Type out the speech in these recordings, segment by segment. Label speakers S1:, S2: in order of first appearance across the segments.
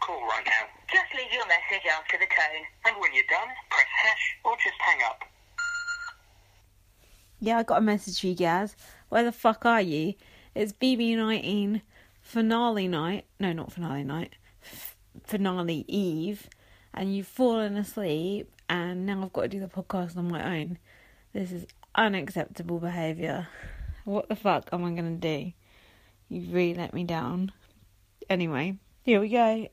S1: call right now.
S2: Just leave your message after the tone.
S1: And when you're done, press hash or just hang up.
S3: Yeah, I got a message for you guys. Where the fuck are you? It's BB19 finale night. No, not finale night. F- finale eve. And you've fallen asleep, and now I've got to do the podcast on my own. This is unacceptable behaviour. What the fuck am I going to do? You really let me down. Anyway, here we go.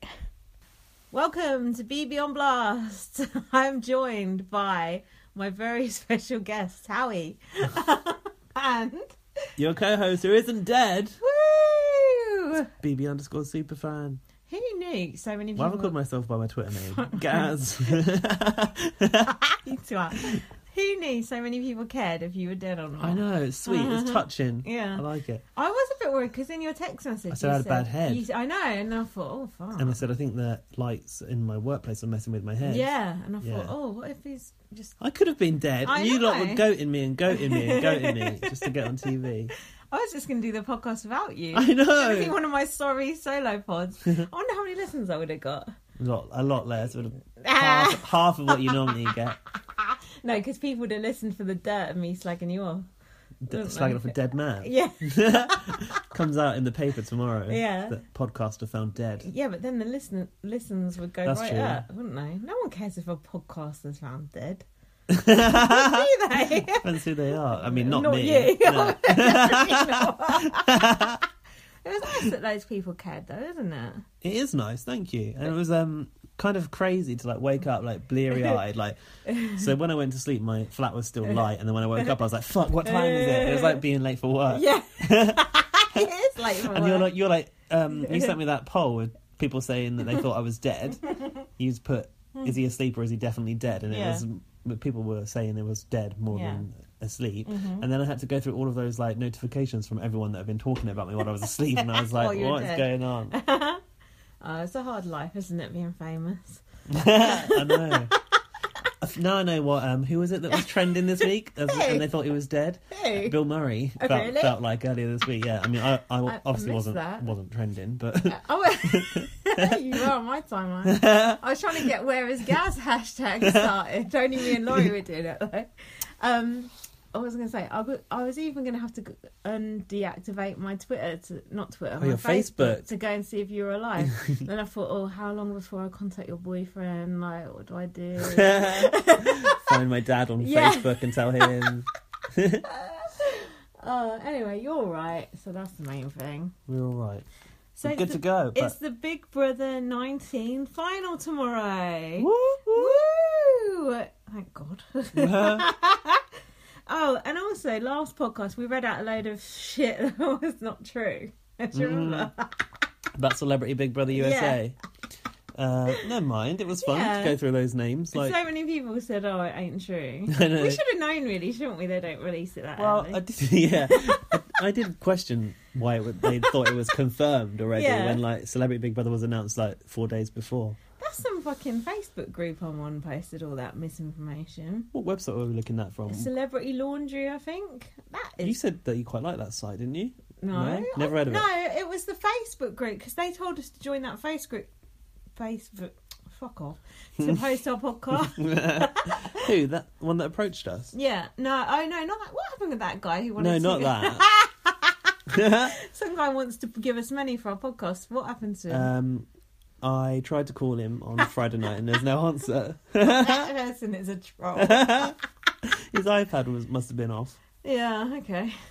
S3: Welcome to BB on Blast. I'm joined by my very special guest, Howie. and
S4: Your co-host who isn't dead,
S3: woo!
S4: BB underscore superfan.
S3: Who knew so many people
S4: Why have I called myself by my Twitter name? Gaz.
S3: You twat. Who knew so many people cared if you were dead or not?
S4: I know, it's sweet, it's touching.
S3: Yeah.
S4: I like it.
S3: I was a bit worried because in your text message,
S4: I said
S3: you
S4: I had a bad head.
S3: you- I know, and I thought, oh fuck.
S4: And I said, I think the lights in my workplace are messing with my head.
S3: yeah, and I
S4: Yeah.
S3: thought, oh, what if he's just?
S4: I could have been dead.
S3: I
S4: you lot
S3: know.
S4: were goating me and goating me and goating me just to get on TV.
S3: I was just gonna do the podcast without you.
S4: I know.
S3: It's gonna be one of my sorry solo pods. I wonder how many listens I would have got.
S4: A lot, a lot less, sort of
S3: Ah.
S4: half, half of what you normally get.
S3: No, because people would have listened for the dirt of me slagging you off.
S4: D-
S3: Don't
S4: Slagging
S3: know.
S4: off a dead man.
S3: Yeah,
S4: Comes out in the paper tomorrow.
S3: Yeah.
S4: That podcaster found dead.
S3: yeah, but then the listen listens would go
S4: That's
S3: right
S4: true.
S3: up, wouldn't they? No one cares if a podcaster's found dead. Do they?
S4: Depends who they are. I mean, not,
S3: Not
S4: me.
S3: you.
S4: No.
S3: It was nice that those people cared, though, isn't it?
S4: It is nice, thank you. And it was um kind of crazy to like wake up like bleary eyed, like so when I went to sleep my flat was still light and then when I woke up I was like, Fuck, what time is it? It was like being late for work.
S3: Yeah, it is like.
S4: And you're like you're like um you sent me that poll with people saying that they thought I was dead. You just put is he asleep or is he definitely dead? And it
S3: Yeah.
S4: was but people were saying it was dead more
S3: Yeah. Mm-hmm.
S4: than asleep. And then I had to go through all of those like notifications from everyone that had been talking about me while I was asleep and I was
S3: While
S4: like,
S3: you were
S4: What's
S3: dead.
S4: going on?
S3: oh, it's a hard life, isn't it? Being famous.
S4: I know. now I know what. Um, who was it that was trending this week? As-
S3: Who?
S4: And they thought he was dead.
S3: Who?
S4: Bill Murray
S3: Oh,
S4: felt,
S3: really?
S4: felt like earlier this week. Yeah, I mean, I, I
S3: I
S4: obviously
S3: missed
S4: wasn't
S3: that.
S4: wasn't trending, but
S3: Oh, you were on my timeline. I was trying to get where is gas hashtag started. Only me and Laurie were doing it though. Um, I was going to say I w- I was even going to have to g- um, deactivate my Twitter to not Twitter, my
S4: Oh, your Facebook.
S3: to go and see if you were alive. then I thought, oh, how long before I contact your boyfriend? Like, what do I do?
S4: find my dad on
S3: Yeah.
S4: Facebook and tell him
S3: uh, anyway, you're all right, so that's the main thing.
S4: we're all right.
S3: So
S4: Good
S3: it's
S4: to
S3: the-
S4: go. But
S3: It's the Big Brother 19 final tomorrow.
S4: Woo, woo.
S3: Woo! Thank God. oh, and also, last podcast, we read out a load of shit that was not true. Do
S4: Mm-hmm.
S3: you remember?
S4: about Celebrity Big Brother USA. Uh, never mind. It was fun
S3: Yeah.
S4: to go through those names. Like,
S3: so many people said, oh, it ain't true.
S4: I know.
S3: We should have known, really, shouldn't we? They don't release it that
S4: Well,
S3: early.
S4: I did, yeah, I, I did question why it would, they thought it was confirmed already
S3: Yeah.
S4: when like Celebrity Big Brother was announced like four days before.
S3: That's some fucking Facebook group I'm on posted all that misinformation.
S4: What website were we looking at from?
S3: Celebrity Laundry, I think. That is
S4: You said that you quite like that site, didn't you?
S3: No,
S4: No? Never heard of
S3: no, it. was the Facebook group because they told us to join that Facebook Facebook. Fuck off to post our podcast.
S4: Who that one that approached us?
S3: yeah, no, oh no, not that. What happened with that guy who wanted?
S4: No,
S3: to,
S4: not that.
S3: Some guy wants to give us money for our podcast. What happened to him?
S4: um, I tried to call him on Friday night and there's no answer.
S3: that person is a troll.
S4: His iPad was must have been off.
S3: yeah, okay.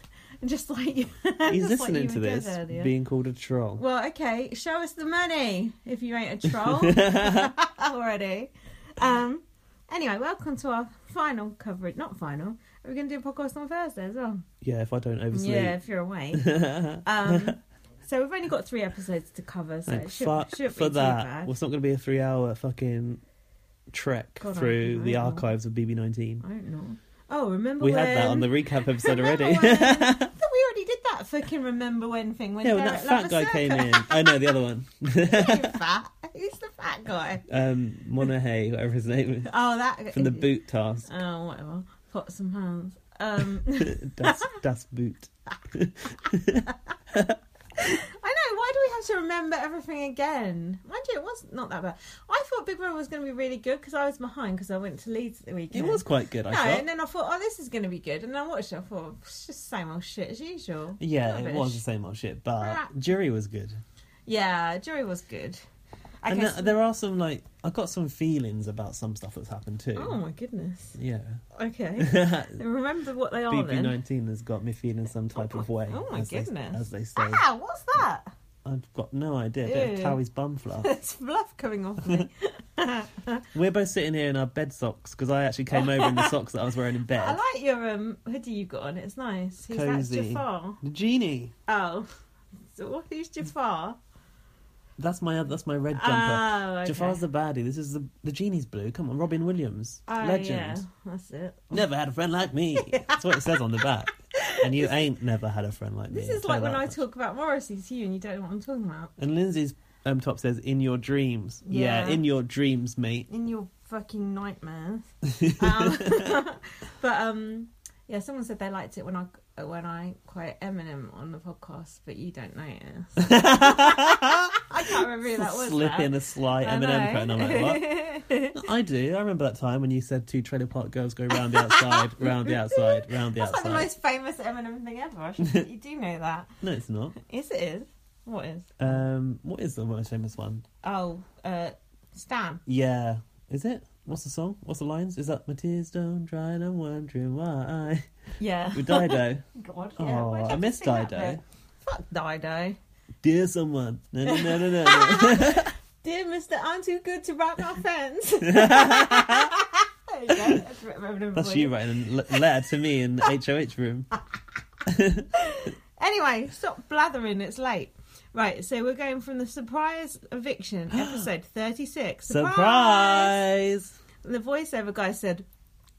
S3: Just like you.
S4: He's
S3: just like
S4: listening
S3: you
S4: to
S3: were good
S4: this,
S3: earlier.
S4: being called a troll.
S3: Well, okay, show us the money if you ain't a troll already. Um, anyway, welcome to our final coverage. Not final. We're going to do a podcast on Thursday as well.
S4: yeah, if I don't oversleep.
S3: Yeah, if you're away. um, so we've only got three episodes to cover, so
S4: Thank
S3: it should,
S4: fuck
S3: should be
S4: for
S3: too
S4: that.
S3: bad.
S4: Well, it's not going to be a three-hour fucking trek
S3: God, I
S4: through
S3: don't
S4: the
S3: know.
S4: archives of BB19.
S3: I don't know. Oh, remember
S4: We
S3: when...
S4: had that on the recap episode
S3: Remember
S4: already.
S3: when- I thought we already did that fucking remember when thing when
S4: yeah, when
S3: Derek
S4: that fat guy
S3: Lamassoka-
S4: came in. Oh no, the other one,
S3: fat. Who's the fat guy?
S4: um, Monahay, whatever his name is,
S3: Oh, that
S4: from the boot task.
S3: Oh, whatever. Pots and pans. Um, I
S4: das, das boot.
S3: know. Why do we have to remember everything again. Mind you, it was not that bad. I thought Big Brother was going to be really good because I was behind because I went to Leeds at the
S4: It
S3: weekend.
S4: was quite good, I
S3: No,
S4: thought.
S3: and then I thought, oh, this is going to be good. And then I watched it. I thought, it's just same old shit as usual.
S4: yeah, it
S3: Rubbish.
S4: was the same old shit, but
S3: Ah.
S4: jury was good.
S3: Yeah, jury was good.
S4: and
S3: Okay,
S4: th-
S3: so-
S4: there are some like I got some feelings about some stuff that's happened too.
S3: oh my goodness.
S4: Yeah,
S3: Okay.
S4: BB
S3: Remember what they are then.
S4: nineteen has got me feeling some type of way.
S3: Oh my
S4: as they-
S3: goodness.
S4: as they say,
S3: Ah, what's that?
S4: I've got no idea. Bit of
S3: Ew.
S4: Cowie's bum fluff.
S3: There's fluff coming off me.
S4: We're both sitting here in our bed socks because I actually came over in the socks that I was wearing in bed.
S3: I like your um, hoodie you've got on. It's nice. Who's
S4: Cozy.
S3: that? Jafar.
S4: the genie.
S3: Oh. So who's Jafar?
S4: That's my other, that's my red jumper.
S3: Oh, okay.
S4: Jafar's the baddie. This is the the genie's blue. Come on, Robin Williams,
S3: Oh,
S4: legend.
S3: Yeah, that's it.
S4: Never had a friend like me. That's what it says on the back. And you ain't never had a friend like me.
S3: This
S4: I'll
S3: is
S4: tell you
S3: like when
S4: that
S3: I
S4: much.
S3: talk about Morrissey to you and you don't know what I'm talking about.
S4: And Lindsay's um, top says, "In your dreams." Yeah,
S3: Yeah.
S4: in your dreams, mate.
S3: In your fucking nightmares. um, but um, yeah, someone said they liked it when I when I quote Eminem on the podcast, but you don't notice. I can't remember who that was.
S4: Slip
S3: now.
S4: in a slight
S3: I
S4: Eminem quote, and I'm like, what?
S3: know.
S4: I do. I remember that time when you said two trailer park girls go round the outside, round the outside, round the
S3: That's like
S4: outside.
S3: the most famous Eminem thing ever. I should think you do know that.
S4: No, it's not.
S3: Yes, it is. What is?
S4: Um, what is the most famous one?
S3: Oh, uh, Stan.
S4: Yeah, is it? What's the song? What's the lines? Is that my tears don't dry and I'm wondering why?
S3: Yeah.
S4: With Dido.
S3: God, yeah.
S4: Oh,
S3: why'd you
S4: I
S3: have to
S4: miss
S3: sing that
S4: Dido.
S3: bit? Fuck Dido.
S4: Dear someone. No, no, no, no, no.
S3: Dear Mr. I'm too good to wrap my fence. There you go. That's what Eminem
S4: That's
S3: voice.
S4: you writing a l- letter to me in HOH room.
S3: Anyway, stop blathering. It's late. Right, so we're going from the surprise eviction episode 36.
S4: Surprise!
S3: The voiceover guy said,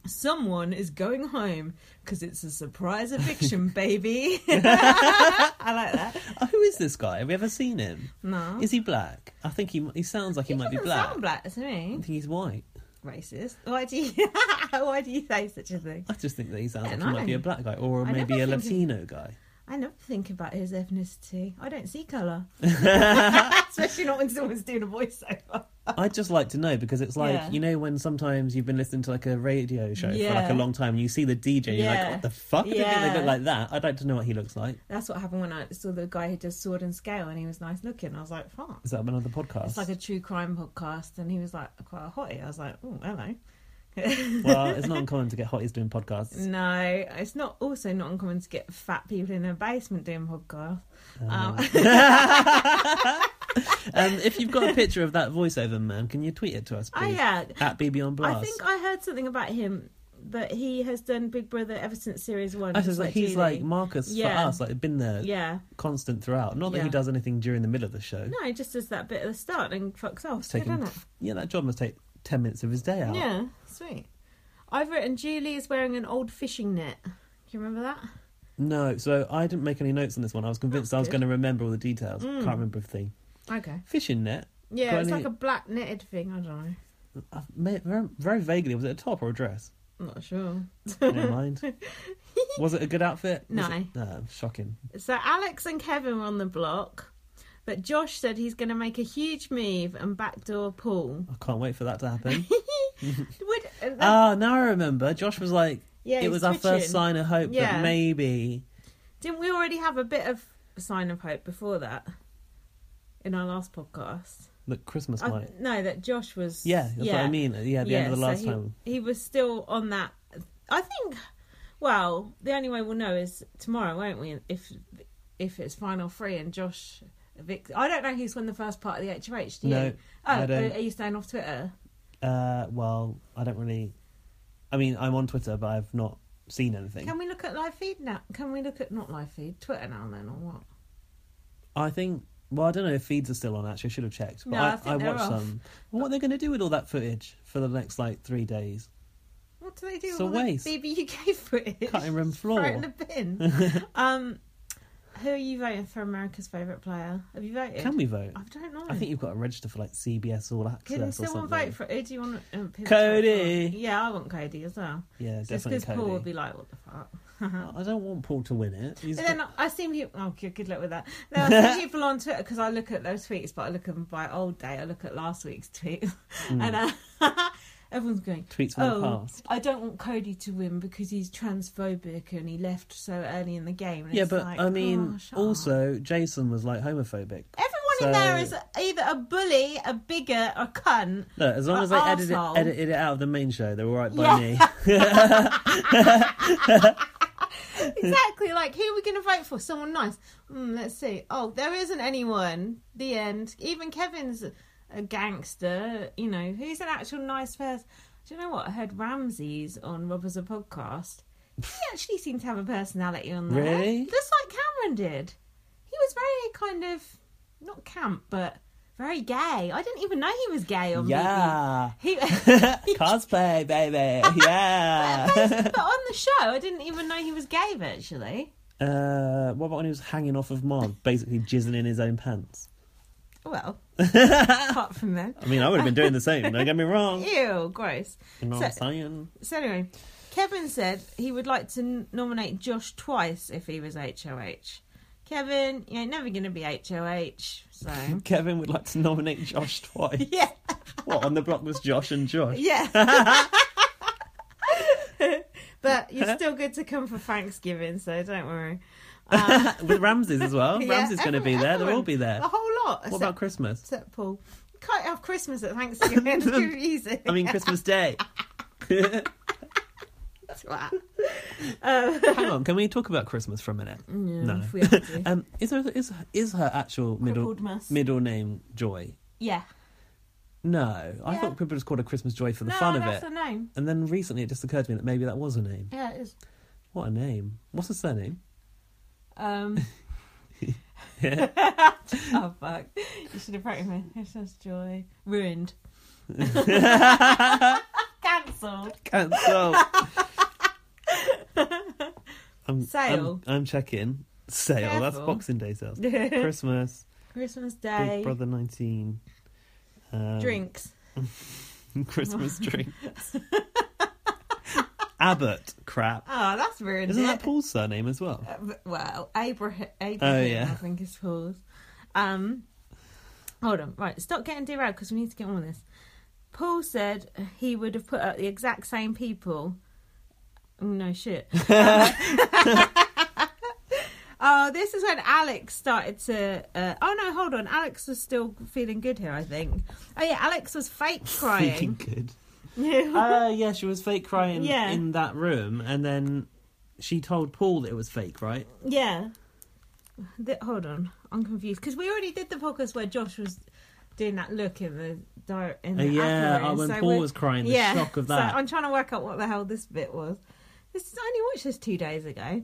S3: Someone is going home because it's a surprise eviction, baby. I like that.
S4: Oh, who is this guy? Have we ever seen him?
S3: No.
S4: Is he black? I think he he sounds like he, might be
S3: doesn't
S4: black.
S3: sound black to
S4: I
S3: me.
S4: think he's white.
S3: Racist. Why do you, why do you say such a thing?
S4: I just think that he sounds
S3: Yeah,
S4: like he might be a
S3: no.
S4: black guy or
S3: I
S4: maybe a
S3: never think he-
S4: Latino guy.
S3: I never think about his ethnicity. I don't see colour. Especially not when someone's doing a voiceover.
S4: I'd just like to know because it's like
S3: Yeah.
S4: you know when sometimes you've been listening to like a radio show for like
S3: Yeah.
S4: a long time and you see the DJ and you're like
S3: Yeah.
S4: what the fuck I didn't think they
S3: Yeah.
S4: look like that I'd like to know what he looks like
S3: That's what happened when I saw the guy who does Sword and Scale and he was nice looking. I was like, fuck.
S4: is that another podcast
S3: It's like a true crime podcast and he was like quite a hottie. I was like, oh, hello.
S4: well it's not uncommon to get hotties doing podcasts
S3: No, it's not also not uncommon to get fat people in a basement doing podcasts.
S4: Oh,
S3: Um,
S4: um, if you've got a picture of that voiceover man can you tweet it to us
S3: oh,
S4: please
S3: yeah.
S4: at BB on Blast
S3: I think I heard something about him that he has done Big Brother ever since series one.
S4: I
S3: just
S4: just, like, Oh, he's
S3: Julie.
S4: like Marcus
S3: Yeah.
S4: for us like been there
S3: yeah.
S4: constant throughout not that he
S3: Yeah.
S4: does anything during the middle of the show
S3: No, he just does that bit at the start and fucks off.
S4: It's
S3: Good,
S4: taken-
S3: isn't it?
S4: yeah that job must take 10 minutes of his day out
S3: Yeah, sweet. I've written Julie is wearing an old fishing net. Do you remember that?
S4: No, so I didn't make any notes on this one. I was convinced I was
S3: good. Mm.
S4: going to remember all the details. Can't remember a thing.
S3: Okay.
S4: Fishing net.
S3: Yeah,
S4: Got
S3: it's
S4: any-
S3: like a black netted thing. I don't know.
S4: I may- very, very vaguely, was it a top or a dress?
S3: I'm not sure.
S4: Never mind. was it a good outfit? Was
S3: No.
S4: it- Ah, shocking.
S3: So Alex and Kevin were on the block, but Josh said he's going to make a huge move and backdoor Paul.
S4: I can't wait for that to happen.
S3: Would, uh, that-
S4: ah, now I remember. Josh was like,
S3: Yeah,
S4: it
S3: he's
S4: was our first
S3: twitching.
S4: sign of hope that
S3: Yeah.
S4: maybe.
S3: didn't we already have a bit of sign of hope before that in our last podcast?
S4: That Christmas
S3: I,
S4: might.
S3: no, that Josh was.
S4: Yeah, that's what I mean. Yeah, at the end of the last
S3: so he,
S4: time.
S3: He was still on that. I think. Well, the only way we'll know is tomorrow, won't we? If if it's final three and Josh, Vic, I don't know who's won the first part of the HOH. Do you?
S4: No,
S3: oh,
S4: I don't.
S3: are you staying off Twitter?
S4: Uh, well, I don't really. I mean, I'm on Twitter, but I've not seen anything.
S3: Can we look at live feed now? Can we look at not live feed Twitter now and then or what?
S4: I think. Well, I don't know if feeds are still on. Actually, I should have checked. But
S3: No,
S4: I,
S3: I think they're
S4: watched
S3: off.
S4: some. Well, what are they going to do with all that footage for the next like three days?
S3: What do they do?
S4: It's
S3: with
S4: a
S3: all the
S4: waste.
S3: BBUK footage.
S4: Cutting room
S3: Throw it in
S4: floor.
S3: the bin. um, who are you voting for America's favourite player? Have you voted?
S4: Can we vote?
S3: I don't know.
S4: I think you've got to register for like CBS All Access
S3: Can
S4: or
S3: someone
S4: something.
S3: vote for who do you want? Um, people to vote
S4: Cody.
S3: for? Yeah, I want Cody as well.
S4: Yeah,
S3: Just
S4: definitely
S3: because Paul
S4: Cody.
S3: would be like, "What the fuck?"
S4: I don't want Paul to win it. He's
S3: But then I see people. Oh, good, good luck with that. Then I see people on Twitter because I look at those tweets, but I look at them by old day. I look at last week's tweet, and uh, everyone's going.
S4: Hmm. tweets from the
S3: Oh,
S4: past.
S3: I don't want Cody to win because he's transphobic and he left so early in the game. And
S4: Yeah,
S3: it's
S4: but
S3: like,
S4: I mean,
S3: oh, shut up.
S4: also Jason was like homophobic.
S3: everyone in there
S4: so-
S3: is either a bully, a bigot, a cunt.
S4: Look, as long
S3: But
S4: as they edited it,
S3: arsehole.
S4: edited it out of the main show, they're all right by
S3: Yeah.
S4: me.
S3: Exactly. Like, who are we going to vote for? Someone nice. Mm, let's see. Oh, there isn't anyone. The end. Even Kevin's a gangster. You know, who's an actual nice person? Do you know what? I heard Ramses on Rob as a podcast. He actually seemed to have a personality on there.
S4: Really?
S3: Just like Cameron did. He was very kind of not camp, but very gay. I didn't even know he was gay on
S4: yeah,
S3: BBC. He,
S4: cosplay, baby. Yeah.
S3: but on the show, I didn't even know he was gay virtually.
S4: uh, what about when he was hanging off of Mark, basically jizzing in his own pants?
S3: Well, apart from then.
S4: I mean, I would have been doing the same. Don't get me wrong.
S3: Ew, gross.
S4: You know what I'm
S3: So-
S4: saying?
S3: So, anyway, Kevin said he would like to n- nominate Josh twice if he was HOH. Kevin, you ain't never going to be HOH, so.
S4: Kevin would like to nominate Josh twice.
S3: yeah,
S4: what on the block was Josh and Josh?
S3: yeah. but you're still good to come for Thanksgiving, so don't worry.
S4: With Ramses as well.
S3: Yeah, Oh,
S4: Ramses going to
S3: every-
S4: be there. They'll all
S3: everyone,
S4: be there.
S3: The whole lot.
S4: What
S3: except,
S4: about Christmas?
S3: except Paul. You can't have Christmas at Thanksgiving. it's too easy.
S4: I mean, Christmas Day.
S3: Um,
S4: Hang on, can we talk about Christmas for a minute? no.
S3: if we have to.
S4: Um, is, her, is is her actual middle
S3: Crippled Miss.
S4: middle name Joy?
S3: yeah.
S4: No, I
S3: Yeah.
S4: thought Crippled was called her Christmas Joy for the
S3: no,
S4: fun of
S3: that's
S4: it.
S3: the name.
S4: And then recently, it just occurred to me that maybe that was a name.
S3: Yeah, it is.
S4: What a name! What's her surname?
S3: Um. oh fuck! You should have practiced me. It's just joy ruined, cancelled.
S4: Cancel. I'm,
S3: Sale.
S4: I'm, I'm checking sale. That's
S3: Careful.
S4: Boxing Day sales. Christmas.
S3: Christmas
S4: Big
S3: Day
S4: Brother 19. Um,
S3: drinks.
S4: Christmas drinks. Abbott crap.
S3: Oh, that's ruined.
S4: Isn't
S3: it.
S4: that Paul's surname as well?
S3: Uh, well, Abraham, Abraham
S4: yeah.
S3: I think is Paul's. Um, hold on, right, stop getting derailed because we need to get on with this. Paul said he would have put up the exact same people. Mm, No shit. oh, this is when Alex started to. Uh, oh no, hold on. Alex was still feeling good here, I think. Oh yeah, Alex was fake crying.
S4: Freaking
S3: Yeah.
S4: good. Uh, yeah, she was fake crying
S3: Yeah.
S4: in that room, and then she told Paul that it was fake, right?
S3: Yeah. Th- hold on, I'm confused because we already did the podcast where Josh was doing that look in the di- in
S4: Uh,
S3: the
S4: yeah,
S3: afterwards,
S4: oh, when
S3: so
S4: Paul
S3: we're-
S4: was crying, the
S3: yeah,
S4: shock of
S3: so
S4: that.
S3: I'm trying to work out what the hell this bit was. This is, I only watched this two days ago.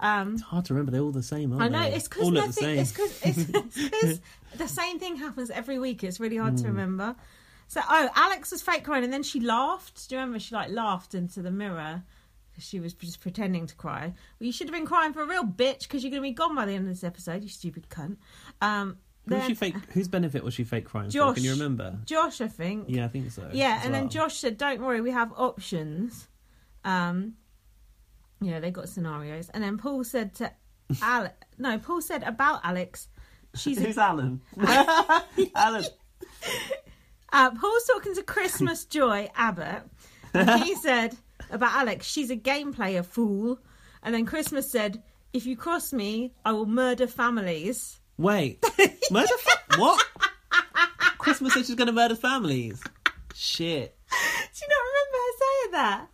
S3: Um,
S4: It's hard to remember. They're all the same, aren't
S3: I know
S4: they?
S3: it's because
S4: all look
S3: nothing.
S4: the
S3: It's
S4: same.
S3: because it's, it's 'cause the same thing happens every week. It's really hard
S4: Hmm.
S3: to remember. So, oh, Alex was fake crying, and then she laughed. Do you remember? She like laughed into the mirror because she was just pretending to cry. Well, you should have been crying for a real bitch because you're going to be gone by the end of this episode. You stupid cunt. Um,
S4: Who was she
S3: then
S4: fake? Whose benefit was she fake crying for?
S3: Josh.
S4: Can you remember?
S3: Josh, I think.
S4: Yeah, I think so.
S3: Yeah,
S4: as
S3: and then
S4: well.
S3: Josh said, "Don't worry, we have options." Um, you know, they got scenarios, and then Paul said to Alex, "No, Paul said about Alex, she's a
S4: Who's Alan? Alan.
S3: Uh, Paul's talking to Christmas Joy Abbott, and he said about Alex, she's a game player fool. And then Christmas said, if you cross me, I will murder families.
S4: Wait, murder? Fa- what? Christmas said she's going to murder families. Shit.
S3: Do you not remember her saying that?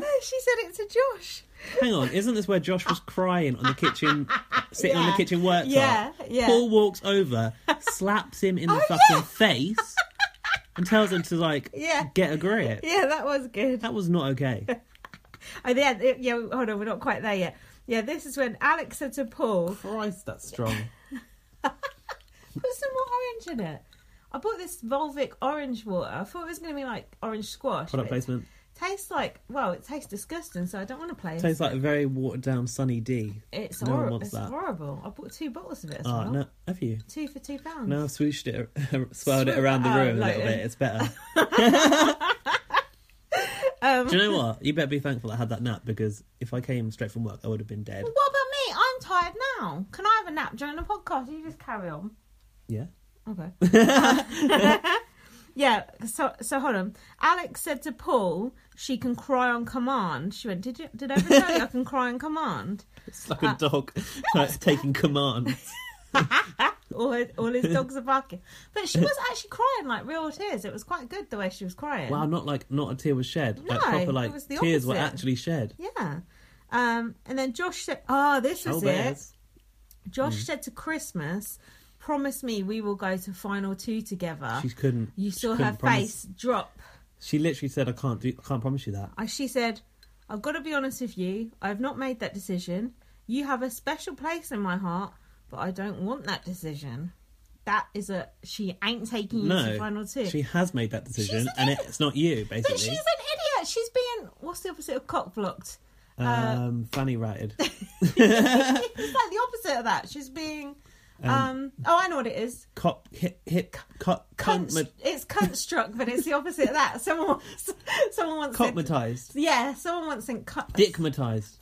S4: No.
S3: She said it to Josh.
S4: Hang on, isn't this where Josh was crying on the kitchen, sitting on the
S3: Yeah.
S4: kitchen worktop?
S3: Yeah, yeah.
S4: Paul walks over, slaps him in the fucking face, and tells him to like
S3: Yeah.
S4: get a grip.
S3: Yeah, that was good.
S4: That was not okay.
S3: Oh, yeah, th- yeah, hold on, we're not quite there yet. Yeah, this is when Alex said to Paul,
S4: Christ, that's strong.
S3: put some more orange in it. I bought this Volvic orange water. I thought it was going to be like orange squash.
S4: Product
S3: but it
S4: placement.
S3: tastes like, well, it tastes disgusting, so I don't want to play
S4: Tastes like a very watered down Sunny D.
S3: It's,
S4: No one
S3: hor-
S4: wants
S3: it's
S4: that.
S3: horrible. I bought two bottles of it as
S4: Oh,
S3: well.
S4: no, have you?
S3: Two for two pounds.
S4: Now I've swooshed it, swirled it
S3: Swirl-
S4: around the
S3: oh,
S4: room a
S3: like-
S4: little bit. It's better.
S3: Um,
S4: Do you know what? You better be thankful I had that nap because if I came straight from work, I would have been dead.
S3: Well, what about me? I'm tired now. Can I have a nap during the podcast? You just carry on.
S4: Yeah.
S3: Okay. yeah. So so hold on. Alex said to Paul, she can cry on command. She went, did you, did I ever tell you I can cry on command?
S4: It's like a dog like, taking command.
S3: all his, all his dogs are barking. But she was actually crying like real tears. It was quite good the way she was crying.
S4: Wow, not like not a tear was shed. like
S3: No,
S4: proper
S3: it was
S4: like
S3: the
S4: tears were
S3: opposite.
S4: actually shed.
S3: Yeah. Um, and then Josh said, "Oh, this
S4: Oh,
S3: was it."
S4: bears.
S3: Josh
S4: Hmm.
S3: said to Christmas, "Promise me we will go to final two together."
S4: She couldn't.
S3: you saw
S4: she
S3: her
S4: couldn't promise-
S3: face drop.
S4: She literally said, "I can't do. I can't promise you that."
S3: Uh, She said, "I've got to be honest with you. I have not made that decision. You have a special place in my heart, but I don't want that decision. That is a she ain't taking you to
S4: No,
S3: final two.
S4: she eh? has made that decision,
S3: She's an
S4: and
S3: idiot.
S4: it's not you,
S3: but she's
S4: basically.
S3: an idiot. She's being what's the opposite of cock blocked?
S4: um, Fanny ratted.
S3: It's like the opposite of that. She's being." Um, oh, I know what it is.
S4: Cop hit hit cop
S3: Cunt,
S4: cunt
S3: it's cunt struck, but it's the opposite of that. Someone wants, someone wants, said-
S4: copmatized,
S3: yeah, someone once said, cunt,
S4: dickmatized.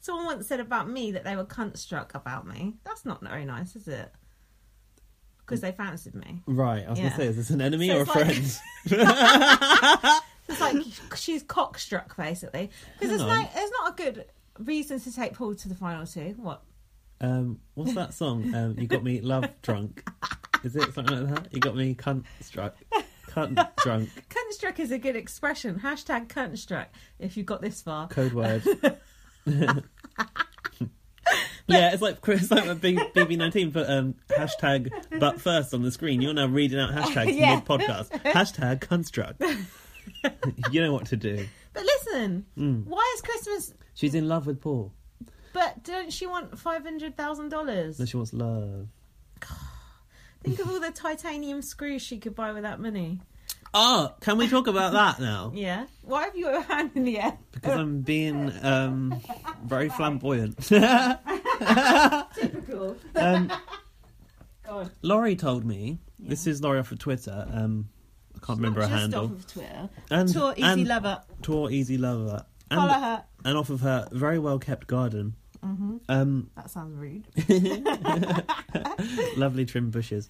S3: someone once said about me that they were cunt struck about me. That's not very nice, is it? Because they fancied me.
S4: Right, I was
S3: Yeah.
S4: gonna say, is this an enemy
S3: So
S4: or a
S3: it's like-
S4: friend?
S3: It's like she's cock struck basically. Because there's no,
S4: Hang on.
S3: there's not a good reason to take Paul to the final two. What?
S4: um, what's that song? Um, you got me love drunk. Is it something like that? You got me cunt struck, cunt drunk.
S3: Cunt struck is a good expression. Hashtag cunt struck. If you got this far,
S4: Code word. yeah, it's like it's like a big BB19, but um, hashtag but first on the screen. You're now reading out hashtags
S3: Yeah.
S4: mid podcast. Hashtag construct. you know what to do.
S3: but listen,
S4: Hmm.
S3: why is Christmas?
S4: She's in love with Paul.
S3: But don't she want five hundred thousand dollars?
S4: No, she wants love.
S3: Think of all the titanium screws she could buy with that money.
S4: Oh, can we talk about that now?
S3: Yeah. Why have you got your hand in the air?
S4: Because I'm being um, very flamboyant.
S3: Typical.
S4: um,
S3: God.
S4: Laurie told me this is Laurie off of Twitter. Um, I can't remember her
S3: Just
S4: handle.
S3: off of Twitter.
S4: and
S3: Tour Easy
S4: and-
S3: Lover.
S4: Tour Easy Lover. And,
S3: Follow her. Mm-hmm.
S4: and off of her very well kept garden. Um,
S3: That sounds rude.
S4: lovely trim bushes.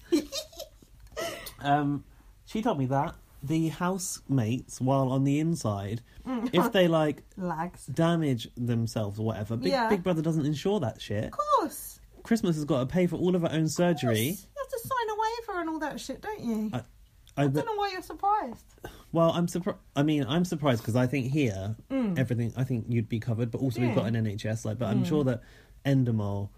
S4: um, she told me that the housemates, while on the inside,
S3: Mm.
S4: if they like
S3: Lags. Of
S4: damage themselves or whatever, Big,
S3: Yeah.
S4: Big Brother doesn't insure that shit.
S3: course.
S4: Christmas has got to pay for all of her own surgery.
S3: You have to sign a waiver and all that shit, don't you?
S4: I-
S3: I,
S4: I,
S3: don't know why you're surprised.
S4: well, I'm surprised. I mean, I'm surprised because I think here
S3: Mm.
S4: everything. I think you'd be covered, but also we've got an NHS. Like, but I'm sure that Endemol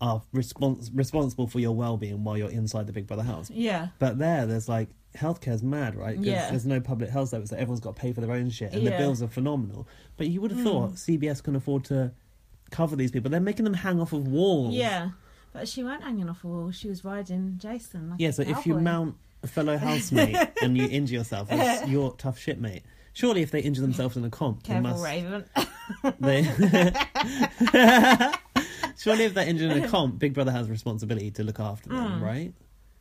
S4: are respons- responsible for your well-being while you're inside the Big Brother house.
S3: Yeah.
S4: But there, there's like healthcare's mad, right? 'Cause
S3: Yeah.
S4: There's no public health service. so everyone's got to pay for their own shit, and the
S3: Yeah. Mm.
S4: bills are phenomenal. But you would have thought CBS can afford to cover these people. They're making them hang off of walls.
S3: Yeah. But she weren't hanging off a wall. She was riding Jason. Like
S4: Yeah, so
S3: a
S4: if you
S3: cowboy.
S4: mount a fellow housemate and you injure yourself, it's your tough shit, mate. Surely, if they injure themselves in a comp,
S3: Careful,
S4: they must.
S3: Raven.
S4: They... Surely, if they're injured in a comp, Big Brother has responsibility to look after them, right?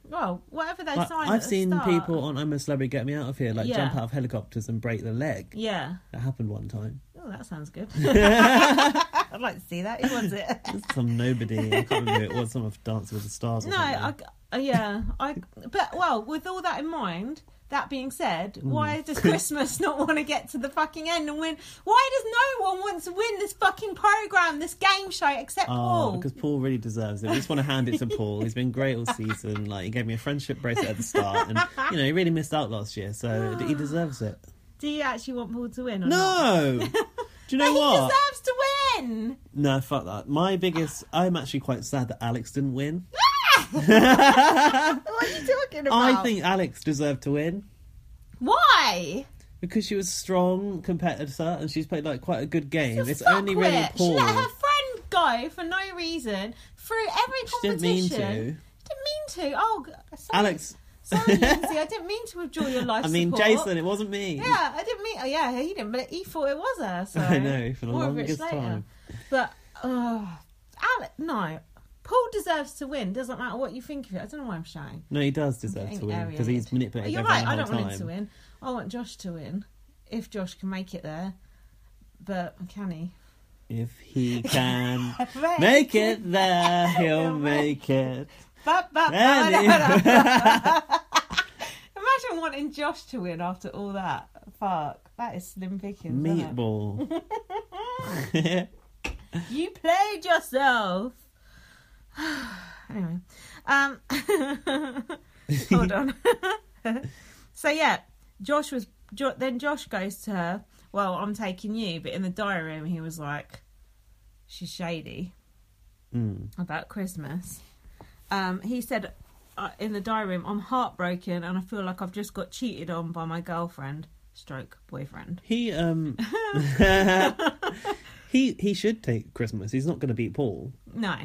S3: well, whatever they
S4: Like,
S3: signed.
S4: I've
S3: Hmm. at the
S4: seen
S3: start.
S4: people on I'm a Celebrity, Get Me Out of Here, like
S3: Yeah.
S4: jump out of helicopters and break their leg.
S3: Yeah.
S4: That happened one time.
S3: Oh, that sounds good. I'd like to see that. Who wants it?
S4: Some nobody, I can't remember who it was, some of Dancing with the Stars. Or
S3: No,
S4: something.
S3: I, uh, yeah, I. But well, with all that in mind, that being said, why does Christmas not want to get to the fucking end and win? Why does no one want to win this fucking program, this game show, except
S4: Oh,
S3: Paul?
S4: because Paul really deserves it. We just want to hand it to Paul. He's been great all season. Like he gave me a friendship bracelet at the start, and you know he really missed out last year, so
S3: Ah.
S4: he deserves it.
S3: Do you actually want Paul to win? Or not?
S4: No, do you know
S3: But he
S4: what?
S3: deserves to win.
S4: No, fuck that. My biggest. I'm actually quite sad that Alex didn't win.
S3: What are you talking about?
S4: I think Alex deserved to win
S3: why?
S4: because she was a strong competitor and she's played like quite a good game.
S3: The
S4: It's
S3: fuck
S4: only
S3: with
S4: really
S3: it. She
S4: Paul.
S3: let her friend go for no reason through every
S4: She didn't mean
S3: competition.
S4: to.
S3: Didn't mean to. Oh, g- sorry.
S4: Alex.
S3: Sorry, Lindsay. I didn't mean to withdraw your life
S4: I mean,
S3: support.
S4: Jason. It wasn't me.
S3: Yeah, I didn't mean. Oh, yeah, he didn't, but he thought it was her. So
S4: I know, for the
S3: More of
S4: longest
S3: it's later.
S4: time.
S3: But uh, Alec, no, Paul deserves to win. Doesn't matter what you think of it. I don't know why I'm shouting.
S4: No, he does deserve
S3: Getting
S4: to win because
S3: aerated.
S4: he's manipulated
S3: You're
S4: everyone
S3: right.
S4: the
S3: I
S4: whole
S3: don't
S4: time.
S3: want him to win. I want Josh to win if Josh can make it there, but can he?
S4: If he can make it there, he'll make it.
S3: But but
S4: And if-
S3: imagine wanting Josh to win after all that. Fuck, that is slim pickings. isn't it?
S4: Meatball.
S3: You played yourself. anyway, um, hold on. so yeah, Josh was. Jo- then Josh goes to her. Well, I'm taking you, but in the diary room, he was like, "She's shady
S4: Mm.
S3: about Christmas." Um, he said uh, in the diary room, "I'm heartbroken and I feel like I've just got cheated on by my girlfriend, stroke boyfriend."
S4: He um he he should take Christmas. He's not going to beat Paul.
S3: No,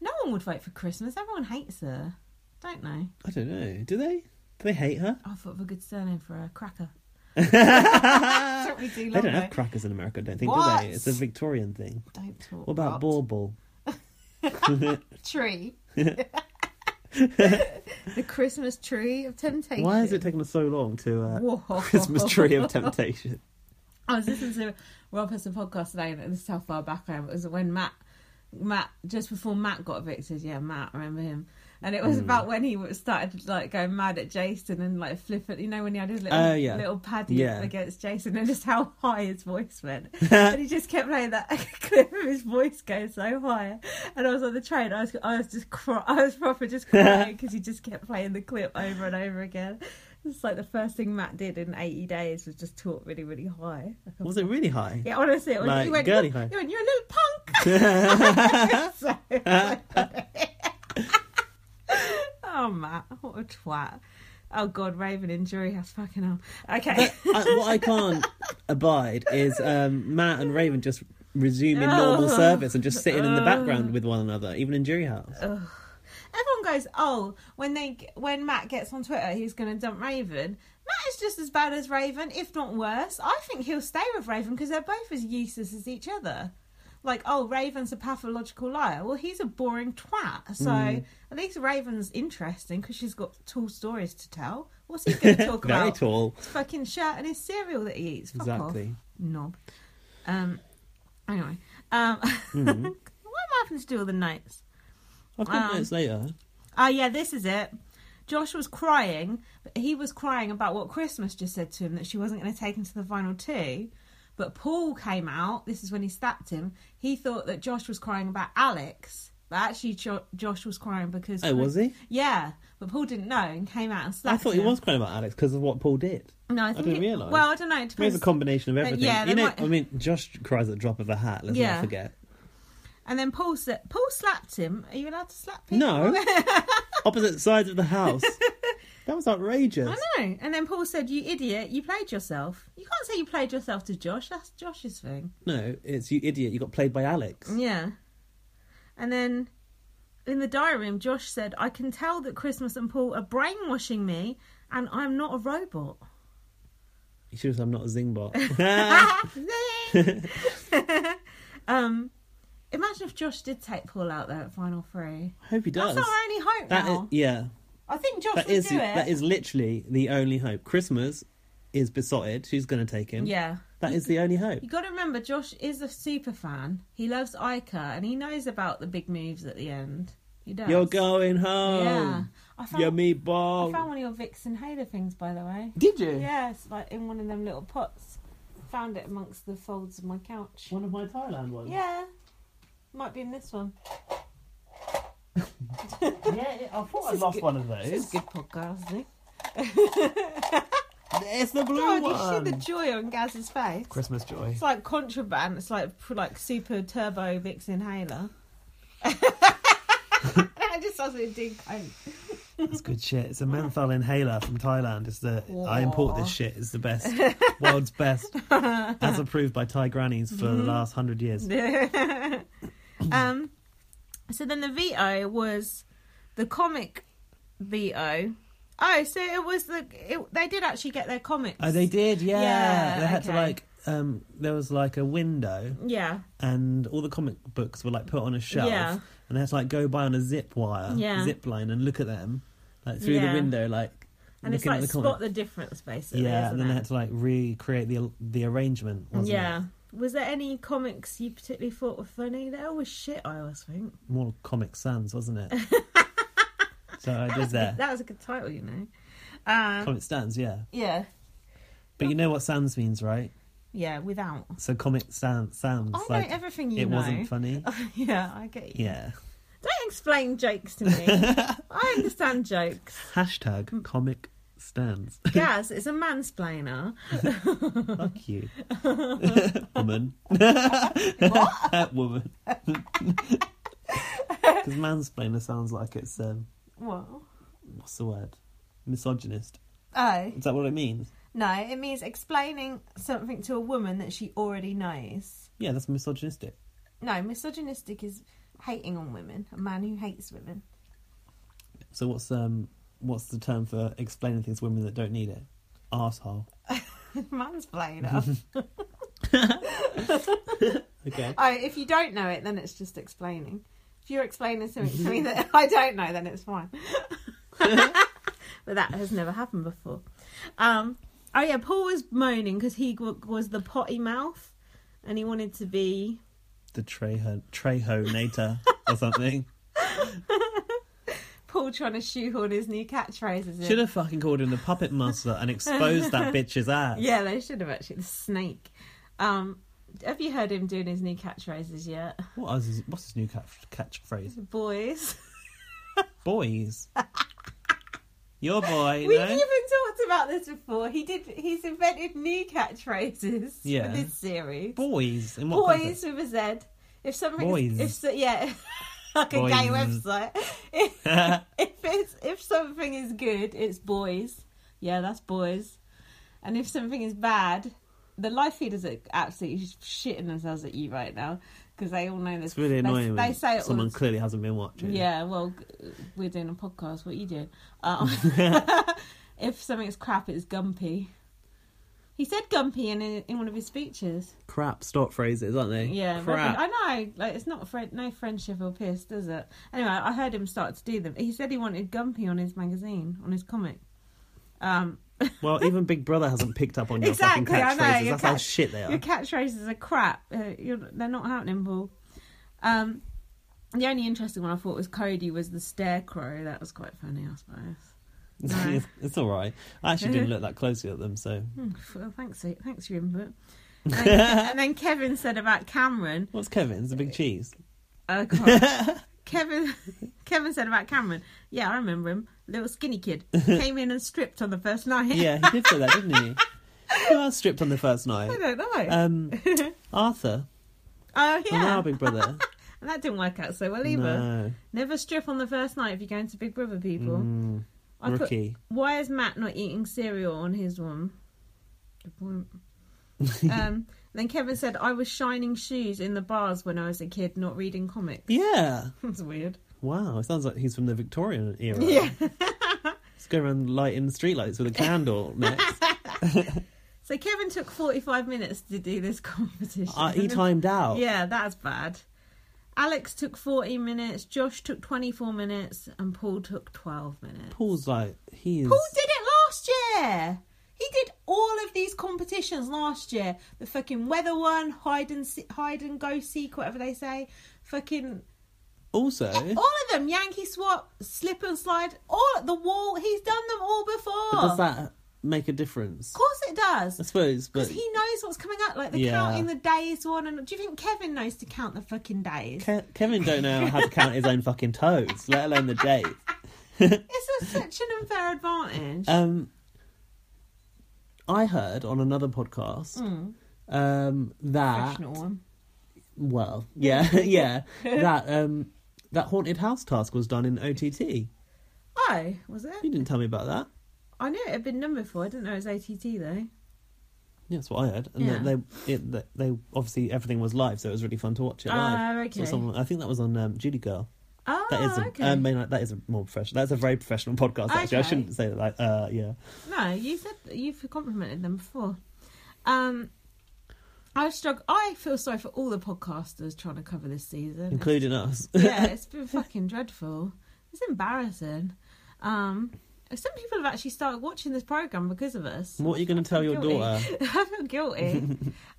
S3: no one would vote for Christmas. Everyone hates her. Don't they?
S4: I don't know. Do they? Do they hate her?
S3: I thought of a good surname for a cracker.
S4: they
S3: That's what we do,
S4: don't have
S3: lovely.
S4: crackers in America. I don't think
S3: What?
S4: do they? It's a Victorian thing.
S3: Don't talk.
S4: What about
S3: rot.
S4: bauble?
S3: Tree. the Christmas tree of temptation.
S4: Why has it taken us so long to uh,
S3: Whoa.
S4: Christmas tree of temptation?
S3: I was listening to Rob Hudson podcast today, and this is how far back I am. It was when Matt, Matt, just before Matt got evicted. Yeah, Matt, I remember him. And it was
S4: Hmm.
S3: about when he was- started like going mad at Jason and like flipping. You know when he had his little
S4: Oh, yeah.
S3: little paddy
S4: Yeah.
S3: against Jason, and just how high his voice went. and he just kept playing that clip of his voice going so high. And I was on the train. I was I was just cry- I was proper just crying because he just kept playing the clip over and over again. It's like the first thing Matt did in 80 days was just talk really, really high. Like,
S4: Was it really high?
S3: yeah, honestly, it was,
S4: Like,
S3: you went,
S4: girly
S3: you,
S4: high.
S3: you went, you're a little punk. So- oh, Matt, what a twat. Oh, God, Raven in Jury House, fucking hell. Okay.
S4: I, what I can't abide is um, Matt and Raven just resuming
S3: Oh.
S4: normal
S3: Ugh.
S4: service and just sitting in the
S3: Oh.
S4: background with one another, even in Jury House.
S3: Everyone goes, oh, when they when Matt gets on Twitter, he's going to dump Raven. Matt is just as bad as Raven, if not worse. I think he'll stay with Raven because they're both as useless as each other. Like, oh, Raven's a pathological liar. Well, he's a boring twat. So
S4: Mm.
S3: at least Raven's interesting because she's got tall stories to tell. What's he going to talk
S4: Very
S3: about?
S4: tall.
S3: His fucking shirt and his cereal that he eats. Fuck off,
S4: Exactly.
S3: knob. Um, anyway, um, what
S4: Mm-hmm.
S3: am I having to do with the notes?
S4: I've got
S3: Um,
S4: notes later.
S3: Oh yeah, this is it. Josh was crying, but he was crying about what Christmas just said to him that she wasn't going to take him to the final two. But Paul came out. This is when he slapped him. He thought that Josh was crying about Alex, but actually jo- Josh was crying because
S4: Oh, was he?
S3: Yeah, but Paul didn't know and came out and
S4: I
S3: slapped.
S4: thought he
S3: him.
S4: was crying about Alex because of what Paul did.
S3: No, I, think
S4: didn't
S3: it-
S4: realise.
S3: Well, I don't know. It
S4: It was
S3: depends.
S4: a combination of everything.
S3: uh, yeah,
S4: you
S3: they
S4: know,
S3: might-
S4: I mean, Josh cries at drop of a hat. Let's
S3: Yeah.
S4: not forget.
S3: And then Paul sa- Paul slapped him. Are you allowed to slap people?
S4: No, opposite sides of the house. That was outrageous.
S3: I know. And then Paul said, "You idiot! You played yourself. You can't say you played yourself to Josh. That's Josh's thing."
S4: No, it's you idiot. You got played by Alex.
S3: Yeah. And then in the diary room, Josh said, I can tell that Christmas and Paul are brainwashing me and I'm not a robot.
S4: You should have said, "I'm not a Zingbot."
S3: Zing! um, imagine if Josh did take Paul out there at final three.
S4: I hope he does.
S3: That's our only hope
S4: That
S3: now.
S4: is- yeah.
S3: I think Josh
S4: that
S3: would
S4: is
S3: do it.
S4: that is literally the only hope. Christmas is besotted. She's going to take him.
S3: yeah.
S4: that is the only hope.
S3: You got to remember, Josh is a super fan. He loves Ica and he knows about the big moves at the end. He does.
S4: You're going
S3: Yeah.
S4: home.
S3: I
S4: Your
S3: found, I
S4: meatball.
S3: found one of your Vixen Halo things, by the way.
S4: Did you?
S3: Yeah, it's like in one of them little pots. Found it amongst the folds of my couch.
S4: One of my Thailand ones.
S3: Yeah. Might be in this one.
S4: yeah I thought I lost one of those.
S3: Good podcast, isn't it?
S4: It's the blue
S3: Oh,
S4: one.
S3: you see the joy on Gaz's face?
S4: Christmas joy.
S3: It's like contraband. It's like like super turbo Vix inhaler. I just sounds like a dig coat.
S4: It's good shit. It's a menthol inhaler from Thailand. It's the I import this
S3: Aw.
S4: shit. It's the best, world's best, as approved by Thai grannies for
S3: Mm-hmm.
S4: the last hundred years.
S3: um, so then the VO was the comic VO. Oh, so it was the it, they did actually get their comics.
S4: Oh, they did. Yeah,
S3: Yeah,
S4: they had to
S3: okay.
S4: like. Um, there was like a window,
S3: Yeah,
S4: and all the comic books were like put on a shelf,
S3: Yeah.
S4: and they had to like go by on a zip wire,
S3: Yeah.
S4: zip line, and look at them, like through
S3: Yeah.
S4: the window, like
S3: and it's
S4: looking at
S3: like
S4: the corner.
S3: spot the difference basically.
S4: yeah,
S3: isn't
S4: and then they
S3: it?
S4: had to like recreate the the arrangement. Wasn't
S3: yeah.
S4: it?
S3: Was there any comics you particularly thought were funny? They always shit. I always think
S4: more Comic Sans, wasn't it? so I did there.
S3: that was a good title, you know. Uh,
S4: Comic Sans, yeah.
S3: yeah,
S4: But you know what Sans means, right?
S3: yeah. Without,
S4: So Comic Sans, Sans.
S3: I know everything you
S4: It
S3: know.
S4: wasn't funny.
S3: yeah, I get you.
S4: Yeah.
S3: Don't explain jokes to me. I understand jokes. Hmm.
S4: Hashtag Comic Sans.
S3: Gaz is a mansplainer.
S4: Fuck you, woman. what? woman. Because mansplainer sounds like it's um,
S3: What?
S4: what's the word? Misogynist.
S3: Oh
S4: Is that what it means?
S3: no, it means explaining something to a woman that she already knows.
S4: Yeah, that's misogynistic.
S3: No, misogynistic is hating on women. A man who hates women.
S4: So what's um what's the term for explaining things to women that don't need it? Arsehole.
S3: mansplainer.
S4: Okay.
S3: oh, if you don't know it, then it's just explaining. If you're explaining something to me that I don't know, then it's fine. but that has never happened before. Um, oh yeah, Paul was moaning because he w- was the potty mouth, and he wanted to be
S4: The treho trehonator or something.
S3: Paul trying to shoehorn his new catchphrases. in.
S4: Should have fucking called him the puppet master and exposed that bitch's ass.
S3: Yeah, they should have actually. The snake. Um, have you heard him doing his new catchphrases yet?
S4: What was his, what's his new catch, catchphrase?
S3: Boys.
S4: Boys. Your boy,
S3: We've
S4: no?
S3: even talked about this before. He did. He's invented new catchphrases
S4: Yeah.
S3: for this series.
S4: Boys. In what
S3: Boys
S4: context?
S3: with a Z. If something,
S4: Boys.
S3: if so, yeah, like a gay
S4: Boys.
S3: website. If, if it's if something is good, it's boys. Yeah, that's boys. And if something is bad, the life feeders are absolutely shitting themselves at you right now because they all know this.
S4: It's really annoying.
S3: They,
S4: when
S3: say it all
S4: Someone
S3: the
S4: clearly hasn't been watching.
S3: yeah, well, g- we're doing a podcast. What are you doing? Um, if something's crap, it's Gumpy. He said Gumpy in in one of his speeches.
S4: Crap stock phrases, aren't they?
S3: Yeah,
S4: Crap.
S3: reckon- I know. Like, it's not friend, no friendship or piss, does it? Anyway, I heard him start to do them. He said he wanted Gumpy on his magazine, on his comic. Um,
S4: Well, even Big Brother hasn't picked up on your
S3: exactly,
S4: fucking
S3: I
S4: catchphrases.
S3: know. your
S4: That's how
S3: catch-
S4: shit they
S3: Your
S4: are.
S3: catchphrases are crap. Uh, you're, they're not happening, Paul. Um, the only interesting one I thought was Cody was the scarecrow. That was quite funny, I suppose. No.
S4: it's all right. I actually didn't look that closely at them, so
S3: Hmm, Well, thanks, thanks for your input. And then, and then Kevin said about Cameron.
S4: what's Kevin's a big cheese.
S3: Oh God. Kevin, Kevin said about Cameron. Yeah, I remember him. Little skinny kid came in and stripped on the first night.
S4: Yeah, he did say that, didn't he? Who else stripped on the first
S3: I
S4: night?
S3: don't know.
S4: Um, Arthur
S3: oh
S4: on
S3: yeah,
S4: our Big Brother.
S3: and that didn't work out so well either.
S4: no,
S3: Never strip on the first night if you're going to Big Brother, people.
S4: Mm,
S3: I put-
S4: rookie.
S3: Why is Matt not eating cereal on his one? Good point. um, then Kevin said, "I was shining shoes in the bars when I was a kid, not reading comics."
S4: Yeah.
S3: That's weird.
S4: Wow, it sounds like he's from the Victorian era.
S3: Yeah.
S4: He's going around lighting streetlights with a candle next.
S3: So Kevin took 45 minutes to do this competition.
S4: Uh, he timed out.
S3: Yeah, that's bad. Alex took 40 minutes, Josh took 24 minutes, and Paul took 12 minutes.
S4: Paul's like, he is.
S3: Paul did it last year! He did all of these competitions last year. The fucking weather one, hide and se- hide and go seek, whatever they say. Fucking
S4: Also,
S3: all of them. Yankee swap, slip and slide, all the wall. He's done them all before.
S4: does that make a difference?
S3: of course it does.
S4: I suppose, but
S3: Because he knows what's coming up, like the
S4: Yeah.
S3: counting the days one. And do you think Kevin knows to count the fucking days?
S4: Ke- Kevin don't know how to count his own fucking toes, let alone the date.
S3: It's a, such an unfair advantage.
S4: Um, I heard on another podcast um, that
S3: Hmm. Professional one.
S4: well, yeah, yeah, that um, that haunted house task was done in OTT. You
S3: Oh, was it?
S4: didn't tell me about that.
S3: I knew it had been done before. I didn't know it was ATT though.
S4: Yeah, that's what I heard. And
S3: Yeah.
S4: that they, it, that they obviously everything was live, so it was really fun to watch it
S3: Ah,
S4: live. So
S3: okay.
S4: someone- I think that was on um, Judy Girl.
S3: Oh,
S4: That is a,
S3: okay.
S4: um, I mean, like, that is a more professional. That's a very professional podcast. Actually, I
S3: Okay.
S4: shouldn't say that. Like, uh, yeah.
S3: No, you said you've complimented them before. Um, I struggle. I feel sorry for all the podcasters trying to cover this season.
S4: including us.
S3: yeah, it's been fucking dreadful. It's embarrassing. Um, Some people have actually started watching this program because of us.
S4: What are you going to tell your
S3: Guilty.
S4: daughter?
S3: I feel guilty.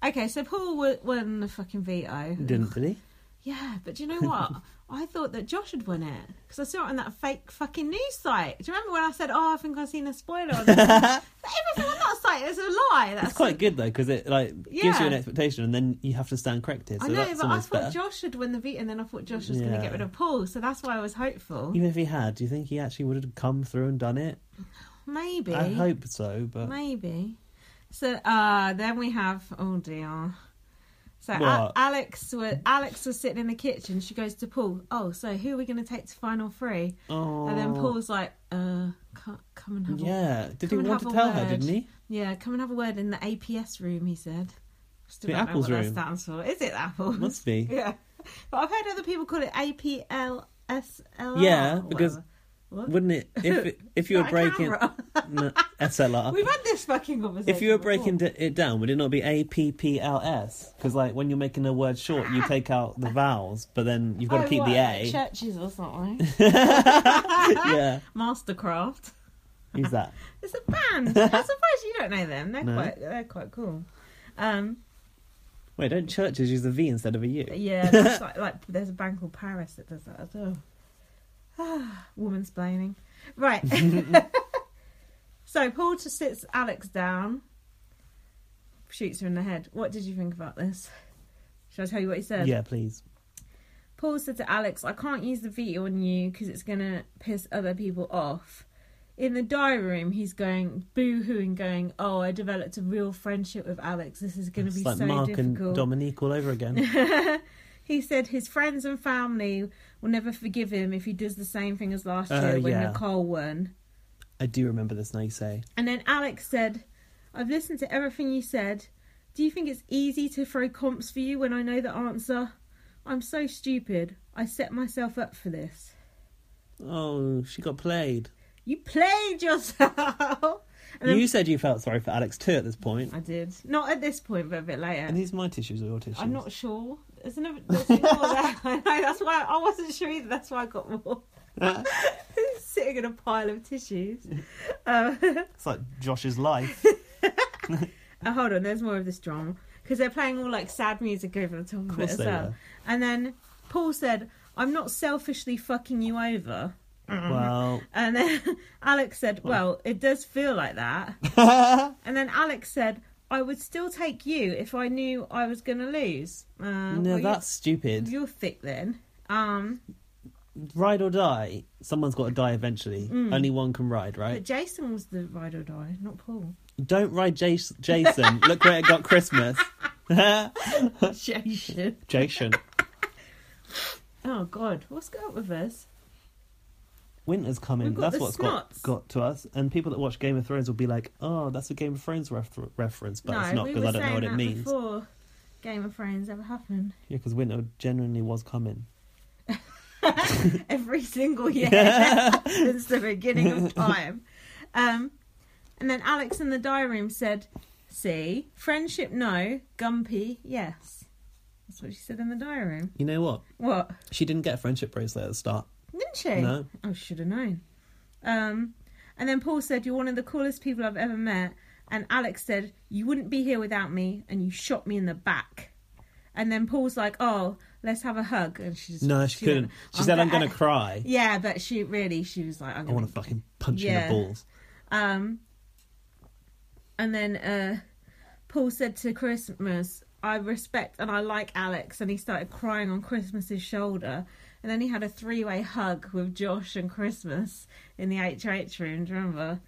S3: okay, so Paul w- won the fucking veto.
S4: Didn't did he?
S3: Yeah, but do you know what? I thought that Josh had won it because I saw it on that fake fucking news site. Do you remember when I said, "Oh, I think I've seen a spoiler"? on it?" But Everything on that site is a lie. That's
S4: It's quite good though because it like gives you
S3: Yeah.
S4: an expectation and then you have to stand corrected. So
S3: I know,
S4: that's
S3: but I
S4: almost
S3: thought
S4: better.
S3: Josh would win the veto, and then I thought Josh was going
S4: Yeah.
S3: to get rid of Paul, so that's why I was hopeful.
S4: Even if he had, do you think he actually would have come through and done it?
S3: Maybe.
S4: I hope so, but
S3: Maybe. So uh then we have oh dear. So Al-
S4: What?
S3: Alex was Alex was sitting in the kitchen. She goes to Paul. Oh, so who are we going to take to final three?
S4: oh,
S3: And then Paul's like, uh, can't come and have a
S4: yeah. Did he
S3: come and
S4: want to
S3: have a
S4: tell her?
S3: word.
S4: Didn't he?
S3: yeah, come and have a word in the APS room. He said. Still
S4: The
S3: don't know
S4: Apples
S3: what that
S4: room.
S3: stands for. Is it Apple?
S4: Must be.
S3: yeah, but I've heard other people call it APLSL.
S4: Yeah, because
S3: What?
S4: Wouldn't it if it- if you were
S3: Not a
S4: breaking
S3: camera.
S4: no, SLR?
S3: We've had this fucking conversation.
S4: If you were
S3: before.
S4: breaking d- it down, would it not be A P P L S? Because like when you're making a word short, you take out the vowels, but then you've got to
S3: Oh,
S4: keep
S3: what,
S4: the
S3: like
S4: A.
S3: Churches or something.
S4: yeah,
S3: Mastercraft.
S4: use that.
S3: It's a band. I'm surprised you don't know them. They're
S4: No.
S3: quite they're quite cool. Um,
S4: Wait, don't churches use a V instead of a U?
S3: yeah, that's like, like there's a band called Paris that does that as well. Ah, woman's blaming. Right. so Paul just sits Alex down, shoots her in the head. What did you think about this? Shall I tell you what he said?
S4: Yeah, please.
S3: Paul said to Alex, I can't use the veto on you because it's going to piss other people off. In the diary room, he's going boo hooing, going, Oh, I developed a real friendship with Alex. This is going to
S4: It's
S3: be
S4: like
S3: so
S4: Mark and
S3: difficult.
S4: Dominique all over again.
S3: he said his friends and family will never forgive him if he does the same thing as last
S4: Oh,
S3: year when
S4: yeah.
S3: Nicole won.
S4: I do remember this now. You say
S3: And then Alex said, I've listened to everything you said. Do you think it's easy to throw comps for you when I know the answer? I'm so stupid. I set myself up for this.
S4: Oh, she got played.
S3: You played yourself. And then-
S4: you said you felt sorry for Alex too at this point.
S3: I did. Not at this point, but a bit later.
S4: Are these my tissues or your tissues?
S3: I'm not sure. There's another there's more there. I know that's why I wasn't sure either. That's why I got more. Sitting in a pile of tissues. Um,
S4: It's like Josh's life.
S3: oh, hold on, there's more of this drama because they're playing all like sad music over the top of it
S4: course
S3: as
S4: they
S3: well.
S4: were.
S3: And then Paul said, "I'm not selfishly fucking you over."
S4: well,
S3: And then Alex said, Well, it does feel like that. and then Alex said, I would still take you if I knew I was going to lose. Uh,
S4: no,
S3: well, you-
S4: that's stupid.
S3: You're thick then. Um,
S4: Ride or die. Someone's got to die eventually.
S3: Mm.
S4: Only one can ride,
S3: but
S4: right?
S3: Jason was the ride or die, not Paul.
S4: Don't ride Jas- Jason. Look where it got Christmas.
S3: Jason.
S4: Jason.
S3: Oh, God. What's got up with us?
S4: Winter's coming.
S3: We've got
S4: That's
S3: the
S4: what's
S3: snots.
S4: got, got to us. And people that watch Game of Thrones will be like, oh, that's a Game of Thrones ref- reference. But
S3: no,
S4: it's not
S3: we
S4: because
S3: were
S4: I don't know
S3: saying
S4: what
S3: that
S4: it means.
S3: before Game of Thrones ever happened.
S4: Yeah, because winter genuinely was coming.
S3: every single year since the beginning of time. Um, and then Alex in the diary room said, "See, friendship no, Gumpy yes." That's what she said in the diary room.
S4: You know what?
S3: What
S4: She didn't get a friendship bracelet at the start.
S3: didn't she?
S4: No.
S3: I should have known. Um, and then Paul said, "You're one of the coolest people I've ever met." And Alex said, "You wouldn't be here without me," and you shot me in the back. And then Paul's like, "Oh, let's have a hug," and she just
S4: No, she, couldn't.
S3: went,
S4: She said, "I'm
S3: go-
S4: gonna cry.
S3: Yeah, but she really, she was like, I'm
S4: I want
S3: gonna
S4: to fucking punch you
S3: Yeah.
S4: in the balls."
S3: Um, and then uh, Paul said to Christmas, I respect and I like Alex. And he started crying on Christmas's shoulder. And then he had a three way hug with Josh and Christmas in the HH room. Do you remember?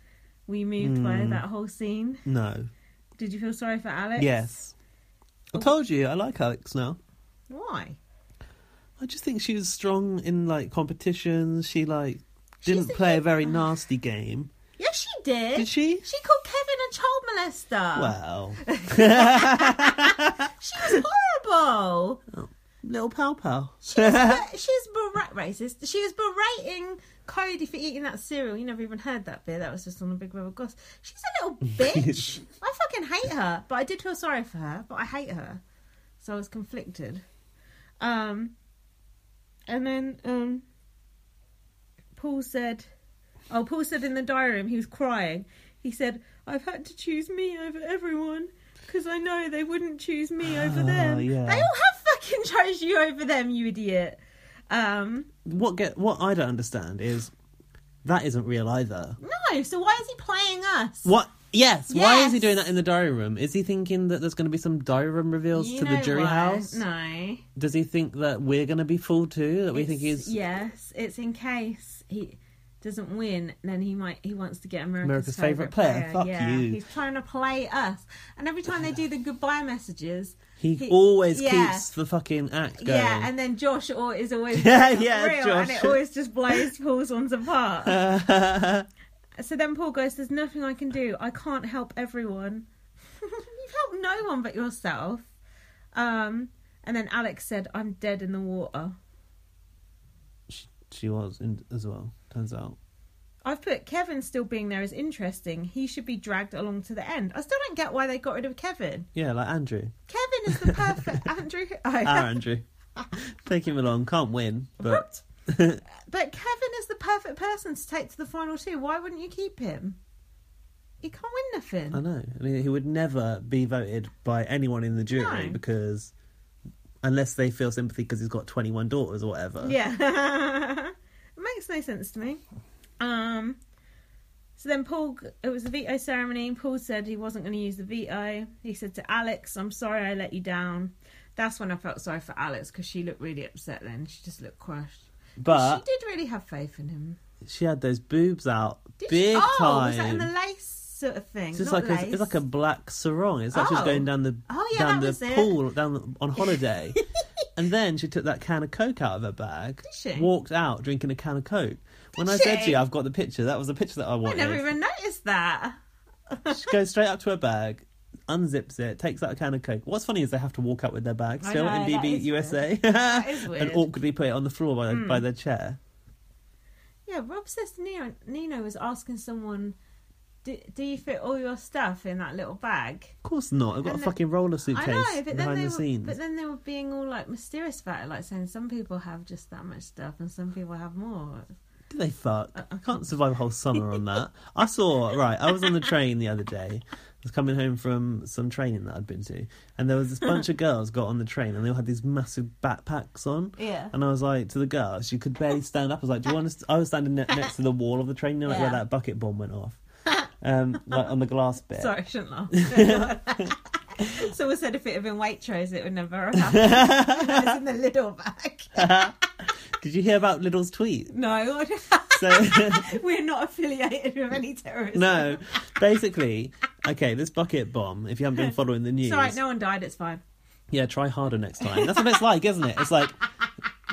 S3: We moved by
S4: Hmm.
S3: that whole scene.
S4: No.
S3: Did you feel sorry for Alex?
S4: Yes. I told you I like Alex now.
S3: Why?
S4: I just think she was strong in like competitions. She like didn't
S3: She's a
S4: play a very nasty game.
S3: Yes, she did.
S4: Did she?
S3: She called Kevin a child molester.
S4: Well,
S3: She was horrible.
S4: little pow pow.
S3: She was, ber- she was bera- racist. She was berating Cody for eating that cereal. You never even heard that bit. That was just on the Big Brother Goss. She's a little bitch. I fucking hate her. But I did feel sorry for her. But I hate her. So I was conflicted. Um, and then um, Paul said, Oh, Paul said in the diary room he was crying. He said, "I've had to choose me over everyone because I know they wouldn't choose me over
S4: Oh,
S3: them.
S4: yeah.
S3: They all have fucking chose you over them, you idiot." Um,
S4: What get what I don't understand is that isn't real either.
S3: no. So why is he playing us?
S4: What? Yes. Why is he
S3: Yes.
S4: doing that in the diary room? Is he thinking that there's going to be some diary room reveals
S3: You
S4: to the
S3: know
S4: jury
S3: why?
S4: house?
S3: No.
S4: Does he think that we're going to be fooled too? That we think
S3: It's-
S4: he's
S3: yes. It's in case he doesn't win, then he might he wants to get America's,
S4: America's
S3: favorite,
S4: favourite player. Fuck
S3: yeah,
S4: you.
S3: he's trying to play us. And every time they do the goodbye messages,
S4: he,
S3: He-
S4: always
S3: yeah.
S4: keeps the fucking act going.
S3: yeah, and then Josh or is always
S4: Yeah,
S3: yeah,
S4: yeah,
S3: real, and
S4: Josh.
S3: it always just blows Paul's ones apart. so then Paul goes, "There's nothing I can do. I can't help everyone. You've helped no one but yourself." Um, and then Alex said, "I'm dead in the water."
S4: she, she was in, as well. Turns out.
S3: I've put Kevin still being there is interesting. He should be dragged along to the end. I still don't get why they got rid of Kevin.
S4: Yeah, like Andrew.
S3: Kevin is the perfect Andrew. Oh,
S4: Our Andrew. Take him along. Can't win, but
S3: But Kevin is the perfect person to take to the final two. Why wouldn't you keep him? He can't win nothing.
S4: I know. I mean, he would never be voted by anyone in the jury
S3: No.
S4: because unless they feel sympathy because he's got 21 daughters or whatever.
S3: Yeah. it makes no sense to me. Um, so then Paul, it was the veto ceremony. Paul said he wasn't going to use the veto. He said to Alex, I'm sorry I let you down. That's when I felt sorry for Alex because she looked really upset then. She just looked crushed.
S4: But
S3: she did really have faith in him.
S4: she had those boobs out
S3: Did
S4: big
S3: she? Oh,
S4: time.
S3: was that in the lace sort of thing?
S4: It's just
S3: Not
S4: like a,
S3: lace.
S4: it's like a black sarong. It's like she's
S3: Oh.
S4: going down the
S3: Oh, yeah,
S4: down
S3: that
S4: the
S3: was it.
S4: pool down the, on holiday, and then she took that can of coke out of her bag.
S3: Did she?
S4: Walked out drinking a can of coke. when I said to
S3: she?
S4: you, I've got the picture. That was the picture that I
S3: I
S4: wanted.
S3: never even noticed that.
S4: she goes straight up to her bag, unzips it, takes out a can of coke. What's funny is they have to walk out with their bag
S3: I
S4: still
S3: know,
S4: in
S3: that
S4: DB
S3: is
S4: USA,
S3: is
S4: and
S3: weird. Hmm.
S4: awkwardly put it on the floor by, by their chair.
S3: Yeah, Rob says to Nino, Nino was asking someone, do, do you fit all your stuff in that little bag?
S4: Of course not. I've got
S3: And
S4: a
S3: the-
S4: fucking roller suitcase
S3: I know, but then,
S4: behind
S3: they
S4: the
S3: were,
S4: scenes.
S3: but then they were being all like mysterious about it, like saying some people have just that much stuff and some people have more.
S4: Do they fuck?
S3: Uh-uh.
S4: I can't survive a whole summer on that. I saw right. I was on the train the other day. I was coming home from some training that I'd been to, and there was this bunch of girls got on the train, and they all had these massive backpacks on.
S3: Yeah.
S4: And I was like to the girl, she could barely stand up. I was like, "Do you want to?" St-? I was standing ne- next to the wall of the train, you know, like where
S3: Yeah.
S4: that bucket bomb went off, um, like on the glass bit.
S3: Sorry, I shouldn't laugh. Someone said if it had been Waitrose, it would never have happened. it's in the little bag.
S4: Did you hear about Liddell's tweet?
S3: No,
S4: So.
S3: we're not affiliated with any terrorism.
S4: No, basically, okay, this bucket bomb. If you haven't been following the news,
S3: It's all right, no one died, it's fine.
S4: yeah, try harder next time. That's what it's like, isn't it? It's like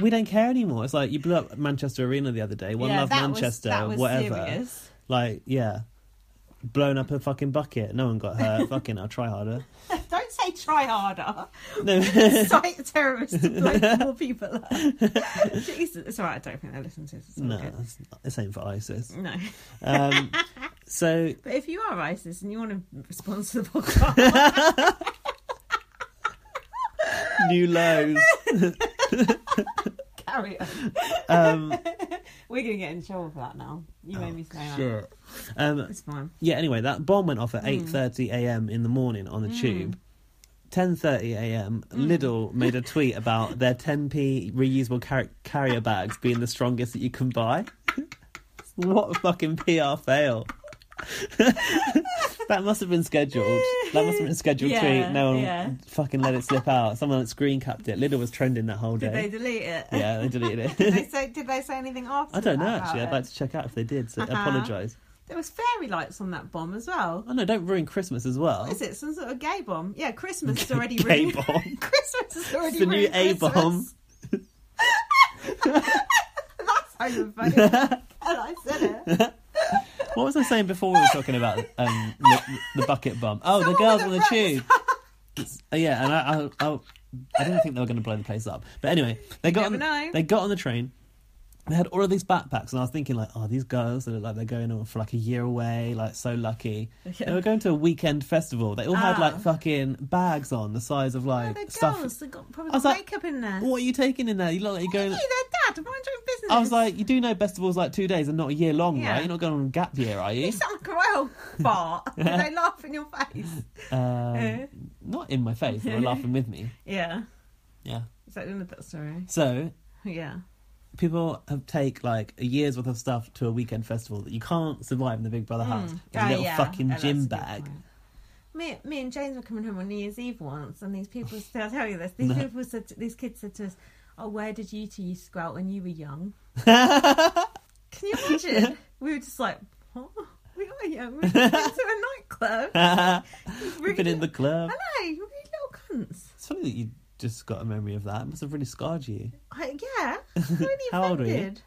S4: we don't care anymore. It's like you blew up Manchester Arena the other day. One
S3: Yeah,
S4: love
S3: that was-
S4: Manchester,
S3: that was
S4: whatever.
S3: serious.
S4: Like, yeah, blown up a fucking bucket. No one got hurt. fucking, I'll try harder.
S3: Don't say try harder.
S4: No,
S3: Cite terrorists to blow more people up. Jesus, it's all right, I don't think they listen to this. It's all
S4: no,
S3: good.
S4: it's not- it's same for ISIS.
S3: No.
S4: Um, so
S3: But if you are ISIS and you want to sponsor the podcast,
S4: new lows.
S3: carry on.
S4: Um, Oh,
S3: We're going to get in trouble for that now. You made me say that.
S4: shit. Um,
S3: It's fine.
S4: yeah anyway that bomb went
S3: Hmm.
S4: off at 8.30 a.m in the morning on the tube 10.30 a.m
S3: Hmm.
S4: lidl made a tweet about their 10p reusable car- carrier bags being the strongest that you can buy what a fucking pr fail that must have been scheduled. That must have been a scheduled
S3: Yeah,
S4: tweet. No one
S3: yeah.
S4: fucking let it slip out. Someone screen capped it. Lidl was trending that whole
S3: Did they
S4: day.
S3: delete it?
S4: yeah, they deleted
S3: Did they
S4: it.
S3: say, did they say anything after
S4: I don't
S3: that
S4: know
S3: about
S4: actually. I'd
S3: it?
S4: like to check out if they did. So
S3: Uh-huh.
S4: apologise.
S3: There was fairy lights on that bomb as well.
S4: Oh no, don't ruin Christmas as well.
S3: What is it? Some sort of gay bomb? Yeah, Christmas is already
S4: Gay
S3: ruined.
S4: bomb.
S3: Christmas is already
S4: It's the new
S3: ruined
S4: A bomb.
S3: Christmas. That's how you funny. and I said it.
S4: What was I saying before we were talking about um, the, the bucket bump? Oh, the
S3: Someone
S4: girls
S3: with a
S4: on the tube. Uh, yeah, and I, I, I, I didn't think they were going to blow the place up. But anyway, they got
S3: never
S4: on,
S3: know.
S4: they got on the train. They had all of these backpacks, and I was thinking, like, oh, these girls, they look like they're going on for like a year away, like so lucky. They were going to a weekend festival. They all had
S3: Ah.
S4: like fucking bags on the size of
S3: Oh,
S4: like
S3: they're
S4: stuff.
S3: girls. They've got probably
S4: I was
S3: got
S4: like,
S3: makeup in there.
S4: What are you taking in there? You look like you're
S3: Hey,
S4: going.
S3: their dad. Mind your own isn't
S4: I was
S3: it?
S4: like, you do know festival's like two days and not a year long,
S3: Yeah.
S4: right? You're not going on a gap year, are you?
S3: You sound like a real fart. they laugh in your face. Eh?
S4: Um, not in my face, they were laughing with me.
S3: Yeah.
S4: Yeah.
S3: Is that the end of that story?
S4: So
S3: Yeah.
S4: people have take like a year's worth of stuff to a weekend festival that you can't survive in the Big Brother house. With
S3: Ah,
S4: a little
S3: yeah.
S4: fucking
S3: Yeah,
S4: gym
S3: that's a good
S4: bag.
S3: point. Me, me and James were coming home on New Year's Eve once, and these people. I'll tell you this. These
S4: No.
S3: people said, to, these kids said to us, "Oh, where did you two used to go out when you were young?" Can you imagine? we were just like, "What? We were young. We went to a nightclub.
S4: We've been in the club.
S3: I know. You really little cunts.
S4: It's funny that you just got a memory of that. It must have really scarred you.
S3: I, yeah. I'm Really
S4: How old were you?
S3: offended.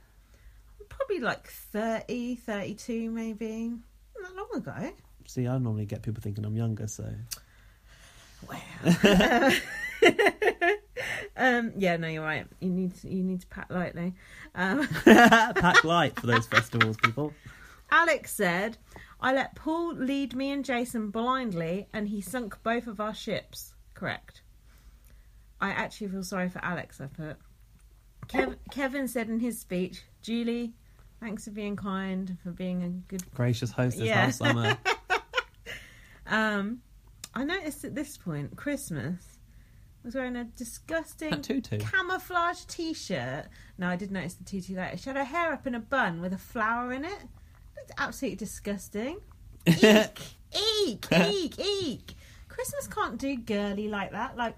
S3: I'm Probably like 30, 32 maybe. Not that long ago.
S4: See, I normally get people thinking I'm younger, so
S3: Um, yeah, no, you're right. You need to, you need to pack lightly. Um,
S4: pack light for those festivals, people.
S3: Alex said, "I let Paul lead me and Jason blindly, and he sunk both of our ships." Correct. I actually feel sorry for Alex. I put. Kev- Kevin said in his speech, "Julie, thanks for being kind and for being a good
S4: Gracious hostess
S3: Yeah.
S4: last summer.
S3: Um, I noticed at this point, Christmas was wearing a disgusting
S4: That tutu.
S3: camouflage t-shirt. No, I did notice the tutu later. She had her hair up in a bun with a flower in it. Looked absolutely disgusting. Eek, eek, eek, eek. Christmas can't do girly like that. Like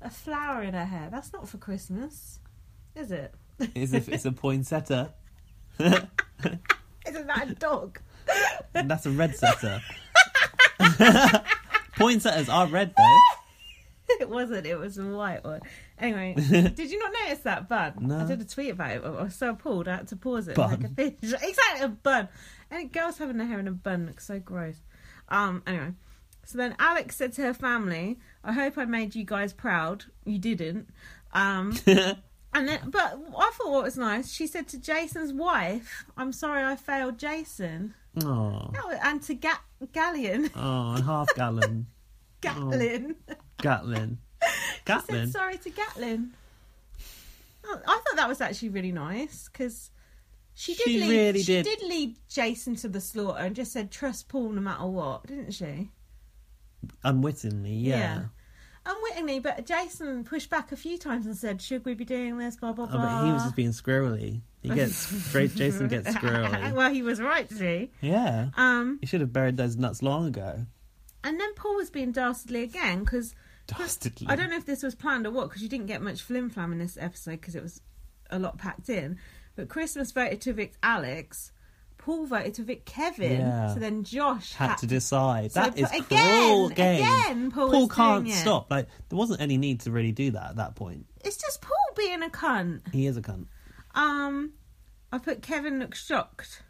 S3: a flower in her hair. That's not for Christmas, is it?
S4: It's a, it's a poinsettia.
S3: Isn't that a dog?
S4: And that's a red setter. Poinsettias are red though.
S3: it wasn't. It was a white one. Anyway, did you not notice that bun?
S4: No.
S3: I did a tweet about it. but I was so appalled. I had to pause it
S4: Bun.
S3: like a fish. Exactly a bun. And girls having their hair in a bun looks so gross. Um. Anyway, so then Alex said to her family, "I hope I made you guys proud. You didn't." Um. And then, but I thought what was nice, she said to Jason's wife, "I'm sorry, I failed Jason."
S4: Oh,
S3: That was- And to Ga- Gallion,
S4: oh, and half gallon,
S3: Gatlin.
S4: Gatlin, Gatlin.
S3: said sorry to Gatlin. Oh, I thought that was actually really nice because she did
S4: She
S3: lead,
S4: really
S3: she
S4: did.
S3: did lead Jason to the slaughter and just said trust Paul no matter what, didn't she?
S4: Unwittingly, yeah.
S3: Unwittingly, but Jason pushed back a few times and said, "Should we be doing this?" Blah blah
S4: Oh,
S3: blah.
S4: but he was just being squirrely. He gets Gra- Jason gets squirrely.
S3: well, he was right, did he?
S4: Yeah,
S3: Um,
S4: he should have buried those nuts long ago.
S3: and then Paul was being dastardly again because
S4: Dastardly.
S3: I don't know if this was planned or what, because you didn't get much flim flam in this episode because it was a lot packed in. But Christmas voted to evict Alex. Paul voted to evict Kevin.
S4: Yeah.
S3: so then Josh
S4: Had to decide.
S3: So
S4: that
S3: they
S4: is
S3: put- again,
S4: cruel game.
S3: again, Paul is
S4: can't
S3: doing it.
S4: stop. Like there wasn't any need to really do that at that point.
S3: It's just Paul being a cunt.
S4: He is a cunt.
S3: Um, I put Kevin looks shocked,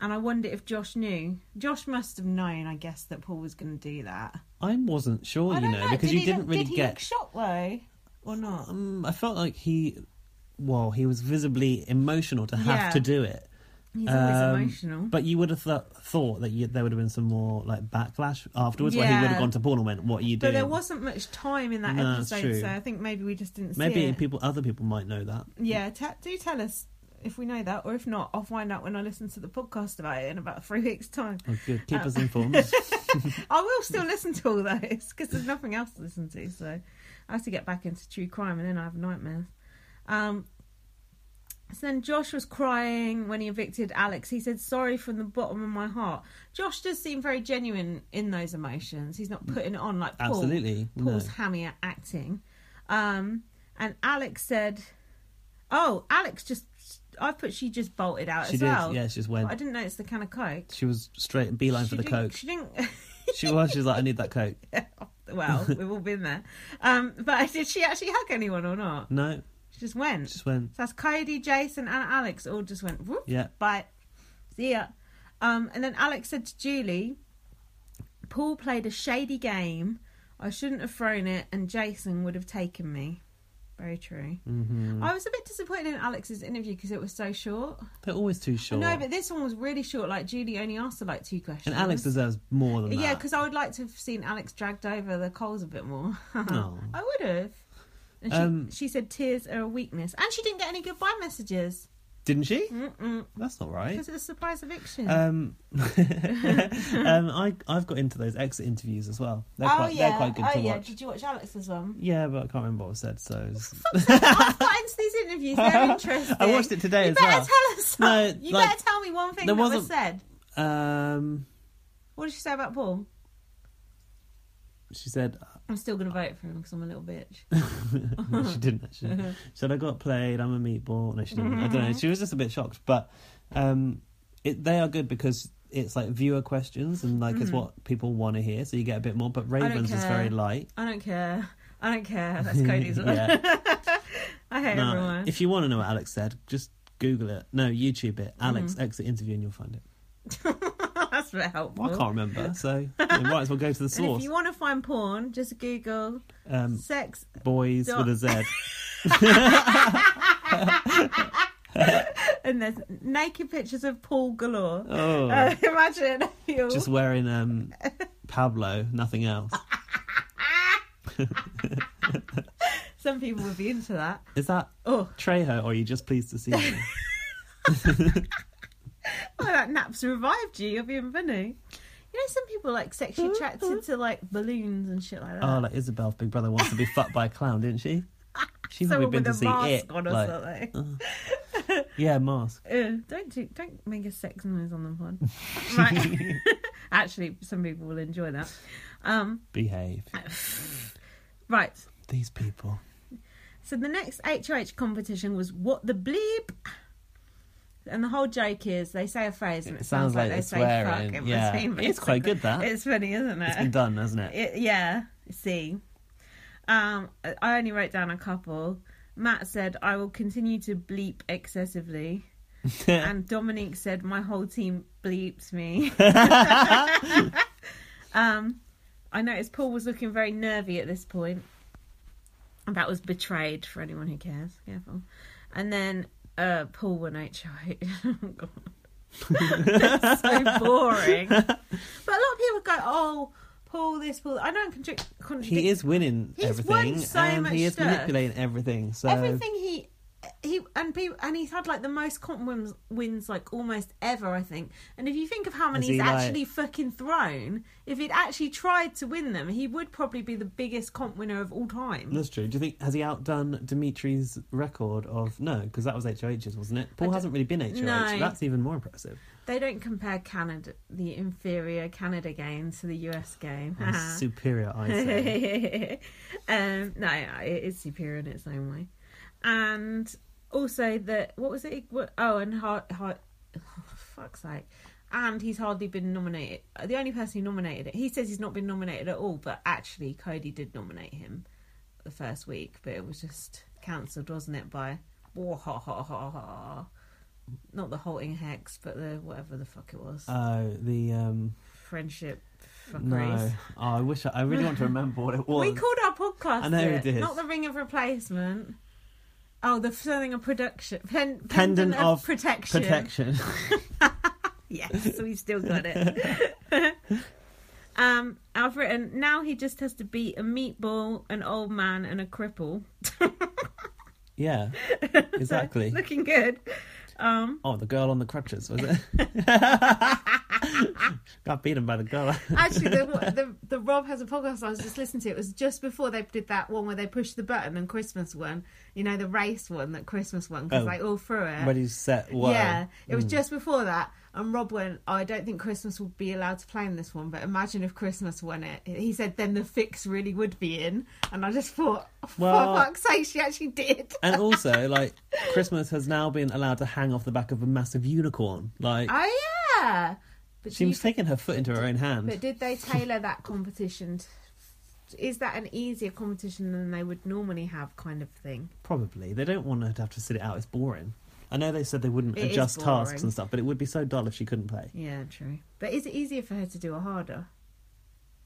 S3: and I wonder if Josh knew. Josh must have known, I guess, that Paul was going to do that.
S4: I wasn't sure,
S3: I
S4: you
S3: don't
S4: know, because
S3: Did
S4: you
S3: he
S4: didn't
S3: look-
S4: really
S3: did he
S4: get.
S3: look shocked though, or not?
S4: Um, I felt like he, well, he was visibly emotional to have
S3: Yeah.
S4: to do it.
S3: He's always
S4: Um,
S3: emotional.
S4: But you would have th- thought that you, there would have been some more like backlash afterwards, where he would
S3: Yeah.
S4: have gone to Paul and went, "What are you doing?"
S3: But there wasn't much time in that
S4: No, that's
S3: episode,
S4: true.
S3: so I think maybe we just didn't see
S4: Maybe
S3: it.
S4: people, other people might know that.
S3: Yeah, te- do tell us if we know that, or if not, I'll find out when I listen to the podcast about it in about three weeks' time.
S4: Oh, good. Keep
S3: Uh,
S4: us informed.
S3: I will still listen to all those because there's nothing else to listen to, so I have to get back into true crime and then I have nightmares. Um, so then Josh was crying when he evicted Alex. He said, Sorry from the bottom of my heart. Josh does seem very genuine in those emotions. He's not putting it on like Paul.
S4: Absolutely, no.
S3: Paul's hammy at acting. Um, and Alex said, Oh, Alex just. I put she just bolted out
S4: She
S3: as
S4: did.
S3: well.
S4: Yeah, she just
S3: But
S4: went.
S3: I didn't notice the can of Coke.
S4: She was straight beeline for the
S3: didn't-
S4: coke.
S3: She didn't.
S4: She was. She was like, "I need that coke."
S3: well, we've all been there. Um, but did she actually hug anyone or not?
S4: No,
S3: She just went.
S4: just went.
S3: So that's Cody, Jason, and Alex all just went. Whoop,
S4: Yeah.
S3: Bye. See ya. Um, and then Alex said to Julie, "Paul played a shady game. I shouldn't have thrown it, and Jason would have taken me." Very true. Mm-hmm. I was a bit disappointed in Alex's interview because it was so short.
S4: They're always too short.
S3: No, but this one was really short. Like Julie only asked her like two questions.
S4: and Alex deserves more than that.
S3: Yeah, because I would like to have seen Alex dragged over the coals a bit more.
S4: No.
S3: I would have. And she,
S4: Oh. Um,
S3: she said tears are a weakness. And she didn't get any goodbye messages.
S4: Didn't she? That's not right.
S3: Because it's a surprise eviction.
S4: Um, um, I I've got into those exit interviews as well. They're
S3: oh
S4: quite they're
S3: yeah.
S4: quite good
S3: oh
S4: to
S3: yeah.
S4: watch.
S3: Did you watch Alex's one?
S4: Yeah, but I can't remember what was said. So it's-
S3: I've got into these interviews. They're interesting.
S4: I watched it today
S3: You
S4: as
S3: better
S4: well.
S3: tell us.
S4: No,
S3: No, you
S4: like,
S3: better tell me one thing
S4: there
S3: that was
S4: wasn't-
S3: said.
S4: um,
S3: What did she say about Paul?
S4: she said
S3: I'm still going to vote for him because I'm a little bitch.
S4: no, she didn't actually. She said I got played. I'm a meatball. No, she didn't. I
S3: Mm-hmm.
S4: don't know. She was just a bit shocked, but um, it, they are good because it's like viewer questions and like it's what people want to hear, so you get a bit more. But Ravens is
S3: Mm-hmm. care.
S4: very light.
S3: I don't care. I don't care. That's Cody's one.
S4: Yeah.
S3: I hate
S4: No,
S3: everyone.
S4: if you want to know what Alex said, just Google it. No, YouTube it. Alex
S3: Mm-hmm.
S4: exit interview, and you'll find it.
S3: That's a bit helpful.
S4: Well, I can't remember, so you might as well go to the
S3: and if
S4: source.
S3: you want to find porn, just Google
S4: Um,
S3: sex.
S4: boys
S3: Dot-
S4: with a Z.
S3: And there's naked pictures of Paul galore.
S4: Oh,
S3: Uh, imagine. you
S4: just wearing um, Pablo, nothing else.
S3: Some people would be into that.
S4: Is that
S3: Oh,
S4: Trejo, or are you just pleased to see me?
S3: oh, that naps revived you. You're being funny. You know, some people like sexually attracted to like balloons and shit like that.
S4: Uh-huh. oh, like Isabel's big brother wants to be fucked by a clown, didn't she? She's probably
S3: Someone
S4: been
S3: with
S4: to
S3: a
S4: see
S3: mask
S4: it.
S3: on or
S4: like- uh-huh.
S3: something.
S4: yeah, mask.
S3: Ew, don't do, don't make a sex noise on the pod. right. Actually, some people will enjoy that. Um,
S4: Behave.
S3: right.
S4: These people.
S3: So the next HOH competition was what the bleep. And the whole joke is they say a phrase and it,
S4: It sounds like
S3: they
S4: they're
S3: say fuck
S4: swearing,
S3: in
S4: yeah.
S3: between.
S4: It's quite good, that.
S3: It's funny, isn't it?
S4: It's been done, hasn't it?
S3: It- yeah, see. Um, I only wrote down a couple. Matt said, I will continue to bleep excessively. and Dominique said, My whole team bleeps me. um, I noticed Paul was looking very nervy at this point. And that was betrayed for anyone who cares. Careful. And then uh, Paul won HOH. oh, God. That's so boring. But a lot of people go, Oh, Paul, this, Paul. I don't contradict. contradict
S4: He is winning
S3: He's won
S4: everything,
S3: so
S4: and
S3: much
S4: he is
S3: stuff.
S4: manipulating everything. So
S3: everything he he and people, and he's had like the most comp wins, wins like almost ever I think and if you think of how many
S4: Has
S3: he's
S4: he, like-
S3: actually fucking thrown if he'd actually tried to win them he would probably be the biggest comp winner of all time
S4: That's true. Do you think has he outdone Dimitri's record of no? Because that was HOH's, wasn't it? Paul hasn't really been HOH.
S3: No.
S4: so that's even more impressive.
S3: they don't compare Canada the inferior Canada game to the US game
S4: Or superior, I say.
S3: um, no it is superior in its own way and also that what was it what, oh and hard, hard, fuck's sake and he's hardly been nominated the only person who nominated it he says he's not been nominated at all but actually cody did nominate him the first week but it was just cancelled wasn't it by not the halting hex but the whatever the fuck it was
S4: Oh, the um,
S3: friendship fuckeries
S4: no. Oh, I wish I, I really want to remember what it was.
S3: we called our podcast.
S4: I know
S3: it,
S4: it is.
S3: Not the ring of replacement. Oh, the something of production. Pen, pendant,
S4: Pendant
S3: of,
S4: of
S3: protection.
S4: protection.
S3: Yes, we still got it. um, I've written now he just has to beat a meatball, an old man, and a cripple.
S4: yeah, exactly.
S3: Looking good. Um,
S4: Oh, the girl on the crutches was it? Got beaten by the girl.
S3: actually, the, the the Rob has a podcast I was just listening to. It was just before they did that one where they pushed the button and Christmas one. You know, the race one that Christmas one because
S4: Oh.
S3: they all threw it.
S4: Ready, set, whoa.
S3: Yeah, it
S4: Mm.
S3: was just before that, and Rob went, oh, "I don't think Christmas would be allowed to play in this one, but imagine if Christmas won it." He said, "Then the fix really would be in," and I just thought,
S4: Well-
S3: "For fuck's sake, she actually did."
S4: And also, like, Christmas has now been allowed to hang off the back of a massive unicorn. Like,
S3: oh yeah, but do
S4: she
S3: you
S4: was taking her foot into her own hand.
S3: But did they tailor that competition? t- Is that an easier competition than they would normally have, kind of thing?
S4: Probably. They don't want her to have to sit it out. It's boring. I know they said they wouldn't
S3: It is
S4: adjust tasks
S3: boring.
S4: and stuff, but it would be so dull if she couldn't play.
S3: Yeah, true. But is it easier for her to do or harder?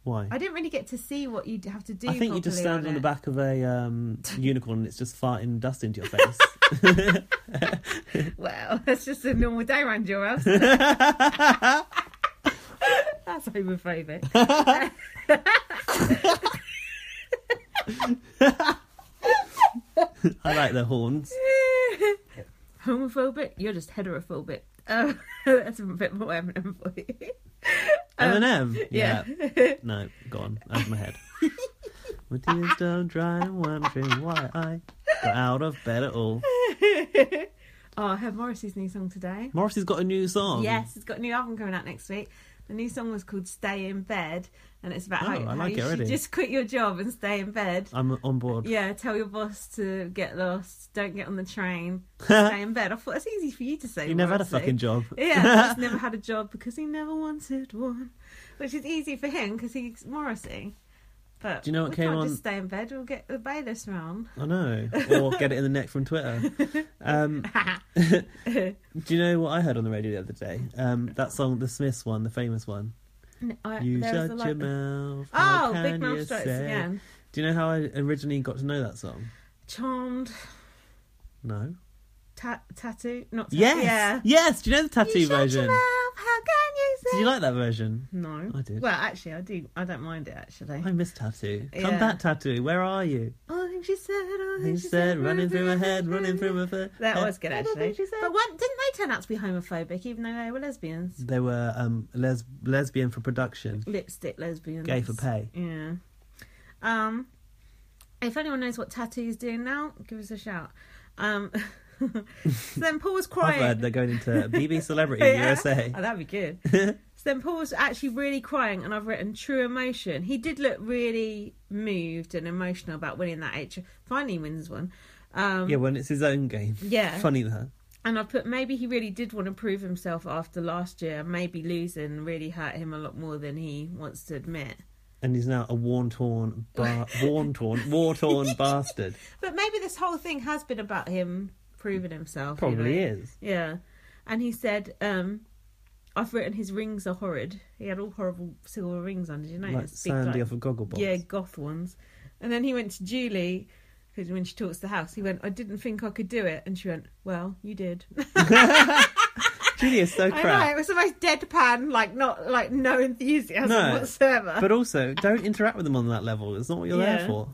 S4: Why?
S3: I didn't really get to see what you'd have to do.
S4: I think you just
S3: properly
S4: stand on
S3: it.
S4: the back of a um, unicorn and it's just farting dust into your face.
S3: Well, that's just a normal day round your house. that's homophobic.
S4: I like the horns.
S3: homophobic. You're just heterophobic. Uh, that's a bit more Eminem for you.
S4: Eminem.
S3: Um, yeah.
S4: Yeah. No, gone out of my head. my tears don't dry. I'm wondering why I got out of bed at all.
S3: Oh, I heard Morrissey's new song today.
S4: Morrissey's got a new song.
S3: Yes, he's got a new album coming out next week. The new song was called "Stay in Bed," and it's about
S4: Oh,
S3: how,
S4: I
S3: how
S4: like
S3: you
S4: it already. Oh.
S3: should just quit your job and stay in bed.
S4: I'm on board.
S3: Yeah, tell your boss to get lost. Don't get on the train. Stay in bed. I thought that's easy for you to say.
S4: You never had a
S3: Morrissey.
S4: fucking job.
S3: Yeah, he's never had a job because he never wanted one, which is easy for him because he's Morrissey. But
S4: Do you know what
S3: we
S4: came
S3: can't
S4: on-
S3: Just stay in bed. We'll get the bailiffs round.
S4: I know. Or get it in the neck from Twitter. Um, do you know what I heard on the radio the other day? Um, that song, the Smiths one, the famous one.
S3: N- I-
S4: You
S3: Uh, there was a
S4: shut your
S3: lot-
S4: mouth. how
S3: Oh,
S4: can
S3: Big Mouth
S4: you
S3: Strikes
S4: say?
S3: again.
S4: Do you know how I originally got to know that song?
S3: Charmed,
S4: No.
S3: ta- tattoo, not tattoo.
S4: Yes.
S3: Yeah.
S4: Yes. Do you know the tattoo
S3: you shut
S4: version?
S3: Your mouth, how can you say?
S4: Did you like that version?
S3: No,
S4: I did.
S3: Well, actually, I do. I don't mind it actually.
S4: I miss tattoo. Come
S3: Yeah.
S4: back, tattoo. Where are you?
S3: All the things she said, all the
S4: He
S3: things she
S4: said, running through my head, running through my head.
S3: That was good
S4: All the
S3: actually.
S4: things she said.
S3: But what, didn't they turn out to be homophobic, even though they were lesbians?
S4: They were um, les- lesbian for production.
S3: Lipstick lesbians.
S4: Gay for pay.
S3: Yeah. Um, if anyone knows what Tattoo's doing now, give us a shout. Um, so then Paul was
S4: I've
S3: crying.
S4: heard they're going into BB Celebrity
S3: Yeah.
S4: USA.
S3: Oh, that'd be good. so then Paul was actually really crying, and I've written true emotion. He did look really moved and emotional about winning that H. Finally, wins one. Um,
S4: Yeah, when it's his own game.
S3: Yeah.
S4: Funny that.
S3: And I put maybe he really did want to prove himself after last year. and Maybe losing really hurt him a lot more than he wants to admit.
S4: And he's now a worn torn, bar- worn torn, war torn bastard.
S3: But maybe this whole thing has been about him proving himself. you
S4: Probably
S3: know?
S4: is.
S3: Yeah. And he said, um, I've written his rings are horrid. He had all horrible silver rings on. Did you notice?
S4: Like Sandy off of Gogglebox.
S3: Yeah, goth ones. And then he went to Julie, because when she talks to the house, he went, I didn't think I could do it. And she went, Well, you did.
S4: Julia's so
S3: I know, it
S4: crap.
S3: was the most deadpan, like, not, like, no enthusiasm
S4: No,
S3: whatsoever.
S4: But also, don't interact with them on that level. It's not what you're
S3: Yeah.
S4: there for.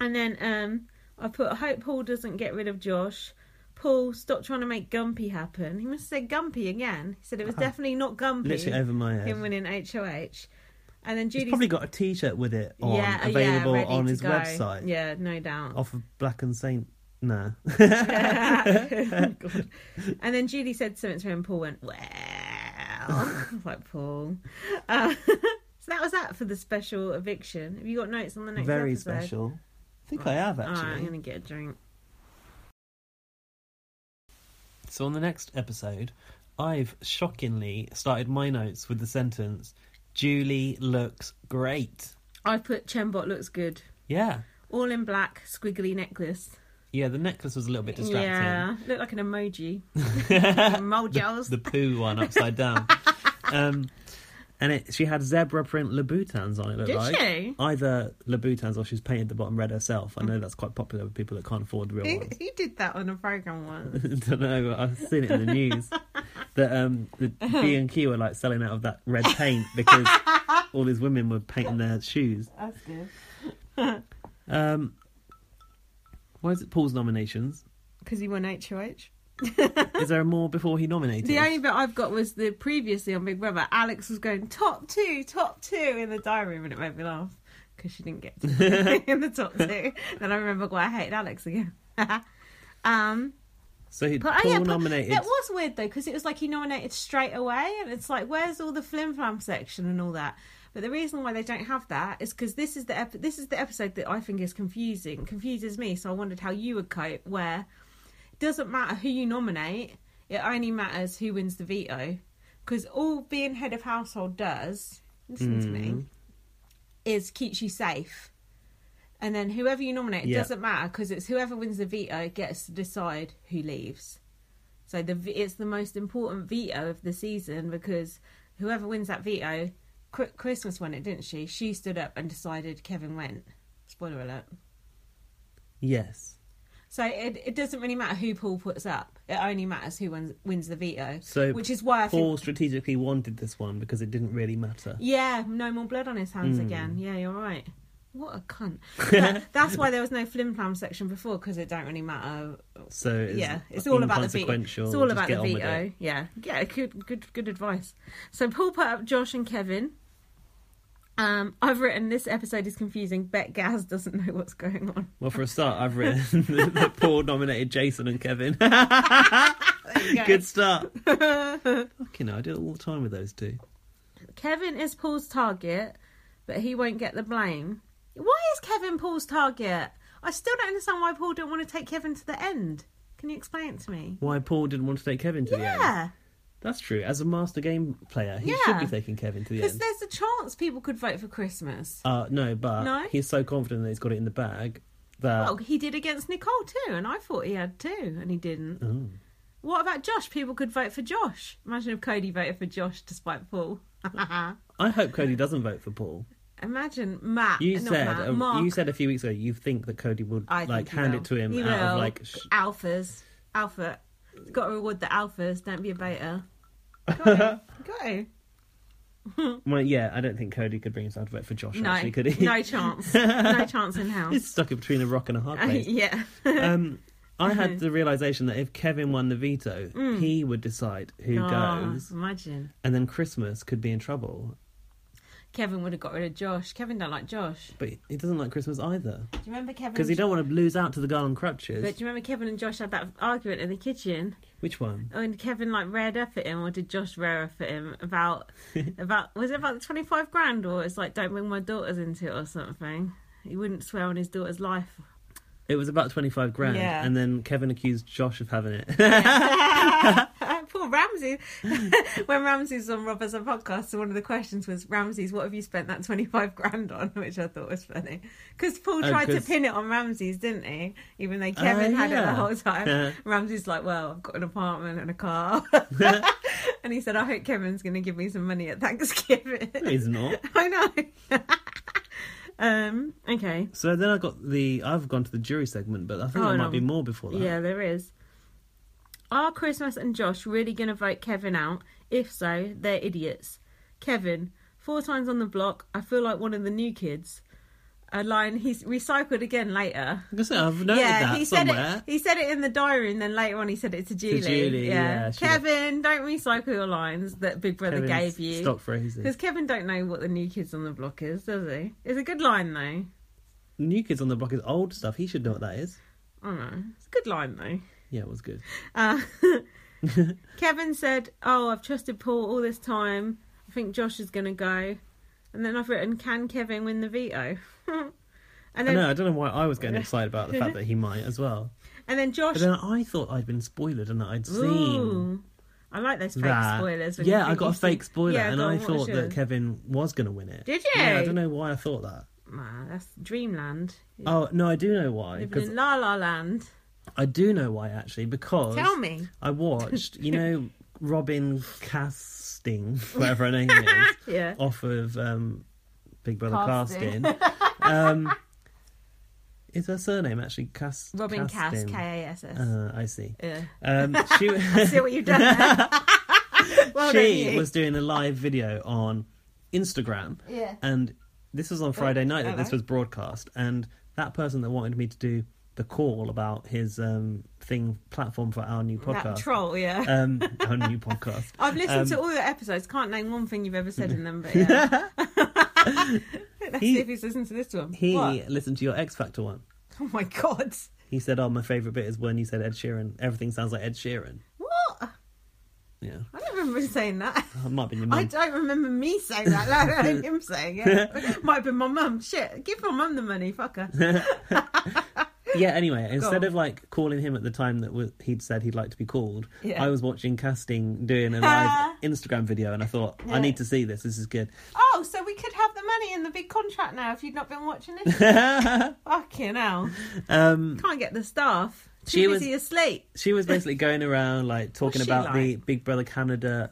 S3: And then um, I put, I hope Paul doesn't get rid of Josh. Paul, stop trying to make Gumpy happen. He must have said Gumpy again. He said it was definitely not Gumpy.
S4: Uh-huh. Literally over my head.
S3: Him winning HOH. And then
S4: He's
S3: Julie.
S4: probably got a T-shirt with it on
S3: yeah,
S4: available
S3: yeah, ready
S4: on
S3: to
S4: his
S3: go.
S4: website
S3: Yeah, no doubt.
S4: off of Black and Saint. Nah,
S3: Oh, God. And then Julie said something to him, and Paul went, Well, I was like, Paul. Uh, so that was that for the special eviction. Have you got notes on the next
S4: very
S3: episode?
S4: special. I think I have
S3: All right, I'm
S4: actually.
S3: going to get a drink.
S4: So on the next episode, I've shockingly started my notes with the sentence, "Julie looks great."
S3: I put Chembot looks good.
S4: Yeah,
S3: All in black, squiggly necklace.
S4: yeah. The necklace was a little bit distracting.
S3: Yeah, looked like an emoji.
S4: the,
S3: Mojos.
S4: the poo one upside down. um, and it, she had zebra print Louboutins on it. Looked
S3: Did
S4: like.
S3: she?
S4: Either Louboutins or she's painted the bottom red herself. I know that's quite popular with people that can't afford real
S3: who,
S4: ones.
S3: who did that on a program once?
S4: I don't know. I've seen it in the news that um, the
S3: Uh-huh.
S4: B and Q were like selling out of that red paint because all these women were painting their shoes.
S3: That's good.
S4: Um, why is it Paul's nominations?
S3: Because he won HOH.
S4: Is there more before he nominated?
S3: The only bit I've got was the previously on Big Brother. Alex was going top two, top two in the diary room, and it made me laugh because she didn't get to in the top two. Then I remember why I hated Alex again. um,
S4: so he,
S3: but
S4: Paul
S3: oh, yeah, but
S4: nominated.
S3: That was weird though because it was like he nominated straight away, and it's like where's all the flim flam section and all that. But the reason why they don't have that is because this is the ep- this is the episode that I think is confusing, confuses me. So I wondered how you would cope. Where it doesn't matter who you nominate, it only matters who wins the veto. Because all being head of household does, listen to
S4: Hmm.
S3: me, is keeps you safe. And then whoever you nominate, it
S4: Yeah.
S3: doesn't matter because it's whoever wins the veto gets to decide who leaves. So the it's the most important veto of the season because whoever wins that veto, Chri- Christmas won it, didn't she? She stood up and decided Kevin went. Spoiler alert.
S4: Yes.
S3: So it, it doesn't really matter who Paul puts up. It only matters who wins, wins the veto.
S4: So
S3: which is why I
S4: Paul
S3: think
S4: strategically wanted this one because it didn't really matter. Hmm.
S3: yeah, no more blood on his hands again. Yeah, you're right. What a cunt. But that's why there was no flimflam section before because it don't really matter.
S4: So it's
S3: yeah, it's all about the veto.
S4: inconsequential.
S3: It's all
S4: Just
S3: about
S4: get
S3: the
S4: on with
S3: veto.
S4: it.
S3: Yeah, yeah. Good, good, good advice. So Paul put up Josh and Kevin. Um, I've written this episode is confusing. Bet Gaz doesn't know what's going on.
S4: Well, for a start, I've written that Paul nominated Jason and Kevin. Good start. Fucking hell, I do it all the time with those two.
S3: Kevin is Paul's target, but he won't get the blame. Why is Kevin Paul's target? I still don't understand why Paul didn't want to take Kevin to the end. Can you explain it to me?
S4: Why Paul didn't want to take Kevin to the end?
S3: Yeah,
S4: That's true. As a master game player, he
S3: Yeah.
S4: should be taking Kevin to the
S3: because
S4: end.
S3: there's a chance people could vote for Christmas.
S4: Uh, no, but
S3: No?
S4: he's so confident that he's got it in the bag that
S3: Well, he did against Nicole too, and I thought he had two, and he didn't.
S4: Oh.
S3: What about Josh? People could vote for Josh. Imagine if Cody voted for Josh despite Paul.
S4: I hope Cody doesn't vote for Paul.
S3: Imagine Matt.
S4: You
S3: not
S4: said
S3: Matt,
S4: um,
S3: Mark.
S4: you said a few weeks ago you think that Cody would
S3: I
S4: like
S3: think he
S4: hand
S3: will.
S4: it to him
S3: He
S4: out of
S3: will.
S4: like sh-
S3: alphas. Alpha. Got to reward the alphas. Don't be a beta. Got to. Got to.
S4: well, yeah. I don't think Cody could bring himself to vote for Josh.
S3: No,
S4: actually, could he?
S3: no chance. No chance in hell.
S4: He's stuck in between a rock and a hard
S3: Uh,
S4: place.
S3: yeah.
S4: um, I had the realization that if Kevin won the veto,
S3: Mm.
S4: he would decide who
S3: Oh,
S4: goes,
S3: imagine.
S4: and then Christmas could be in trouble.
S3: Kevin would have got rid of Josh. Kevin don't like Josh.
S4: But he doesn't like Christmas either
S3: Do you remember Kevin?
S4: because he
S3: and-
S4: don't want to lose out to the girl on crutches.
S3: But do you remember Kevin and Josh had that argument in the kitchen? Oh,
S4: Which one?
S3: And Kevin like reared up at him, or did Josh rear up at him about about was it about the twenty five grand, or it's like don't bring my daughters into it or something. He wouldn't swear on his daughter's life.
S4: It was about twenty five grand,
S3: Yeah.
S4: and then Kevin accused Josh of having it.
S3: Poor Ramsey. when Ramsey's on Robert's podcast, one of the questions was Ramsey's, what have you spent that twenty five grand on? Which I thought was funny because Paul
S4: Oh,
S3: tried to
S4: 'cause- Oh,
S3: pin it on Ramsey's, didn't he? Even though Kevin had it
S4: yeah.
S3: the whole time.
S4: Yeah.
S3: Ramsey's like, well, I've got an apartment and a car. And he said, I hope Kevin's going to give me some money at Thanksgiving.
S4: He's not.
S3: I know. um, okay.
S4: So then I got the I've gone to the jury segment, but I think
S3: Oh,
S4: there might
S3: no.
S4: be more before that.
S3: Yeah, there is. Are Christmas and Josh really going to vote Kevin out? If so, they're idiots. Kevin, four times on the block, I feel like one of the new kids. A line he's recycled again later.
S4: I guess I've noted that
S3: he said
S4: somewhere.
S3: it. He said it in the diary, and then later on he said it to Julie.
S4: Julie, yeah, she-
S3: Kevin, don't recycle your lines that Big Brother
S4: Kevin's
S3: gave you.
S4: stock phrases.
S3: Because Kevin don't know what the new kids on the block is, does he? It's a good line though.
S4: New Kids on the Block is old stuff. He should know what that is.
S3: I don't know. It's a good line though.
S4: Yeah, it was good.
S3: Uh, Kevin said, "Oh, I've trusted Paul all this time. I think Josh is going to go." And then I've written, "Can Kevin win the veto?" and
S4: I
S3: then
S4: know. I don't know why I was getting excited about the fact that he might as well.
S3: and then Josh.
S4: But then I thought I'd been spoiled and that I'd seen
S3: Ooh, I like those fake
S4: that.
S3: spoilers. when you
S4: yeah, I
S3: think
S4: got a
S3: you've seen-
S4: fake spoiler,
S3: Yeah,
S4: and
S3: go
S4: I
S3: on, what was
S4: thought that
S3: yours?
S4: Kevin was going to win it.
S3: Did
S4: Yeah, I
S3: you?
S4: don't know why I thought that.
S3: Nah, that's Dreamland.
S4: Oh no, I do know why.
S3: Living
S4: Because
S3: in La La Land.
S4: I do know why actually. Because
S3: Tell me.
S4: I watched, you know, Robin Casting, whatever her name is,
S3: Yeah.
S4: off of um, Big Brother
S3: Casting.
S4: Casting. um, is her surname actually Cast?
S3: Robin Cass,
S4: Casting?
S3: K A S S.
S4: Uh, I see.
S3: Yeah.
S4: Um, she
S3: See what you've done there. well done,
S4: she
S3: you.
S4: was doing a live video on Instagram.
S3: Yeah.
S4: And this was on Friday night that this
S3: hello.
S4: was broadcast. And that person that wanted me to do the call about his um, thing platform for our new
S3: That
S4: podcast.
S3: troll, yeah.
S4: Um, our new podcast.
S3: I've listened
S4: um,
S3: to all your episodes. Can't name one thing you've ever said in them, but yeah. Let's
S4: He-
S3: see if he's listened to this one.
S4: He
S3: What?
S4: listened to your X Factor one.
S3: Oh my god!
S4: He said, "Oh, my favorite bit is when you said Ed Sheeran. Everything sounds like Ed Sheeran."
S3: What?
S4: Yeah,
S3: I don't remember him saying that.
S4: that might be your
S3: I
S4: mum.
S3: don't remember me saying that. Like, I don't him saying it. Might have been my mum. Shit, give my mum the money, fuck her.
S4: Yeah. Anyway, instead
S3: on.
S4: of like calling him at the time that w- he'd said he'd like to be called,
S3: Yeah.
S4: I was watching casting doing a live Instagram video, and I thought, "I need to see this. This is good."
S3: Oh, so we could have the money in the big contract now if you'd not been watching it. Fucking hell!
S4: um,
S3: Can't get the staff. Too
S4: She was-
S3: busy asleep.
S4: she was basically going around like talking
S3: she
S4: about the
S3: like?
S4: Big Brother Canada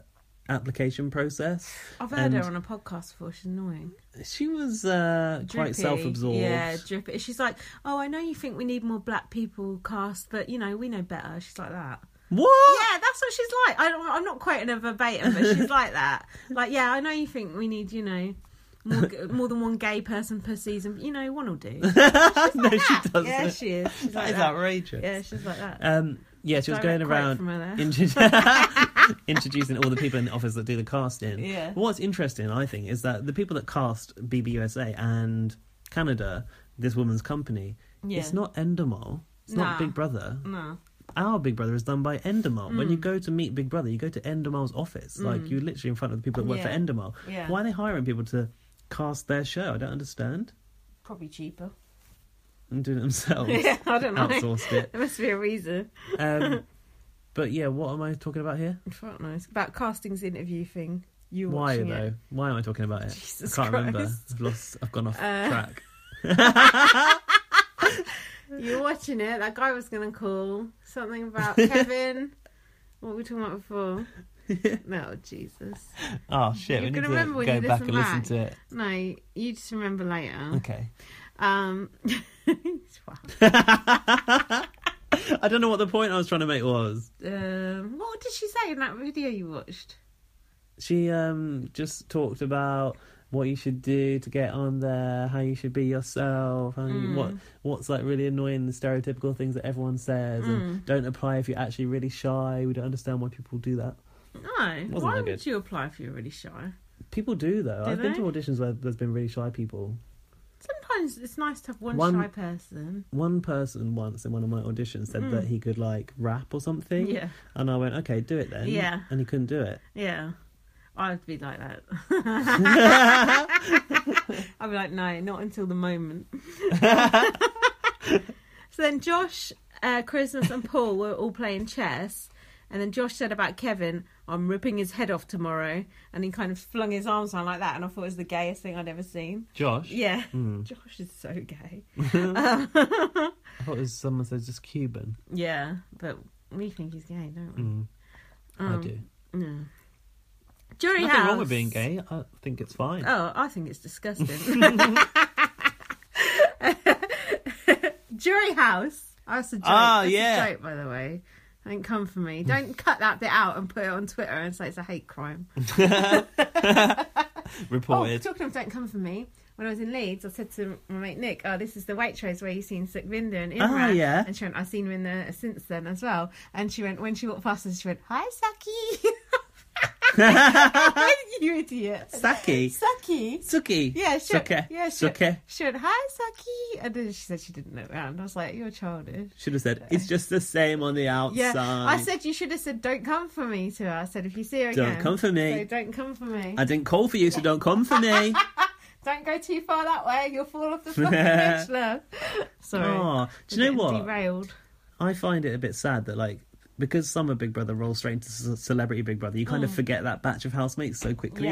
S4: application process.
S3: I've heard
S4: and
S3: her on a podcast before. She's annoying.
S4: She was uh,
S3: Drippy.
S4: quite self-absorbed.
S3: Yeah, drippy. She's like, oh, I know you think we need more black people cast, but you know, we know better. She's like that.
S4: What?
S3: Yeah, that's what she's like. I don't, I'm not quoting her verbatim, but she's like that. Like, yeah, I know you think we need, you know, more, g- more than one gay person per season. You know, one will do.
S4: no, she doesn't.
S3: yeah, she is. She's
S4: that
S3: like that.
S4: is outrageous.
S3: Yeah, she's like that.
S4: Um, yeah, she was
S3: Direct
S4: going
S3: quote
S4: around
S3: from her there.
S4: intro- introducing all the people in the office that do the casting.
S3: Yeah.
S4: What's interesting, I think, is that the people that cast BBUSA and Canada, this woman's company,
S3: Yeah.
S4: it's not Endemol. It's not
S3: Nah.
S4: Big Brother.
S3: no.
S4: Our Big Brother is done by Endemol. When you
S3: Mm.
S4: go to meet Big Brother, you go to Endemol's office. Like you're literally in front of the people that work
S3: Yeah.
S4: for Endemol.
S3: Yeah.
S4: Why are they hiring people to cast their show? I don't understand.
S3: Probably cheaper.
S4: And doing it themselves.
S3: Yeah, I don't know.
S4: Outsourced it.
S3: There must be a reason.
S4: Um, but yeah, what am I talking about here?
S3: Fuck knows. About castings interview thing. You
S4: Why
S3: watching
S4: though?
S3: it.
S4: Why am I talking about it?
S3: Jesus
S4: I can't remember.
S3: Christ.
S4: I've lost. I've gone off
S3: Uh,
S4: track.
S3: You're watching it. That guy was going to call something about Kevin. What were we talking about before? no, Jesus.
S4: Oh shit!
S3: you're
S4: we need
S3: gonna
S4: to
S3: remember
S4: go
S3: when
S4: back
S3: you listen
S4: and listen
S3: back.
S4: to it.
S3: No, you just remember later.
S4: Okay.
S3: Um, wow.
S4: I don't know what the point I was trying to make was.
S3: um, what did she say in that video you watched?
S4: She um just talked about what you should do to get on there, how you should be yourself, how you, what what's like really annoying, the stereotypical things that everyone says, and don't apply if you're actually really shy. We don't understand why people do that.
S3: No.
S4: Wasn't
S3: Why
S4: that
S3: would
S4: good.
S3: you apply if you're really shy?
S4: People do though.
S3: Do
S4: I've been to
S3: they?
S4: auditions where there's been really shy people.
S3: Sometimes it's nice to have one,
S4: One-
S3: shy person.
S4: one person once in one of my auditions said that he could like rap or something.
S3: Hmm. Yeah.
S4: And I went, okay, do it then.
S3: Yeah.
S4: And he couldn't do it.
S3: Yeah. I'd be like that. I'd be like, no, not until the moment. so then Josh, uh, Christmas, and Paul were all playing chess. And then Josh said about Kevin, I'm ripping his head off tomorrow. And he kind of flung his arms around like that. And I thought it was the gayest thing I'd ever seen.
S4: Josh,
S3: Yeah. Josh is so gay.
S4: I thought it was someone said just Cuban.
S3: Yeah. But we think he's gay, don't
S4: Mm.
S3: we? Um,
S4: I do.
S3: No. Jury
S4: Nothing
S3: House.
S4: wrong with being gay. I think it's fine.
S3: Oh, I think it's disgusting. Jury House. Oh, That's a joke.
S4: Ah,
S3: That's
S4: yeah.
S3: a joke, by the way. Don't come for me. Don't cut that bit out and put it on Twitter and say it's a hate crime. Oh,
S4: Reported.
S3: talking of don't come for me, when I was in Leeds, I said to my mate Nick, "Oh, this is the Waitrose where you seen Sukvinder and Imran."
S4: Ah, yeah.
S3: And she went, "I've seen her in there since then as well." And she went when she walked past us, she went, "Hi, Saki." you idiot,
S4: Saki.
S3: Saki.
S4: Suki.
S3: Yeah, sure.
S4: Suke.
S3: Yeah, sure.
S4: Suke.
S3: She went, hi, Saki. And then she said she didn't look around. I was like, you're childish.
S4: Should have said, it's just the same on the outside.
S3: Yeah. I said, you should have said, don't come for me to her. I said, if you see her
S4: Don't
S3: again.
S4: come for me.
S3: So don't come for me.
S4: I didn't call for you, so don't come for me.
S3: Don't go too far that way. You'll fall off the fucking bridge, love. Sorry.
S4: Aw, Oh, do
S3: We're
S4: you
S3: getting
S4: know what?
S3: Derailed.
S4: I find it a bit sad that like because some of Big Brother rolls straight into ce- Celebrity Big Brother, you kind
S3: Mm.
S4: of forget that batch of housemates so quickly.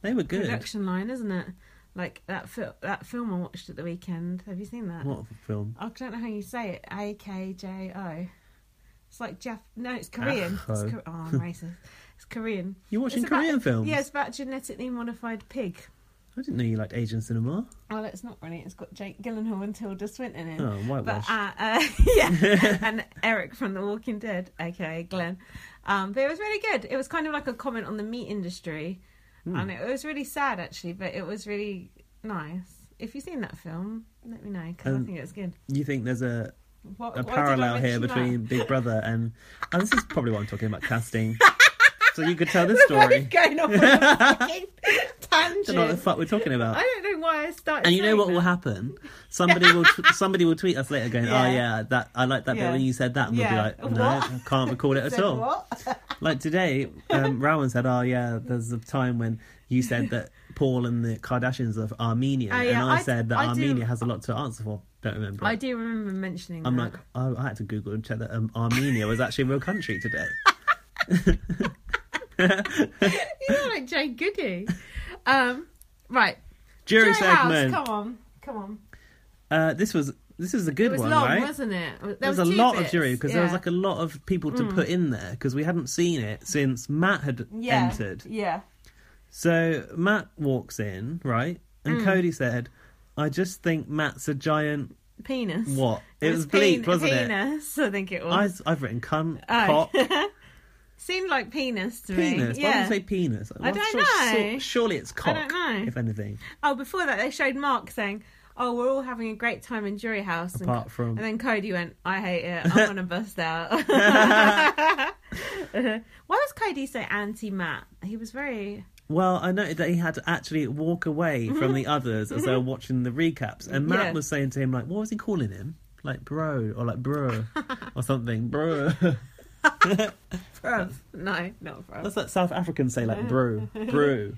S4: They were good.
S3: Production line, isn't it? Like that, fil- that film I watched at the weekend. Have you seen that?
S4: What film?
S3: I don't know how you say it. A K J O. It's like Jap. No, it's Korean. It's
S4: Aho.
S3: Kor- oh, I'm racist. It's Korean.
S4: You're watching
S3: It's about-
S4: Korean films?
S3: Yeah, it's about genetically modified pig.
S4: I didn't know you liked Asian cinema.
S3: Well, it's not really. It's got Jake Gyllenhaal and Tilda Swinton in.
S4: Oh,
S3: But
S4: whitewash.
S3: uh, uh, yeah, and Eric from The Walking Dead, aka Glenn. Um, but it was really good. It was kind of like a comment on the meat industry,
S4: Hmm.
S3: and it was really sad actually, but it was really nice. If you've seen that film, let me know because
S4: Um,
S3: I think it's good.
S4: You think there's a,
S3: What,
S4: a
S3: why did I
S4: parallel here
S3: mention that?
S4: between Big Brother and. and this is probably what I'm talking about casting. so you could tell this story.
S3: going off on a fucking tangent.
S4: don't know what the fuck we're talking about.
S3: I don't know why I started.
S4: And you know
S3: saying
S4: what will
S3: that.
S4: happen? Somebody will t- somebody will tweet us later going,
S3: Yeah.
S4: "Oh yeah, that I like that bit
S3: Yeah.
S4: when you said that." And
S3: Yeah.
S4: we'll be like, "No, I can't recall it at all."
S3: What?
S4: Like today, um, Rowan said, "Oh yeah, there's a time when you said that Paul and the Kardashians are Armenian,"
S3: Oh, yeah,
S4: and I,
S3: I-
S4: said that
S3: I do-
S4: Armenia has a lot to answer for. Don't remember.
S3: I
S4: it.
S3: do remember mentioning.
S4: I'm
S3: that.
S4: like, oh, I had to Google and check that um, Armenia was actually a real country today.
S3: you're like Jay Goody. Um, right,
S4: Jury
S3: Joe
S4: segment.
S3: House, come on, come on.
S4: Uh, this was this is a good
S3: It was
S4: one,
S3: long,
S4: right?
S3: wasn't it? There,
S4: there was,
S3: two
S4: a lot
S3: bits.
S4: of jury because there was
S3: Yeah. Mm.
S4: like a lot of people to put in there because we hadn't seen it since Matt had
S3: yeah.
S4: entered.
S3: Yeah,
S4: So Matt walks in, right? And
S3: Mm.
S4: Cody said, "I just think Matt's a giant
S3: penis.
S4: what? It, was bleep,
S3: pen-
S4: wasn't it?"
S3: penis, I think it was.
S4: I, I've written cunt,
S3: Oh.
S4: cock,
S3: Seemed like penis to
S4: Penis.
S3: me.
S4: Why
S3: Yeah.
S4: would you say penis?
S3: I
S4: Well,
S3: don't
S4: sure-
S3: know.
S4: sure- surely it's cock.
S3: don't know.
S4: If anything,
S3: Oh, before that, they showed Mark saying, "Oh, we're all having a great time in Jury House." and-
S4: apart from
S3: and, then Cody went, "I hate it. I'm gonna bust out." Why was Cody so anti-Matt? He was very.
S4: Well, I noted that he had to actually walk away from the others as they were watching the recaps, and Matt
S3: Mm-hmm. Yeah.
S4: was saying to him, like, what was he calling him? Like, bro, or like, bro, or something, bro.
S3: No, not for
S4: That's like South Africans say, like, bro, bro.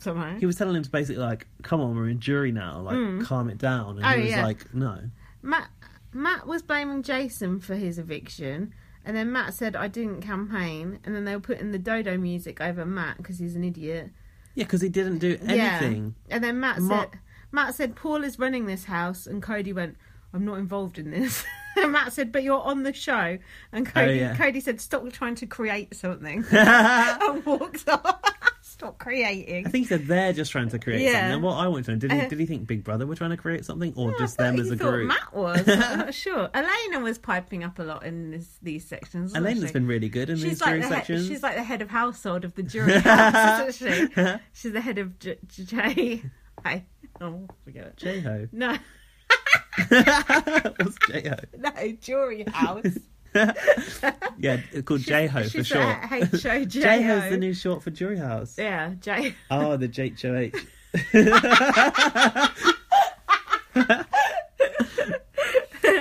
S3: somehow.
S4: He was telling him to basically, like, come on, we're in jury now, like, calm it down. And
S3: Oh,
S4: he was
S3: yeah.
S4: like, no.
S3: Matt Matt was blaming Jason for his eviction, and then Matt said, "I didn't campaign," and then they were putting the Dodo music over Matt because he's an idiot.
S4: Yeah, because he didn't do anything.
S3: Yeah. And then Matt
S4: Ma-
S3: said, Matt said, Paul is running this house, and Cody went, I'm not involved in this. and Matt said, but you're on the show. And Cody,
S4: Oh, yeah.
S3: Cody said, stop trying to create something. and walks off. stop creating.
S4: I think he said they're just trying to create
S3: Yeah.
S4: something. And what I want to know, did he,
S3: Uh,
S4: did he think Big Brother were trying to create something, or
S3: I
S4: just
S3: thought
S4: them
S3: you
S4: as a
S3: thought
S4: group?
S3: Matt was. I'm not sure. Elena was piping up a lot in this, these sections. wasn't
S4: Elena's
S3: she?
S4: been really good in these
S3: She's
S4: jury
S3: like, the he-
S4: sections.
S3: she's like the head of household of the jury house, isn't she? She's the head of J. J- J- I, oh, forget it.
S4: J-Ho.
S3: No.
S4: What's J-Ho?
S3: No, Jury House.
S4: Yeah, it's called J Ho for
S3: she's
S4: short.
S3: at H-O-J-O.
S4: J Ho's the new short for Jury House.
S3: Yeah, J.
S4: Oh, the J H O H.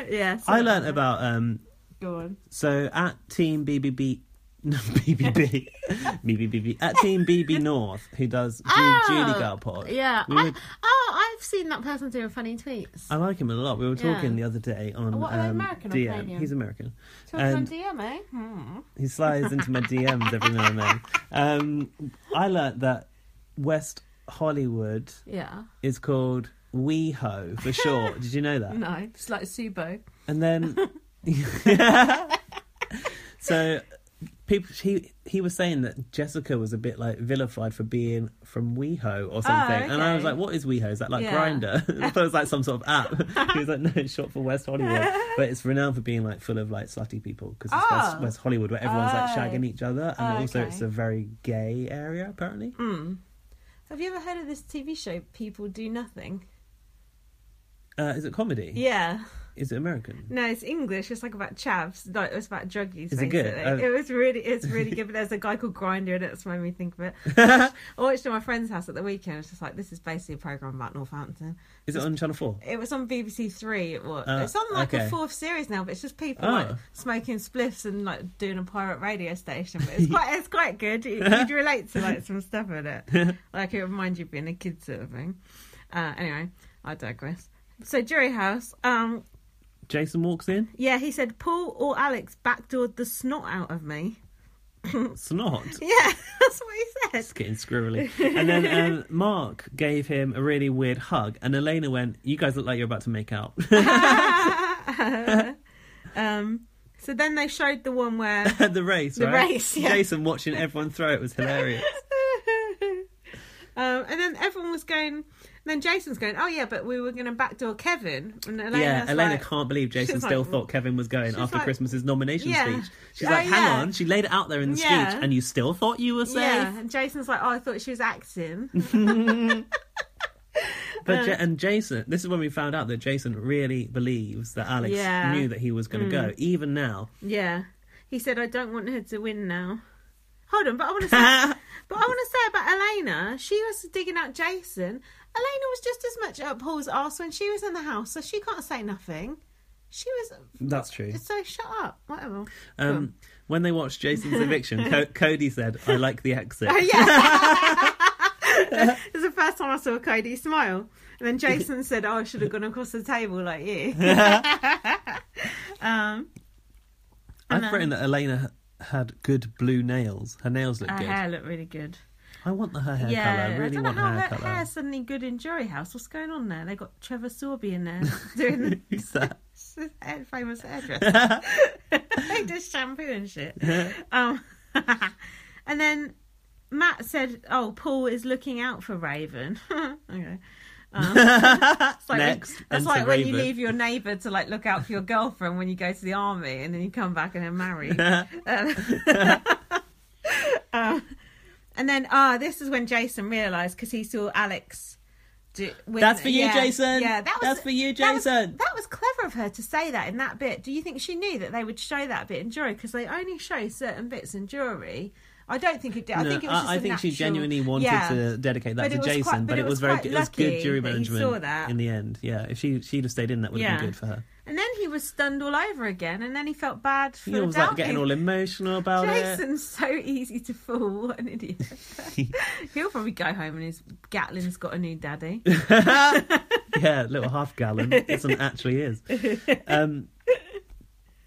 S3: yeah.
S4: I learnt about um.
S3: Go on.
S4: So at Team BBB, no BBB, BBB at Team BB North, who does Ju-
S3: Oh,
S4: Judy Girl Pod.
S3: Yeah.
S4: we
S3: I,
S4: were-
S3: oh, I've seen that person doing funny tweets.
S4: I like him a lot. We were
S3: Yeah.
S4: talking the other day on
S3: What, are they
S4: um,
S3: American or
S4: DM.
S3: Canadian?
S4: He's American.
S3: Talking on
S4: And-
S3: DM, eh? Hmm.
S4: He slides into my DMs every now and then. Um, I learnt that West Hollywood
S3: Yeah.
S4: is called WeHo for short. Did you know that?
S3: No, it's like Subo.
S4: And then, so people, he he was saying that Jessica was a bit like vilified for being from WeHo or something, and I was
S3: Ah, okay.
S4: like, "What is WeHo? Is that like
S3: Yeah.
S4: Grinder? it was like some sort of app." he was like, "No, it's short for West Hollywood, but it's renowned for being like full of like slutty people because it's West,
S3: Oh.
S4: West Hollywood where everyone's like
S3: Oh.
S4: shagging each other, and
S3: Oh,
S4: also
S3: okay. Mm.
S4: it's a very gay area apparently."
S3: Hmm. Have you ever heard of this TV show, People Do Nothing?
S4: Uh, is it comedy?
S3: Yeah.
S4: Is it American?
S3: No, it's English. It's like about chavs. Like it's about druggies.
S4: Is
S3: basically.
S4: it good? Oh.
S3: It was really, it's really good. But there's a guy called Grinder, and it's made me think of it. I watched- I watched it at my friend's house at the weekend. It's just like this is basically a program about Northampton.
S4: Is it on Channel Four?
S3: It was on BBC Three. It was.
S4: Uh,
S3: it's on like
S4: okay.
S3: a fourth series now, but it's just people
S4: Oh.
S3: like smoking spliffs and like doing a pirate radio station. But it's quite, it's quite good. You- You'd relate to like some stuff in it. like it reminds you of being a kid sort of thing. Uh, anyway, I digress. So Jury House, um,
S4: Jason walks in.
S3: yeah, he said Paul or Alex backdoored the snot out of me.
S4: Snot.
S3: Yeah, that's what he
S4: It's
S3: said.
S4: getting squirrely. And then um, Mark gave him a really weird hug, and Elena went, "You guys look like you're about to make out."
S3: Um, so then they showed the one where
S4: the race,
S3: The
S4: right?
S3: race, yeah.
S4: Jason watching everyone throw it was hilarious.
S3: um, and then everyone was going. Then Jason's going, oh yeah, but we were going to backdoor Kevin. And Elena's
S4: yeah, Elena
S3: like,
S4: can't believe Jason
S3: she's
S4: still
S3: like-
S4: thought Kevin was going
S3: she's
S4: after
S3: like-
S4: Christmas's nomination
S3: Yeah.
S4: speech. She's
S3: Oh,
S4: like, "Hang
S3: yeah.
S4: on," she laid it out there in the
S3: Yeah.
S4: speech, and you still thought you were safe.
S3: Yeah, and Jason's like, oh, I thought she was acting.
S4: But
S3: Uh.
S4: Ja- and Jason, this is when we found out that Jason really believes that Alex
S3: Yeah. Mm.
S4: knew that he was going to go, even now.
S3: yeah, he said, I don't want her to win now. Hold on, but I want to say, but I want to say about Elena. She was digging out Jason. Elena was just as much up Paul's arse when she was in the house, so she can't say nothing. She was
S4: That's true.
S3: so shut up, whatever.
S4: Um, when they watched Jason's eviction, Co- Cody said, "I like the exit."
S3: Oh, yeah. it was the first time I saw Cody smile. And then Jason said, Oh, I should have gone across the table like you. um,
S4: I've written that Elena h- had good blue nails. Her nails look
S3: her
S4: good.
S3: hair looked really good.
S4: I want the her hair
S3: yeah.
S4: colour. I
S3: I
S4: really
S3: don't know
S4: want
S3: how
S4: her hair
S3: her
S4: colour.
S3: hair's suddenly good in Jury House. What's going on there? They got Trevor Sorby in there doing
S4: Who's that?
S3: the hair- famous hairdresser. they just shampoo and shit. Um, and then Matt said, Oh, Paul is looking out for Raven. okay. It's like when-
S4: Next,
S3: that's
S4: enter
S3: like when you
S4: Raven.
S3: leave your neighbour to like look out for your girlfriend when you go to the army, and then you come back and then marry. Um, and then ah, this is when Jason realised because he saw Alex. Do, with-
S4: That's for you,
S3: yeah,
S4: Jason.
S3: Yeah, that was
S4: That's for you,
S3: that was-
S4: Jason.
S3: That was, clever of her to say that in that bit. Do you think she knew that they would show that bit in jury because they only show certain bits in jury? I don't think it did. I
S4: No,
S3: think it was. Just a
S4: think she
S3: natural-
S4: genuinely wanted
S3: Yeah.
S4: to dedicate that
S3: But
S4: to
S3: it was
S4: Jason,
S3: quite-
S4: but, it was very
S3: quite
S4: good. It was
S3: lucky
S4: good jury
S3: that he saw
S4: management
S3: that.
S4: in the end. Yeah, if she she'd have stayed in, that would have
S3: Yeah.
S4: been good for her.
S3: And then he was stunned all over again, and then he felt bad for
S4: He was like
S3: doubting.
S4: getting all emotional about it.
S3: Jason's so easy to fool. What an idiot. He'll probably go home and his Gatlin's got a new daddy.
S4: yeah, little half gallon. It's an actually is. Um,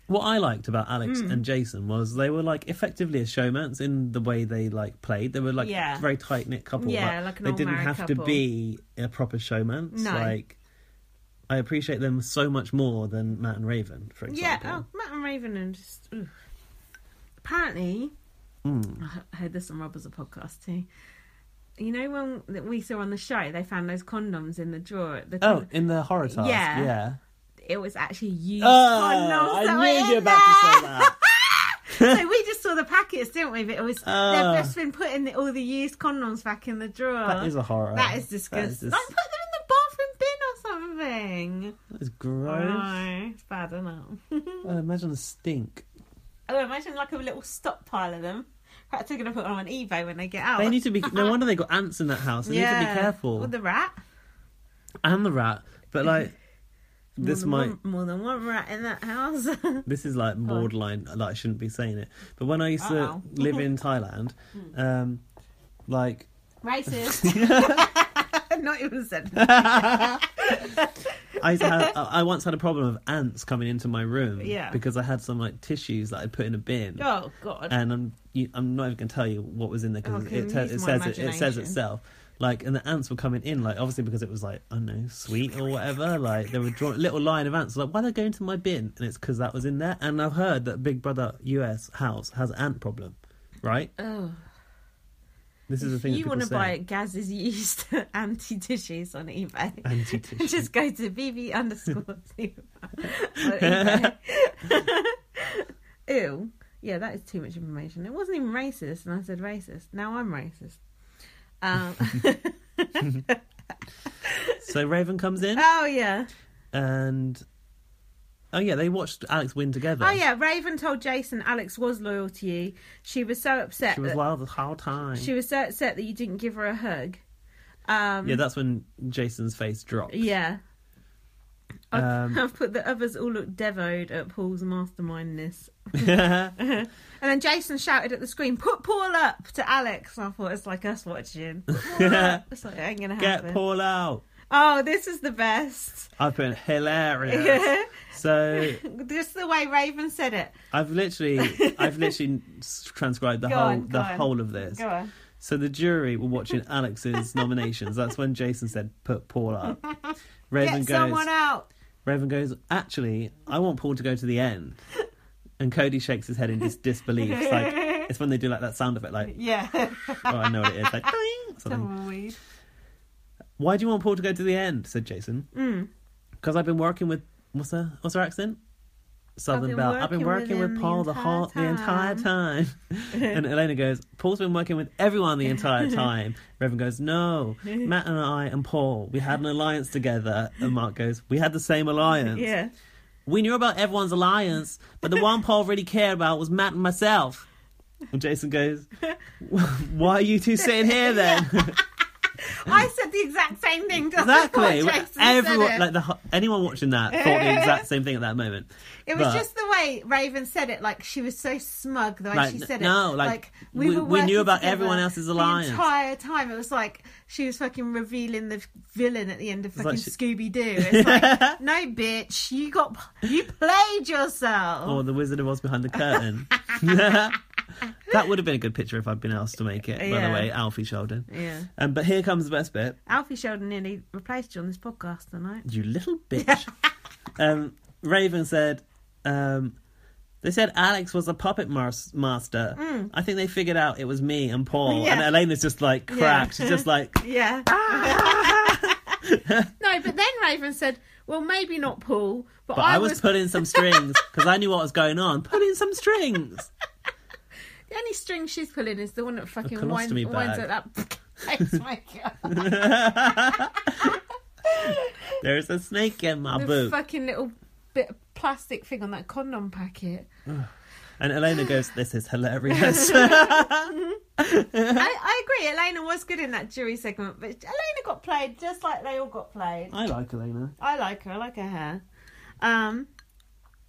S4: what I liked about Alex
S3: Hmm.
S4: and Jason was they were like effectively a showmance in the way they like played. They were like
S3: Yeah.
S4: very tight knit couple.
S3: Yeah, like an
S4: they didn't
S3: all-married
S4: have to
S3: couple.
S4: be a proper showmance.
S3: No.
S4: Like I appreciate them so much more than Matt and Raven, for
S3: yeah,
S4: example.
S3: oh, Matt and Raven and just. ooh. Apparently,
S4: Hmm.
S3: I I heard this on Robbers a podcast too. You know when that we saw on the show, they found those condoms in the drawer. At the
S4: Oh,
S3: con-
S4: in the horror task.
S3: Yeah.
S4: Yeah.
S3: it was actually used
S4: Oh,
S3: condoms. that were
S4: I knew
S3: in
S4: you were about to
S3: there.
S4: say that.
S3: so we just saw the packets, didn't we? But it was
S4: Ah.
S3: they've just been putting the, all the used condoms back in the drawer.
S4: That is a horror.
S3: That is disgusting.
S4: That is,
S3: Like, put them in the bathroom bin or something.
S4: that is gross.
S3: Oh, it's bad, isn't it?
S4: Oh, imagine the stink.
S3: oh, imagine like a little stockpile of them. Perhaps they're going to put them on eBay when they get out.
S4: They need to be. No wonder they got ants in that house. They need to be careful.
S3: With the rat.
S4: and the rat. But like, this
S3: more
S4: might.
S3: than One, more than one rat in that house.
S4: This is like borderline. Like I shouldn't be saying it. But when I used
S3: Uh-oh. Hmm.
S4: to live in Thailand, um, like
S3: Racist. Not even said.
S4: I used to have, I I once had a problem of ants coming into my room.
S3: Yeah.
S4: Because I had some like tissues that I put in a bin.
S3: Oh, God.
S4: and I'm you, I'm not even going to tell you what was in there
S3: Oh,
S4: because
S3: can
S4: it,
S3: we
S4: te-
S3: use
S4: it
S3: my
S4: says it, it says
S3: imagination?
S4: itself. Like, and the ants were coming in, like obviously because it was like I don't know sweet or whatever. Like there were draw- little line of ants. Like why they going to my bin? And it's because that was in there. And I've heard that Big Brother US house has ant problem, right?
S3: oh.
S4: This is the thing.
S3: you
S4: want to
S3: buy Gaz's used anti tissues on eBay.
S4: Anti-tissue.
S3: Just go to BB underscore Zero on eBay. Ew. Yeah, that is too much information. It wasn't even racist, and I said racist. Now I'm racist. Um,
S4: So Raven comes in
S3: oh yeah,
S4: and oh yeah, they watched Alex win together.
S3: oh yeah. Raven told Jason Alex was loyal to you. She was so upset.
S4: She was
S3: that,
S4: wild the whole time.
S3: she was so upset that you didn't give her a hug. Um,
S4: yeah, that's when Jason's face dropped.
S3: Yeah. I've,
S4: Um,
S3: I've put the others all look devoed at Paul's mastermindness. And then Jason shouted at the screen, "Put Paul up!" to Alex. And I thought it's like us watching. Put Paul up. It's like it ain't gonna happen.
S4: Get Paul out.
S3: Oh, this is the best.
S4: I've been hilarious. so
S3: Just the way Raven said it.
S4: I've literally, I've literally transcribed the
S3: Go
S4: whole,
S3: on, go
S4: the
S3: on.
S4: whole of this.
S3: Go on.
S4: So the jury were watching Alex's nominations. That's when Jason said, "Put Paul up." Raven
S3: Get
S4: goes.
S3: someone out.
S4: Raven goes. Actually, I want Paul to go to the end. And Cody shakes his head in dis- disbelief. It's like it's when they do like that sound effect, like
S3: Yeah.
S4: oh, I know what it is, like "Doing," or something.
S3: Tumbleweed.
S4: Why do you want Paul to go to the end? said Jason.
S3: Mm.
S4: Because I've been working with what's her what's her accent? Southern
S3: been
S4: Belle. I've been
S3: working
S4: working
S3: with
S4: with,
S3: him
S4: Paul
S3: the
S4: the whole the
S3: entire
S4: entire time. and Elena goes, Paul's been working with everyone the entire time. Revan goes, No, Matt and I and Paul, we had an alliance together. And Mark goes, We had the same alliance.
S3: Yeah.
S4: We knew about everyone's alliance, but the one Paul really cared about was Matt and myself. And Jason goes, Why are you two sitting here then?
S3: I said the exact same thing. Just
S4: exactly.
S3: before Jason said
S4: Everyone,
S3: it.
S4: like the ho- anyone watching that, thought the exact same thing at that moment.
S3: It was
S4: But,
S3: just the way Raven said it. Like she was so smug the way
S4: Like,
S3: she
S4: n-
S3: said it.
S4: no, like, we-
S3: were
S4: we
S3: working
S4: knew about
S3: together
S4: everyone else's
S3: The
S4: alliance.
S3: entire time it was like she was fucking revealing the villain at the end of fucking
S4: like she-
S3: Scooby Doo. It's like no, bitch, you got you played yourself.
S4: or oh, the Wizard of Oz behind the curtain. that would have been a good picture if I'd been asked to make it. By
S3: Yeah.
S4: the way, Alfie Sheldon.
S3: Yeah.
S4: Um, but here comes the best bit.
S3: Alfie Sheldon nearly replaced you on this podcast tonight.
S4: You little bitch. um, Raven said. Um, they said Alex was a puppet mas- master. I think they figured out it was me and Paul.
S3: Mm. Yeah.
S4: And Elena's just like cracked. She's just like,
S3: Yeah.
S5: No, but then Raven said, "Well, maybe not Paul, but,
S4: But I, was, pulling some strings because I knew what was going on. Pulling some strings.
S5: the only string she's pulling is the one that fucking winds,
S4: colostomy
S5: winds
S4: bag.
S5: at that." It's my God.
S4: There's a snake in my
S5: The
S4: boot.
S5: fucking little bit of plastic thing on that condom packet.
S4: and Elena goes, "This is hilarious."
S3: I, I agree. Elena was good in that jury segment, but Elena got played just like they all got played.
S4: I like Elena.
S3: I like her. I like her hair. Um,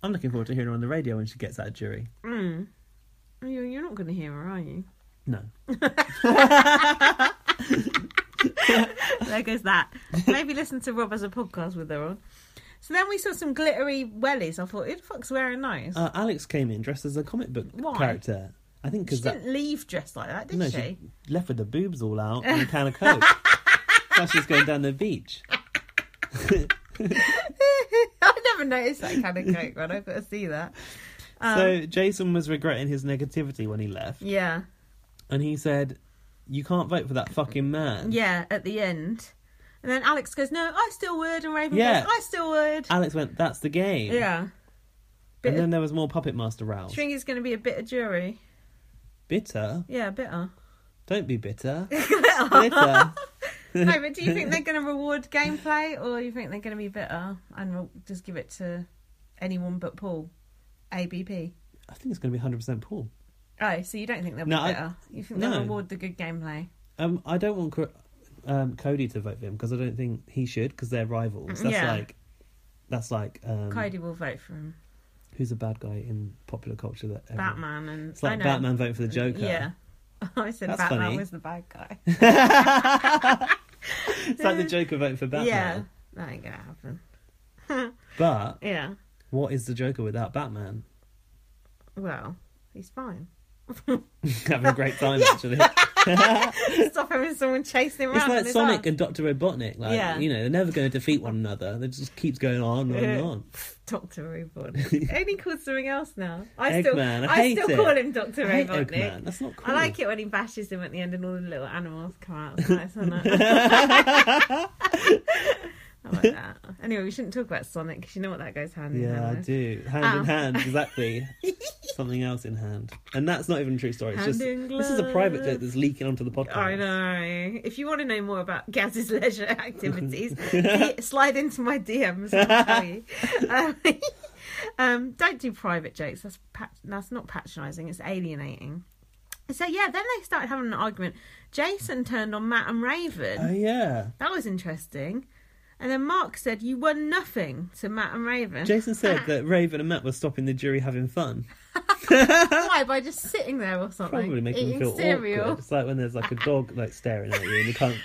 S4: I'm looking forward to hearing her on the radio when she gets out of jury.
S3: mm. You- you're not going to hear her, are you?
S4: No.
S3: there goes that. Maybe listen to Rob as a podcast with her on. So then we saw some glittery wellies. I thought, who the fuck's wearing those?
S4: Uh, Alex came in dressed as a comic book
S3: Why?
S4: character. I think
S3: she
S4: because
S3: didn't leave dressed like that, did
S4: no,
S3: she?
S4: she left with the boobs all out and a can of coke. now she's going down the beach.
S3: I never noticed that kind of coke run. I've got to see that. Um,
S4: so Jason was regretting his negativity when he left,
S3: yeah,
S4: and he said, "You can't vote for that fucking man."
S3: yeah. At the end, and then Alex goes, "No, I still would," and Raven
S4: Yeah.
S3: goes, "I still would."
S4: Alex went, "That's the game."
S3: yeah. Bit of,
S4: And then there was more Puppet Master row.
S3: do you think it's going to be a bitter jury?
S4: bitter?
S3: Yeah, bitter.
S4: Don't be bitter. bitter.
S3: no, but do you think they're going to reward gameplay, or you think they're going to be bitter and re- just give it to anyone but Paul? ABP.
S4: I think it's going to be 100% Paul.
S3: Oh, so you don't think they'll be
S4: No, I-
S3: bitter? You think they'll
S4: no.
S3: reward the good gameplay?
S4: Um, I don't want Co- um, Cody to vote for him because I don't think he should because they're rivals. That's
S3: Mm, Yeah.
S4: like, that's like um,
S3: Cody will vote for him.
S4: who's a bad guy in popular culture that everyone-
S3: Batman and
S4: It's like
S3: I know.
S4: Batman vote for the Joker.
S3: Yeah, I said
S4: That's
S3: Batman
S4: funny.
S3: was the bad guy.
S4: It's like the Joker vote for Batman.
S3: yeah, that ain't gonna happen.
S4: But
S3: Yeah,
S4: what is the Joker without Batman?
S3: well, he's fine.
S4: Having a great time actually.
S3: Stop having someone chasing him
S4: It's
S3: around.
S4: like
S3: on his
S4: Sonic
S3: arm.
S4: and Doctor Robotnik. Like
S3: Yeah.
S4: you know, they're never going to defeat one another. They just keeps going on and on and on.
S3: Doctor Robotnik. Only called something else now. I still,
S4: Eggman, I
S3: I,
S4: hate
S3: still
S4: it.
S3: call him Doctor
S4: I hate
S3: Robotnik.
S4: Eggman. That's not
S3: I
S4: cool.
S3: like it when he bashes him at the end and all the little animals come out. It's nice, isn't it? I like that. Anyway, we shouldn't talk about Sonic because you know what that goes hand in
S4: Yeah, I
S3: hand. with.
S4: do. Hand
S3: Oh.
S4: in hand, exactly. Something else in hand, and that's not even a true story. It's
S3: Hand
S4: just
S3: in
S4: this is a private joke
S3: glove.
S4: that's leaking onto the podcast.
S3: I know. If you want to know more about Gaz's leisure activities, d- slide into my DMs. I'll tell you. Um, um, don't do private jokes. That's pat- that's not patronising. It's alienating. So yeah, then they started having an argument. Jason turned on Matt and Raven.
S4: Oh yeah,
S3: That was interesting. And then Mark said, "You won nothing" to Matt and Raven.
S4: Jason
S3: Ah.
S4: said that Raven and Matt were stopping the jury having fun.
S3: Why? By just sitting there or something,
S4: Probably making
S3: eating
S4: them feel
S3: cereal.
S4: awkward. It's like when there's like a dog like staring at you and you can't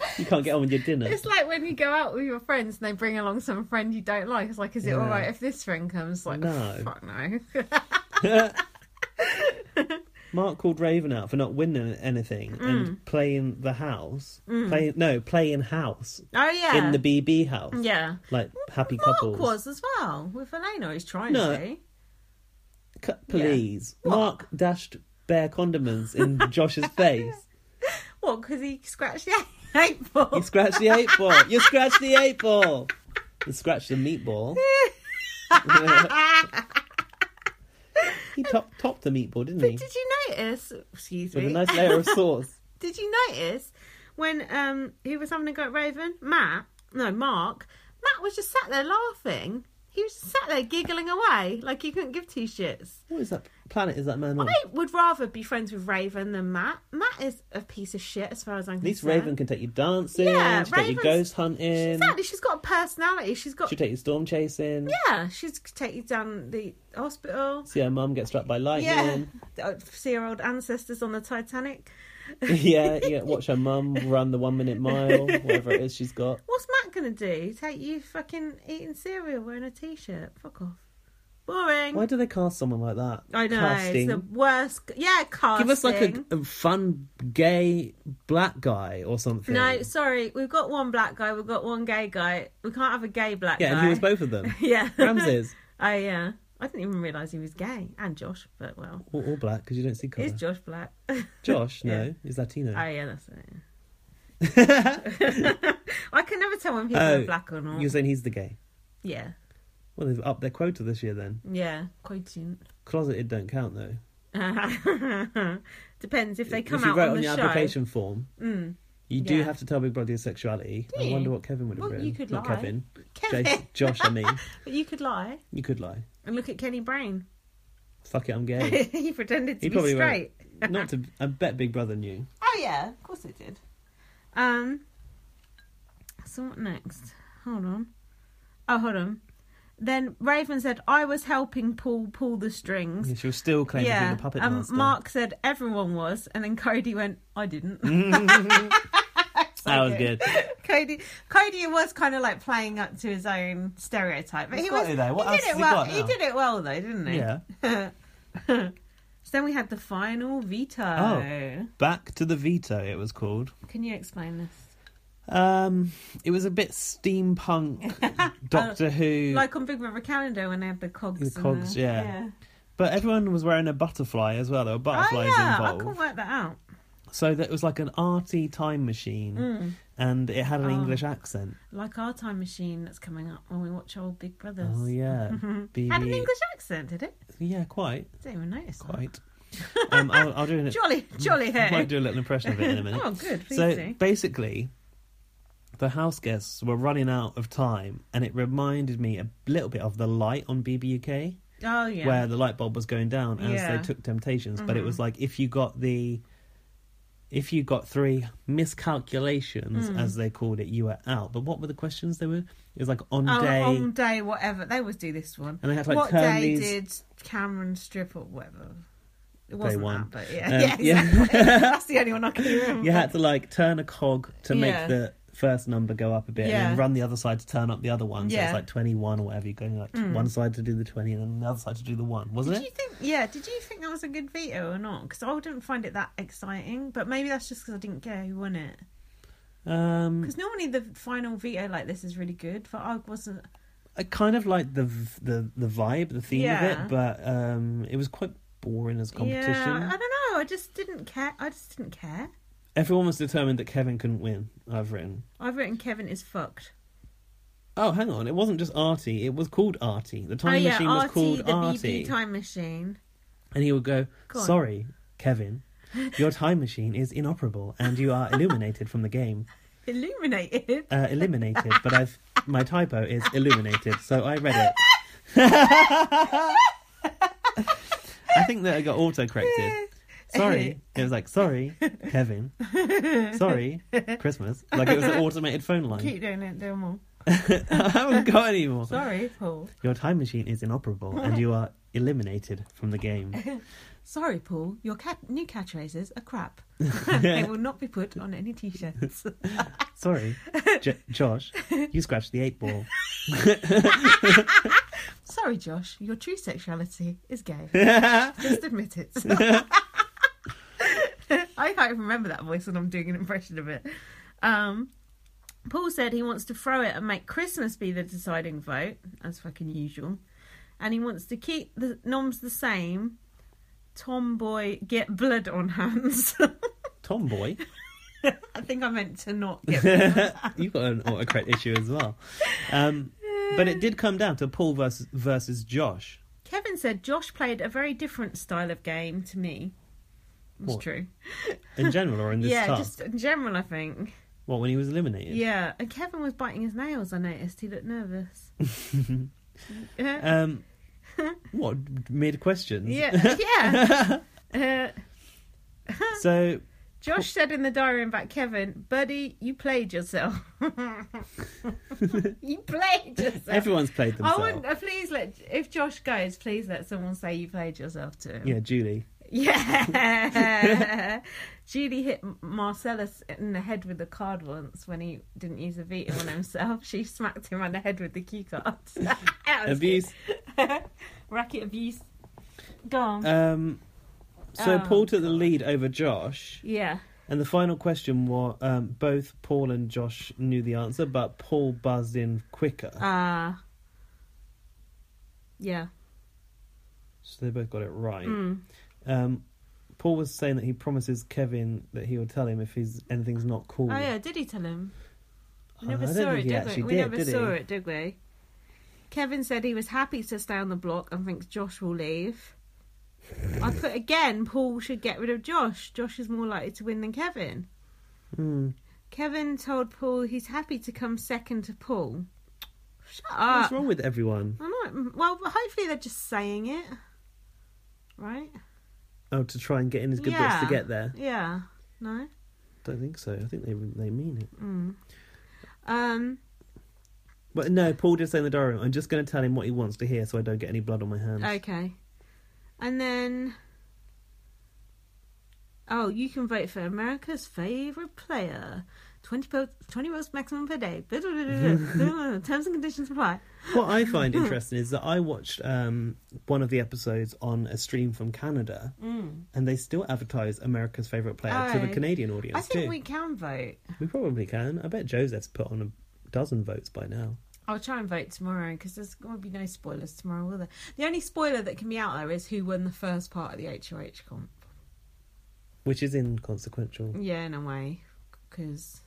S4: you can't get on with your dinner.
S3: It's like when you go out with your friends and they bring along some friend you don't like. It's like, is it
S4: Yeah.
S3: all right if this friend comes? Like,
S4: No.
S3: fuck no.
S4: Mark called Raven out for not winning anything
S3: Mm.
S4: and playing the house. Play no, playing house
S3: oh Mm. yeah,
S4: in the BB house.
S3: yeah.
S4: Like happy
S3: Mark
S4: couples.
S3: was as well with Elena. He's trying
S4: No.
S3: to.
S4: C- please.
S3: What?
S4: Mark dashed bare condiments in Josh's face.
S3: What? Because he scratched the eight ball.
S4: He scratched the eight ball. You scratched the eight ball. You scratched the meatball. he top, topped the meatball, didn't he?
S3: Did you notice? Excuse
S4: With
S3: me.
S4: a nice layer of sauce.
S3: Did you notice when um he was having a go at Raven? Matt, no, Mark. Matt was just sat there laughing. He was just sat there giggling away like he couldn't give two shits.
S4: What is that planet is that man on?
S3: I would rather be friends with Raven than Matt. Matt is a piece of shit as far as I'm
S4: At least
S3: concerned.
S4: Raven can take you dancing,
S3: Yeah,
S4: she can take you
S3: Raven's-
S4: ghost hunting,
S3: Exactly, she's got a personality. She's got
S4: she'll take you storm chasing,
S3: yeah. She's could take you down the hospital.
S4: see her mum get struck by
S3: Yeah,
S4: lightning.
S3: Uh, see her old ancestors on the Titanic.
S4: Yeah, yeah, watch her mum run the one minute mile, whatever it is she's got.
S3: What's Matt gonna do? Take you fucking eating cereal wearing a t-shirt? Fuck off. Boring.
S4: Why do they cast someone like that?
S3: I know
S4: Casting.
S3: it's the worst. Yeah, casting.
S4: Give us like a, a fun gay black guy or something.
S3: No, sorry, we've got one black guy, we've got one gay guy. We can't have a gay black
S4: Yeah,
S3: guy.
S4: and he was both of them.
S3: Yeah.
S4: Ramses,
S3: Oh yeah, I didn't even realise he was gay. And Josh, but well,
S4: all, all black because you don't see colour.
S3: is Josh black? Oh,
S4: Josh, no,
S3: Yeah.
S4: he's Latino.
S3: Oh yeah, that's it. I can never tell when people
S4: Oh,
S3: are black or not.
S4: You're saying he's the gay.
S3: Yeah,
S4: Well, they've upped their quota this year then.
S3: yeah, quotient.
S4: Closeted don't count though.
S3: Depends if they come
S4: if you
S3: out
S4: wrote
S3: on the
S4: your
S3: show. Mm.
S4: application form, you do
S3: Yeah.
S4: have to tell Big Brother your sexuality.
S3: Do
S4: I
S3: you?
S4: wonder what Kevin would have
S3: Well,
S4: written.
S3: you could
S4: Not
S3: lie.
S4: Kevin.
S3: Kevin.
S4: Jace- Josh, I mean.
S3: But you could lie
S4: You could lie.
S3: and look at Kenny Brain.
S4: Fuck it, I'm gay.
S3: he pretended to
S4: He
S3: be
S4: probably won't.
S3: straight.
S4: Not to. I bet Big Brother knew.
S3: Oh yeah, of course it did. Um. So what next? Hold on. Oh, hold on. Then Raven said, "I was helping Paul pull the strings."
S4: Yeah, she was still claiming to
S3: yeah.
S4: be the puppet
S3: um,
S4: master.
S3: Mark said everyone was, and then Cody went, "I didn't."
S4: that was good.
S3: Cody, Cody was kind of like playing up to his own stereotype, but
S4: He's
S3: he
S4: got
S3: was.
S4: it though. What
S3: he
S4: else
S3: did
S4: has
S3: it
S4: he
S3: well.
S4: got
S3: He,
S4: now?
S3: did it well though, didn't he?
S4: Yeah.
S3: so then we had the final veto.
S4: Oh. Back to the veto. It was called.
S3: Can you explain this?
S4: Um, it was a bit steampunk Doctor Who,
S3: Like on Big Brother Calendar when they had the cogs.
S4: The
S3: and
S4: cogs, yeah. but everyone was wearing a butterfly as well. There were
S3: Oh
S4: butterflies
S3: yeah, I can
S4: involved,
S3: work that out.
S4: so that it was like an arty time machine,
S3: Mm.
S4: and it
S3: Oh.
S4: had an English accent.
S3: Like our time machine that's coming up when we watch old Big Brothers.
S4: Oh yeah, BB.
S3: Mm-hmm. Had an English accent, did it?
S4: Yeah, quite,
S3: Didn't even notice. that.
S4: quite. um, I'll, I'll do an,
S3: Jolly, jolly
S4: I might
S3: hair.
S4: do a little impression of it in a minute.
S3: Oh, good. Please
S4: so
S3: do.
S4: basically, the house guests were running out of time, and it reminded me a little bit of the light on BBUK.
S3: Oh yeah.
S4: where the light bulb was going down as
S3: Yeah. Mm-hmm.
S4: they took temptations but it was like if you got the if you got three miscalculations
S3: Mm.
S4: as they called it you were out but what were the questions they were it was like on
S3: Oh,
S4: day
S3: on day, whatever. They always do this one.
S4: And they had to, like,
S3: what
S4: turn
S3: day
S4: these-
S3: did Cameron strip or whatever? It wasn't
S4: one.
S3: that, but yeah,
S4: Um,
S3: yeah,
S4: yeah.
S3: exactly. That's the only one I can remember.
S4: you had to like turn a cog to
S3: Yeah.
S4: make the first number go up a bit and
S3: Yeah.
S4: then run the other side to turn up the other one so
S3: Yeah. Mm.
S4: it's like 21 or whatever you're going like one side to do the 20 and then the other side to do the one wasn't
S3: Did you
S4: it
S3: think? Yeah, did you think that was a good veto or not? Because I didn't find it that exciting. But maybe that's just because I didn't get who won it.
S4: um
S3: Because normally the final veto like this is really good, but I wasn't.
S4: I kind of liked the v- the the vibe the theme of
S3: Yeah.
S4: it but um it was quite boring as a competition
S3: Yeah, I, I don't know. I just didn't care. I just didn't care.
S4: Everyone was determined that Kevin couldn't win. I've written.
S3: I've written Kevin is fucked.
S4: Oh, hang on! It wasn't just Artie. It was called Artie. The
S3: oh
S4: time
S3: yeah,
S4: machine
S3: Artie,
S4: was called
S3: the
S4: Artie,
S3: BB time machine.
S4: and he would go,
S3: Go on.
S4: "Sorry, Kevin, your time machine is inoperable, and you are illuminated from the game.
S3: Illuminated.
S4: Uh, eliminated, but I've my typo is illuminated, so I read it. I think that I got autocorrected. Sorry, it was like sorry, Kevin. Sorry, Christmas. Like it was an automated phone line.
S3: Keep doing it. Do them all.
S4: I haven't got any more.
S3: Sorry, Paul.
S4: Your time machine is inoperable and you are eliminated from the game.
S3: Sorry, Paul. Your cat- new catchphrases are crap. they will not be put on any t-shirts.
S4: Sorry, J- Josh, you scratched the eight ball.
S3: Sorry, Josh. Your true sexuality is gay.
S4: That's
S3: Just admit it. I can't even remember that voice when I'm doing an impression of it. Um, Paul said he wants to throw it and make Christmas be the deciding vote, as fucking usual. And he wants to keep the noms the same. Tomboy, get blood on hands.
S4: Tomboy,
S3: I think I meant to not get blood on
S4: you've got an autocrat issue as well. Um, but it did come down to Paul versus, versus Josh.
S3: Kevin said Josh played a very different style of game to me. That's
S4: What?
S3: true.
S4: In general, or in this
S3: yeah,
S4: task?
S3: just in general, I think.
S4: What, when he was eliminated?
S3: Yeah, and Kevin was biting his nails. I noticed he looked nervous. yeah,
S4: Um, what, mid questions?
S3: yeah. yeah. Uh,
S4: So,
S3: Josh said in the diary about Kevin, "Buddy, you played yourself. you played yourself."
S4: everyone's played
S3: I
S4: themselves.
S3: wouldn't. uh, Please let if Josh goes, please let someone say you played yourself to him.
S4: Yeah, Julie.
S3: Yeah. Julie hit Marcellus in the head with a card once when he didn't use a veto on himself. She smacked him on the head with the cue card. That was
S4: Abuse.
S3: good. Racket abuse. Go on.
S4: Um, so,
S3: Oh,
S4: Paul took the lead over Josh.
S3: yeah.
S4: And the final question was um, both Paul and Josh knew the answer, but Paul buzzed in quicker.
S3: Uh, yeah.
S4: so they both got it right.
S3: Hmm.
S4: Um, Paul was saying that he promises Kevin that he will tell him if he's anything's not cool.
S3: Oh, yeah. Did he tell him? We never
S4: I don't
S3: saw
S4: think
S3: it, did
S4: he
S3: we?
S4: actually
S3: We
S4: did,
S3: never
S4: did
S3: saw
S4: he?
S3: it, did we? Kevin said he was happy to stay on the block and thinks Josh will leave. I put again, Paul should get rid of Josh. Josh is more likely to win than Kevin.
S4: Mm.
S3: Kevin told Paul he's happy to come second to Paul. Shut
S4: What's
S3: up.
S4: wrong with everyone?
S3: I'm not, well, hopefully they're just saying it. Right?
S4: Oh, to try and get in his good bits
S3: Yeah.
S4: to get there.
S3: Yeah. No?
S4: Don't think so. I think they they mean it.
S3: Um,
S4: But no, Paul did say in the diary, room, I'm just going to tell him what he wants to hear so I don't get any blood on my hands.
S3: Okay. And then. Oh, you can vote for America's favourite player. 20 votes, 20 votes maximum per day. Blah, blah, blah, blah, blah, blah. Terms and conditions apply.
S4: What I find interesting is that I watched um, one of the episodes on a stream from Canada,
S3: Hmm.
S4: and they still advertise America's favourite player to the
S3: Oh.
S4: Canadian audience
S3: I think
S4: too.
S3: we can vote.
S4: We probably can. I bet Joseph's put on a dozen votes by now.
S3: I'll try and vote tomorrow because there's going to be no spoilers tomorrow, will there? The only spoiler that can be out there is who won the first part of the HOH comp.
S4: Which is inconsequential.
S3: Yeah, in a way. Because.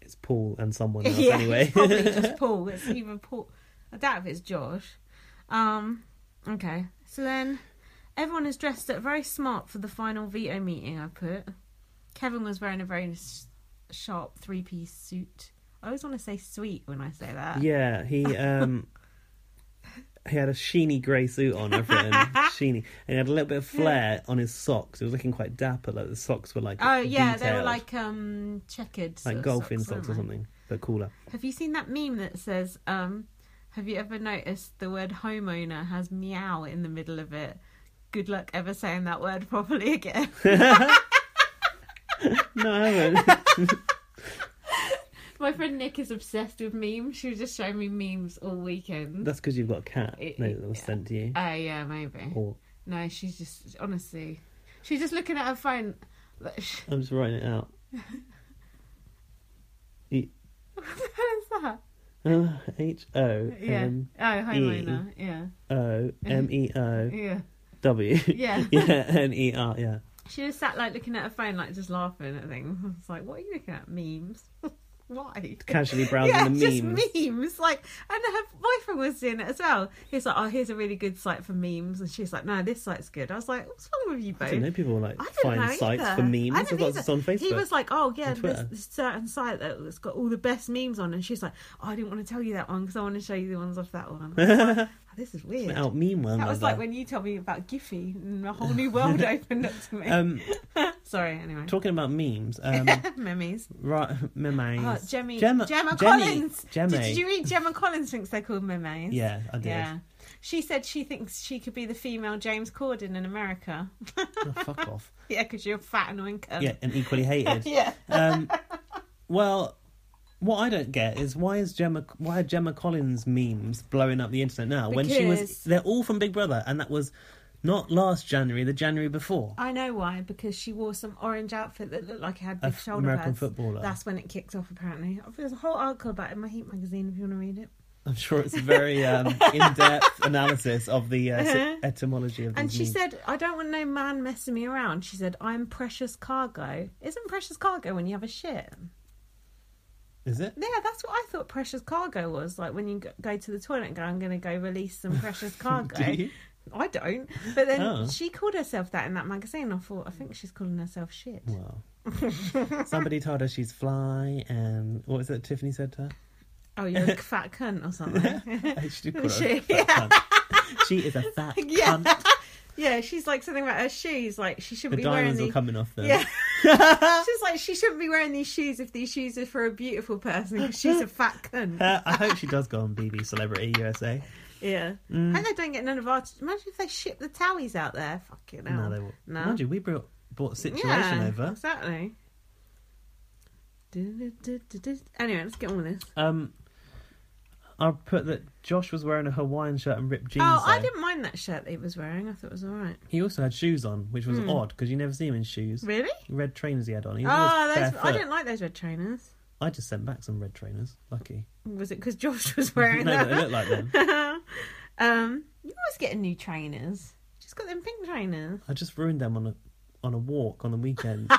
S4: It's Paul and someone else anyway.
S3: it's probably just Paul. It's either Paul. I doubt if it's Josh. Um, okay. So then, everyone is dressed up very smart for the final veto meeting. I put. Kevin was wearing a very s- sharp three-piece suit. I always want to say sweet when I say that.
S4: yeah, he um he had a sheeny grey suit on, everything. sheeny. And he had a little bit of flair on his socks. He was looking quite dapper, like the socks were like
S3: Oh yeah, they were
S4: detailed,
S3: like um checkered, sort
S4: like
S3: of
S4: golfing
S3: weren't
S4: socks or
S3: they?
S4: something, but cooler.
S3: Have you seen that meme that says, um, have you ever noticed the word homeowner has meow in the middle of it? Good luck ever saying that word properly again.
S4: No, I haven't.
S3: My friend Nick is obsessed with memes. She was just showing me memes all weekend.
S4: That's because you've got a cat
S3: It-
S4: no,
S3: it-
S4: that was sent to you.
S3: Oh, yeah, maybe.
S4: Or
S3: No, she's just, honestly, she's just looking at her phone. Like, sh-
S4: I'm just writing it out. E-
S3: what the hell is that?
S4: uh, H O
S3: Yeah.
S4: M
S3: oh, homeowner. Yeah.
S4: O M E O
S3: Yeah.
S4: W.
S3: Yeah.
S4: yeah, N E R, yeah.
S3: She just sat, like, looking at her phone, like, just laughing at things. It's like, what are you looking at? Memes? Why?
S4: Casually browsing
S3: yeah,
S4: the memes.
S3: just memes. Like, and her boyfriend was seeing it as well. He's like, "Oh, here's a really good site for memes," and she's like, "No, this site's good." I was like, "What's wrong with you both?"
S4: I don't know people like
S3: I didn't
S4: find
S3: know
S4: sites
S3: either.
S4: for memes.
S3: I
S4: I've
S3: didn't
S4: got
S3: either.
S4: this on Facebook.
S3: He was like, "Oh yeah,
S4: and
S3: there's
S4: Twitter.
S3: this certain site that's got all the best memes on," and she's like, "Oh, I didn't want to tell you that one because I want to show you the ones off that one." I was like, "Oh, this is weird.
S4: out meme one
S3: That was like
S4: another.
S3: when you told me about Giphy, and a whole new world opened up to me.
S4: um,
S3: Sorry, anyway.
S4: talking about memes, um,
S3: Memes.
S4: right, memes.
S3: Oh, Jemmy,
S4: Gemma,
S3: Gemma
S4: Jemmy,
S3: Collins.
S4: Jemmy.
S3: Did, did you read Gemma Collins thinks they're called memes?
S4: Yeah, I did.
S3: Yeah. She said she thinks she could be the female James Corden in America.
S4: Oh, fuck off.
S3: yeah, because you're fat and winker.
S4: Yeah, and equally hated.
S3: Yeah.
S4: Um, well, what I don't get is why is Gemma why are Gemma Collins memes blowing up the internet now when she was
S3: Because-
S4: they're all from Big Brother and that was not last January, the January before.
S3: I know why, because she wore some orange outfit that looked like it had
S4: A
S3: big
S4: f-
S3: shoulder
S4: American
S3: pads.
S4: footballer.
S3: That's when it kicked off, apparently. There's a whole article about it in my Heat magazine if you want to read it.
S4: I'm sure it's a very um, in-depth analysis of the uh, s- etymology of
S3: Uh-huh.
S4: these
S3: And she
S4: memes.
S3: said, I don't want no man messing me around. She said, I'm precious cargo. Isn't precious cargo when you have a shit?
S4: is it?
S3: Yeah, that's what I thought precious cargo was. Like when you go- go to the toilet and go, I'm going to go release some precious cargo.
S4: Do you?
S3: I don't. But then
S4: Oh.
S3: she called herself that in that magazine. I thought, I think she's calling herself shit.
S4: Wow. Somebody told her she's fly, and what was it Tiffany said to her?
S3: Oh, you're a fat cunt or something.
S4: Oh, She, did call her a
S3: She-
S4: fat cunt. she is a fat
S3: Yeah.
S4: cunt.
S3: yeah, she's like something about her shoes. Like she
S4: The
S3: shouldn't be wearing
S4: diamonds were
S3: these.
S4: coming off them.
S3: Yeah. she's like, she shouldn't be wearing these shoes if these shoes are for a beautiful person because she's a fat cunt.
S4: Uh, I hope she does go on BB Celebrity USA.
S3: Yeah.
S4: Mm.
S3: And they don't get none of our. Imagine if they ship the towels out there. Fucking hell.
S4: No, they will.
S3: No.
S4: Mind you, we brought, brought Situation over.
S3: Exactly. Du-du-du-du-du. Anyway, let's get on with this.
S4: Um, I put that Josh was wearing a Hawaiian shirt and ripped jeans.
S3: Oh, I
S4: though.
S3: didn't mind that shirt that he was wearing. I thought it was all right.
S4: He also had shoes on, which
S3: Hmm.
S4: was odd because you never see him in shoes.
S3: Really?
S4: Red trainers he had on. He was
S3: Oh,
S4: always
S3: those, I
S4: barefoot.
S3: didn't like those red trainers.
S4: I just sent back some red trainers. Lucky.
S3: Was it because Josh was wearing
S4: no, but they
S3: them?
S4: look like them.
S3: um, you always get new trainers. She's got them pink trainers.
S4: I just ruined them on a on a walk on the weekend. so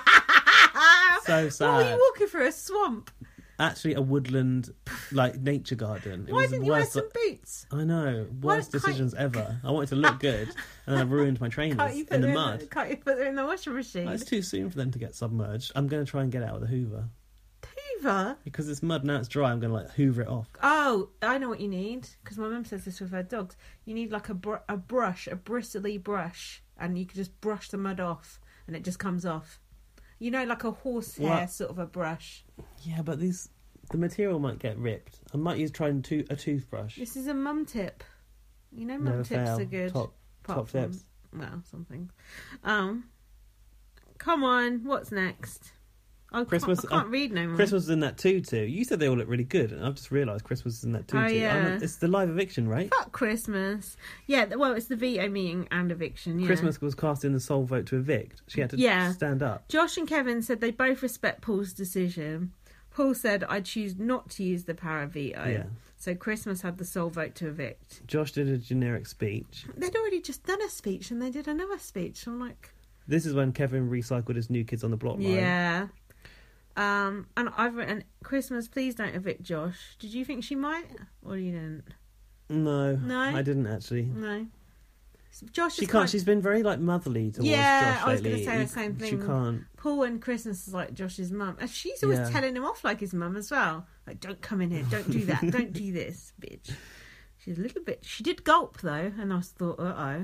S3: Oh, you
S4: sad.
S3: walking through a swamp.
S4: actually a woodland like nature garden. It
S3: Why
S4: was
S3: didn't you wear
S4: worse-
S3: some boots?
S4: I know worst
S3: can't-
S4: decisions ever. I wanted to look good, and then I ruined my trainers
S3: Can't you put
S4: in the
S3: them
S4: mud.
S3: In, can't you put them in the washing machine?
S4: Oh, it's too soon for them to get submerged. I'm going to try and get it out with a Hoover
S3: Hoover.
S4: because it's mud now. It's dry. I'm going to like Hoover it off.
S3: Oh, I know what you need because my mum says this with her dogs. You need like a br- a brush, a bristly brush, and you can just brush the mud off, and it just comes off. You know, like a horsehair
S4: What?
S3: sort of a brush.
S4: Yeah, but these the material might get ripped. I might use trying to a toothbrush.
S3: This is a mum tip. You know, mum
S4: Never
S3: tips
S4: fail.
S3: are good.
S4: Top
S3: apart
S4: top
S3: from-
S4: tips.
S3: Well, something. Um, come on, what's next? Oh, can't-
S4: Christmas-
S3: I can't
S4: oh,
S3: read no more.
S4: Chris was in that too too. You said they all look really good, and I've just realised Chris was in that too too.
S3: Oh, yeah.
S4: It's the live eviction, right?
S3: Fuck Christmas. Yeah, th- well, it's the veto meeting and eviction. Yeah.
S4: Christmas was casting the sole vote to evict. She had to
S3: Yeah.
S4: stand up.
S3: Josh and Kevin said they both respect Paul's decision. Paul said, I choose not to use the power veto.
S4: Yeah.
S3: So Christmas had the sole vote to evict.
S4: Josh did a generic speech.
S3: They'd already just done a speech and they did another speech. I'm like,
S4: This is when Kevin recycled his new kids on the block line.
S3: yeah. Um, and I've written, Christmas, please don't evict Josh. Did you think she might? Or you didn't?
S4: No,
S3: No?
S4: I didn't actually.
S3: No. Josh
S4: She
S3: is
S4: can't.
S3: kind-
S4: She's been very like motherly towards
S3: Yeah,
S4: Josh
S3: I was gonna
S4: lately.
S3: say the
S4: You-
S3: same
S4: She
S3: thing.
S4: can't.
S3: Paul and Christmas is like Josh's mum. And she's always
S4: Yeah.
S3: telling him off like his mum as well. Like, don't come in here, don't do that, don't do this, bitch. She's a little bit. She did gulp though, and I thought, uh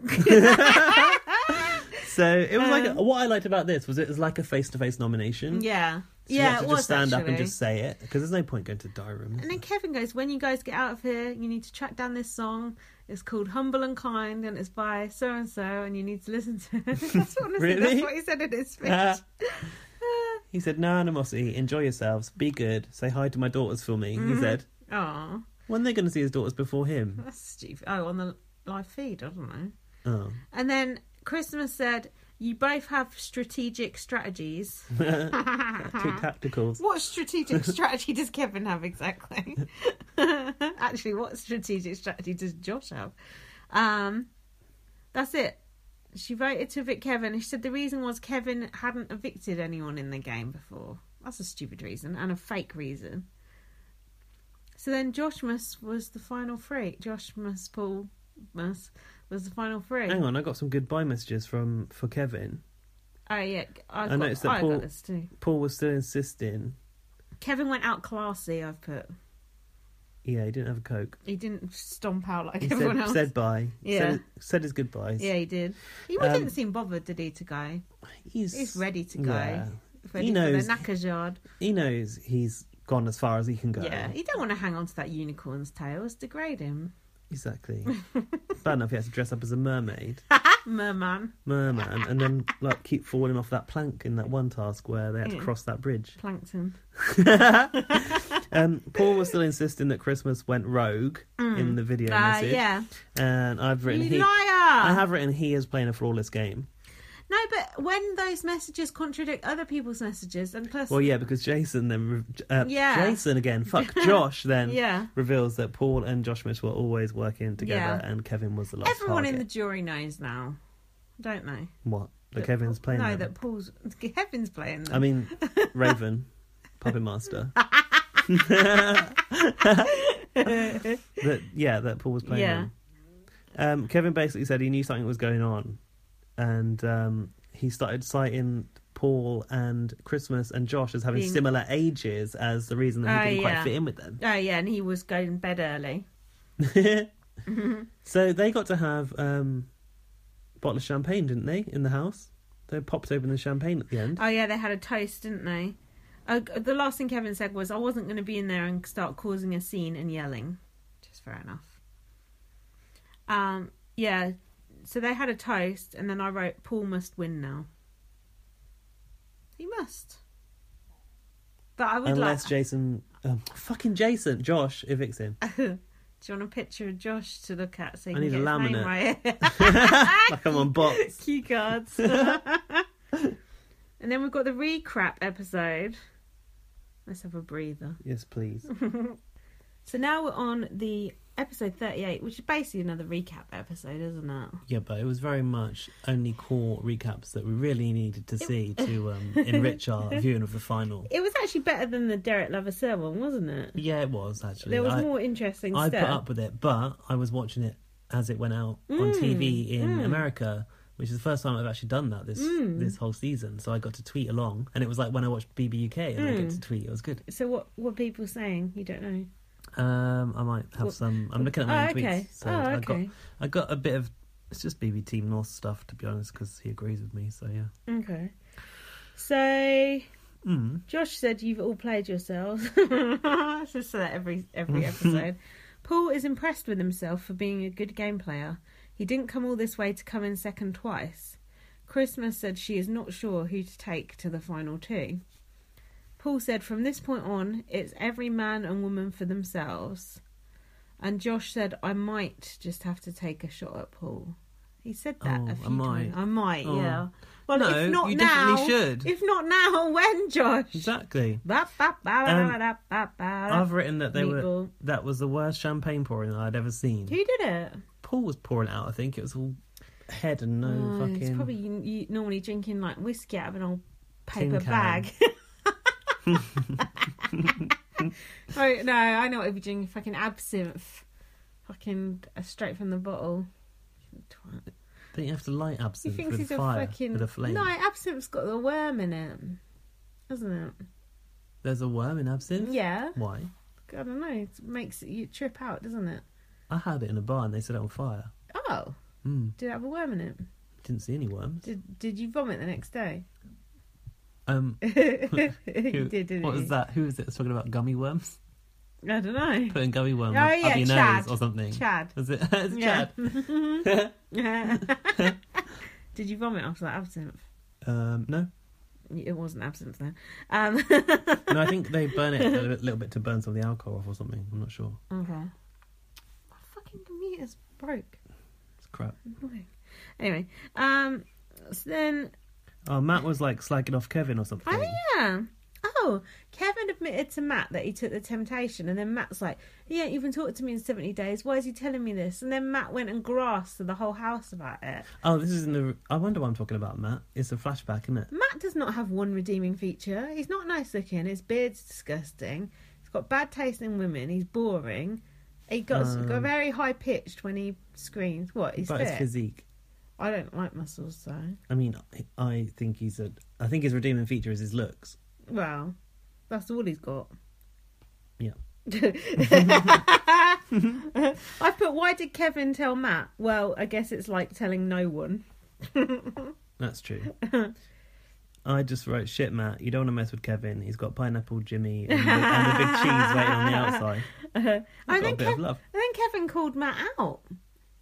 S3: oh.
S4: So it was like
S3: Um,
S4: what I liked about this was it was like a face to face nomination.
S3: yeah.
S4: So you
S3: yeah,
S4: had to
S3: it
S4: just
S3: was
S4: stand up and
S3: actually.
S4: just say it because there's no point going to the diary room.
S3: And
S4: is
S3: then
S4: there?
S3: Kevin goes, When you guys get out of here, you need to track down this song. It's called Humble and Kind and it's by so and so, and you need to listen to it. that's, what, honestly,
S4: Really?
S3: that's what he said in his speech.
S4: Ah. He said, "No animosity. Enjoy yourselves. Be good. Say hi to my daughters for me."
S3: Mm-hmm.
S4: He said,
S3: Oh,
S4: "When they're going to see his daughters before him?"
S3: that's stupid. Oh, on the live feed, I don't know.
S4: Oh,
S3: And then Christmas said, "You both have strategic strategies."
S4: two tacticals.
S3: what strategic strategy does Kevin have exactly? Actually, what strategic strategy does Josh have? Um, that's it. She voted to evict Kevin. and She said the reason was Kevin hadn't evicted anyone in the game before. That's a stupid reason and a fake reason. So then Joshmus was the final three. Joshmus Paul was the final three.
S4: Hang on, I got some goodbye messages from for Kevin.
S3: Oh yeah, I've
S4: I
S3: got,
S4: noticed that
S3: I've
S4: Paul-
S3: got this too.
S4: Paul was still insisting.
S3: Kevin went out classy. I've put.
S4: Yeah, he didn't have a coke.
S3: He didn't stomp out like
S4: He
S3: everyone
S4: said,
S3: else.
S4: said bye.
S3: Yeah.
S4: said, said his goodbyes.
S3: yeah, he did. He
S4: Um,
S3: didn't seem bothered, did he? To go,
S4: he's,
S3: he's ready to go.
S4: Yeah.
S3: Ready
S4: He knows.
S3: for the knackers yard.
S4: He knows he's gone as far as he can go.
S3: Yeah, he don't want to hang on to that unicorn's tail. It's degrade him.
S4: Exactly. Bad enough he has to dress up as a mermaid,
S3: Merman
S4: merman, and then like keep falling off that plank in that one task where they had to
S3: Mm.
S4: cross that bridge.
S3: plankton.
S4: Um, Paul was still insisting that Christmas went rogue in the video
S3: Ah,
S4: message,
S3: yeah,
S4: and I've written
S3: you
S4: he.
S3: liar.
S4: I have written he is playing a flawless game.
S3: No, but when those messages contradict other people's messages, and plus,
S4: Well, yeah, because Jason then, re- uh,
S3: Yeah.
S4: Jason again, fuck Josh then
S3: Yeah.
S4: reveals that Paul and Josh Smith were always working together,
S3: Yeah.
S4: and Kevin was the last.
S3: everyone in the
S4: target.
S3: jury knows now, don't they?
S4: what the
S3: That
S4: Kevin's
S3: Paul-
S4: playing.
S3: No,
S4: them.
S3: that Paul's Kevin's playing. Them.
S4: I mean, Raven, Puppet Master. that yeah, that Paul was playing.
S3: Yeah.
S4: on. Um, Kevin basically said he knew something was going on, and um, he started citing Paul and Christmas and Josh as having
S3: Being-
S4: similar ages as the reason that he
S3: Oh,
S4: didn't quite
S3: yeah.
S4: fit in with them.
S3: Oh yeah, and he was going to bed early.
S4: so they got to have um, a bottle of champagne, didn't they, in the house? They popped open the champagne at the end.
S3: Oh yeah, they had a toast, didn't they? Uh, the last thing Kevin said was, "I wasn't going to be in there and start causing a scene and yelling," which is fair enough. Um, yeah, so they had a toast, and then I wrote, "Paul must win now." He must. But I would
S4: Unless
S3: like.
S4: Jason, um, fucking Jason, Josh evicts him
S3: Do you want a picture of Josh to look at? So you
S4: I
S3: can
S4: need
S3: get
S4: a
S3: his name right.
S4: like I'm on bots.
S3: Cue cards. and then we've got the recrap episode. Let's have a breather.
S4: Yes, please.
S3: So now we're on the episode 38, which is basically another recap episode, isn't it?
S4: Yeah, but it was very much only core recaps that we really needed to see to um, enrich our viewing of the final.
S3: It was actually better than the Derek Lavasseur one, wasn't it?
S4: Yeah, it was actually.
S3: There was
S4: I,
S3: more interesting
S4: I put
S3: stuff.
S4: up with it, but I was watching it as it went out on
S3: Mm,
S4: TV in America, which is the first time I've actually done that this
S3: Mm.
S4: this whole season. So I got to tweet along, and it was like when I watched BBUK and I
S3: Mm.
S4: get to tweet. It was good.
S3: So what were people saying? You don't know.
S4: Um, I might have
S3: Well-
S4: some. I'm looking at my
S3: Oh,
S4: own
S3: okay.
S4: tweets, so
S3: Oh,
S4: I got
S3: okay.
S4: I got a bit of. It's just BB Team North stuff, to be honest, because he agrees with me. So yeah.
S3: Okay. So
S4: Mm.
S3: Josh said you've all played yourselves. I just say that every every episode. Paul is impressed with himself for being a good game player. He didn't come all this way to come in second twice. Christmas said she is not sure who to take to the final two. Paul said from this point on, it's every man and woman for themselves. And Josh said, I might just have to take a shot at Paul. He said that
S4: Oh,
S3: a
S4: I
S3: few
S4: might.
S3: times. I might,
S4: Oh.
S3: yeah. Well,
S4: No,
S3: if not
S4: you
S3: now,
S4: definitely should.
S3: If not now, when, Josh?
S4: Exactly.
S3: Ba, ba, ba,
S4: Um,
S3: ba, ba, ba, ba.
S4: I've written that they were
S3: Meatball.
S4: that was the worst champagne pouring that I'd ever seen.
S3: Who did it?
S4: Paul was pouring it out. I think it was all head and no
S3: Oh,
S4: fucking.
S3: It's probably you, you normally drinking like whiskey out of an old
S4: Tin
S3: paper
S4: can.
S3: bag. oh no, I know what you'd be doing. Fucking absinthe, fucking uh, straight from the bottle. Twat.
S4: Don't you have to light
S3: He
S4: absinthe
S3: thinks
S4: with
S3: he's a
S4: fire
S3: fucking
S4: with a flame?
S3: no. Absinthe's got the worm in it, hasn't it?
S4: There's a worm in absinthe.
S3: Yeah,
S4: Why?
S3: I don't know. It makes you trip out, doesn't it?
S4: I had it in a bar and they set it on fire.
S3: Oh,
S4: Mm,
S3: did it have a worm in it?
S4: didn't see any worms.
S3: Did Did you vomit the next day?
S4: Um,
S3: you
S4: who-
S3: did, didn't
S4: what
S3: you?
S4: was that? Who was it? that was talking about gummy worms.
S3: I don't know.
S4: Putting gummy worms
S3: Oh, yeah,
S4: up your
S3: Chad.
S4: nose or something.
S3: Chad.
S4: Was it? it's
S3: Yeah.
S4: Chad.
S3: Did you vomit after that absinthe?
S4: Um, no,
S3: It wasn't absinthe then. Um,
S4: no. I think they burn it a little bit- little bit to burn some of the alcohol off or something. I'm not sure.
S3: okay. My fucking computer's broke.
S4: It's crap.
S3: Annoying. Anyway, um, so then
S4: Oh, Matt was like slagging off Kevin or something.
S3: Oh yeah. Oh, Kevin admitted to Matt that he took the temptation, and then Matt's like, "He ain't even talked to me in seventy days. Why is he telling me this?" And then Matt went and grassed to the whole house about it.
S4: Oh, this is in the. I wonder what I'm talking about, Matt. It's a flashback, isn't it?
S3: Matt does not have one redeeming feature. He's not nice looking. His beard's disgusting. He's got bad taste in women. He's boring. He got, got very high pitched when he screams. What? He's
S4: Um. But his
S3: fit.
S4: physique.
S3: I don't like muscles though.
S4: I mean, I, I think he's a. I think his redeeming feature is his looks.
S3: Well, that's all he's got.
S4: Yeah.
S3: I put. Why did Kevin tell Matt? Well, I guess it's like telling no one.
S4: That's true. I just wrote, shit, Matt, you don't want to mess with Kevin. He's got pineapple Jimmy and the, and the big cheese waiting on the outside.
S3: Uh, I
S4: got a
S3: think
S4: bit
S3: Kev-
S4: of love.
S3: and then Kevin called Matt out.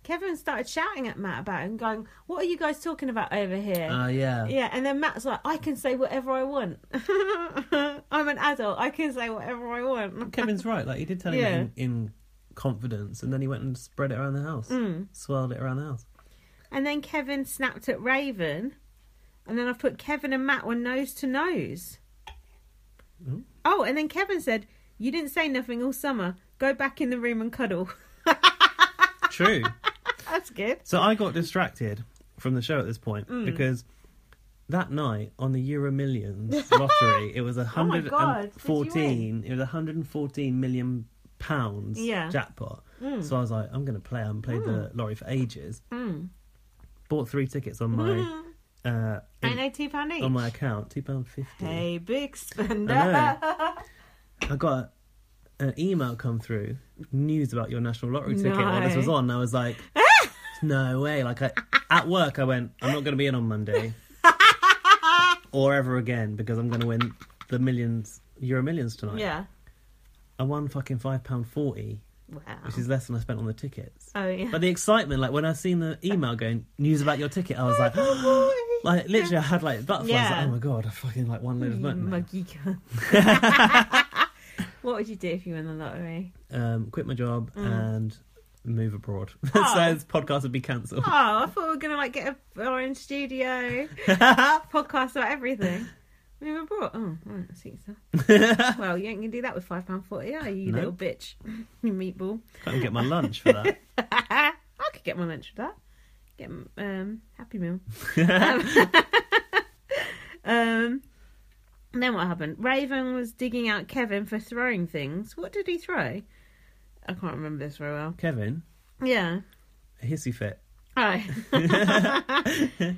S3: Kevin started shouting at Matt about it and going, "What are you guys talking about over here?"
S4: Ah, yeah.
S3: Uh, yeah, and then Matt's like, "I can say whatever I want. I'm an adult. I can say whatever I want."
S4: Kevin's right. Like, he did tell him
S3: Yeah.
S4: in, in confidence, and then he went and spread it around the house, swirled it around the house.
S3: And then Kevin snapped at Raven. And then I put Kevin and Matt were nose to nose.
S4: Oh.
S3: Oh, and then Kevin said, You didn't say nothing all summer. Go back in the room and cuddle.
S4: True.
S3: That's good.
S4: So I got distracted from the show at this point
S3: Mm.
S4: because that night on the Euro Millions lottery, it was a hundred
S3: Oh God,
S4: and
S3: did you
S4: fourteen. It was a hundred and fourteen million pounds
S3: Yeah. Mm.
S4: jackpot. So I was like, I'm going to play. I haven't played the lorry for ages.
S3: Mm.
S4: Bought three tickets on my uh,
S3: Ain't they two pound Mm-hmm. each?
S4: on Oh my account, two pound fifty.
S3: Hey, big spender.
S4: I I got an email come through, news about your national lottery ticket while this
S3: No.
S4: was on. and I was like, no way. Like, I, at work, I went, I'm not going to be in on Monday or ever again because I'm going to win the millions, Euro millions tonight.
S3: Yeah.
S4: I won fucking £5.40,
S3: Wow.
S4: which is less than I spent on the tickets.
S3: Oh, yeah.
S4: But the excitement, like when I seen the email going, news about your ticket, I was like, like literally, I had like butterflies. like,
S3: Yeah. Oh
S4: oh my god, I fucking like one load of
S3: You
S4: money. now.
S3: muggy cunt. what would you do if you won the lottery?
S4: um, quit my job and move abroad. so
S3: Mm. Oh.
S4: this podcast would be cancelled.
S3: Oh, I thought we were going to like get a, our own studio, podcast about everything. We were brought. Oh, right, I see. So. well, you ain't gonna do that with five pound forty, are you, you
S4: No.
S3: little bitch? you meatball.
S4: Can't get my lunch for that.
S3: I could get my lunch with that. Get um happy meal. um, and then what happened? Raven was digging out Kevin for throwing things. What did he throw? I can't remember this very well.
S4: Kevin,
S3: Yeah.
S4: a hissy fit.
S3: Alright. and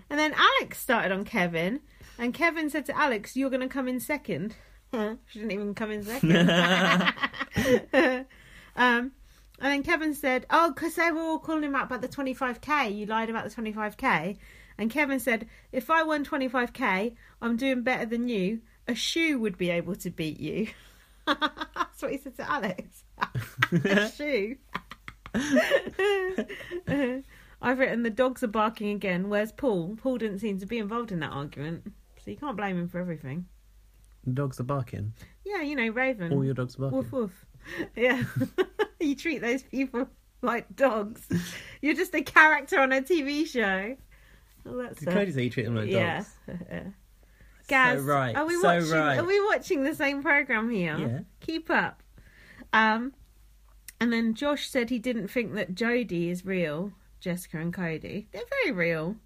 S3: then Alex started on Kevin, and Kevin said to Alex, "You're going to come in second. she didn't even come in second. um, and then Kevin said, "Oh, because they were all calling him out about the 25k. You lied about the 25k." And Kevin said, "If I won 25k, I'm doing better than you. A shoe would be able to beat you." That's what he said to Alex. a shoe. I've written the dogs are barking again. Where's Paul? Paul didn't seem to be involved in that argument, so you can't blame him for everything.
S4: Dogs are barking.
S3: Yeah, you know Raven.
S4: All your dogs are barking.
S3: Woof woof. Yeah. you treat those people like dogs. You're just a character on a TV show. Well, that's
S4: Did
S3: a-
S4: Cody say you treat them like
S3: yeah.
S4: dogs?
S3: Gaz,
S4: So right,
S3: Are we
S4: so
S3: watching
S4: right.
S3: are we watching the same program here?
S4: Yeah.
S3: Keep up. Um and then Josh said he didn't think that Jodie is real, Jessica and Cody. They're very real.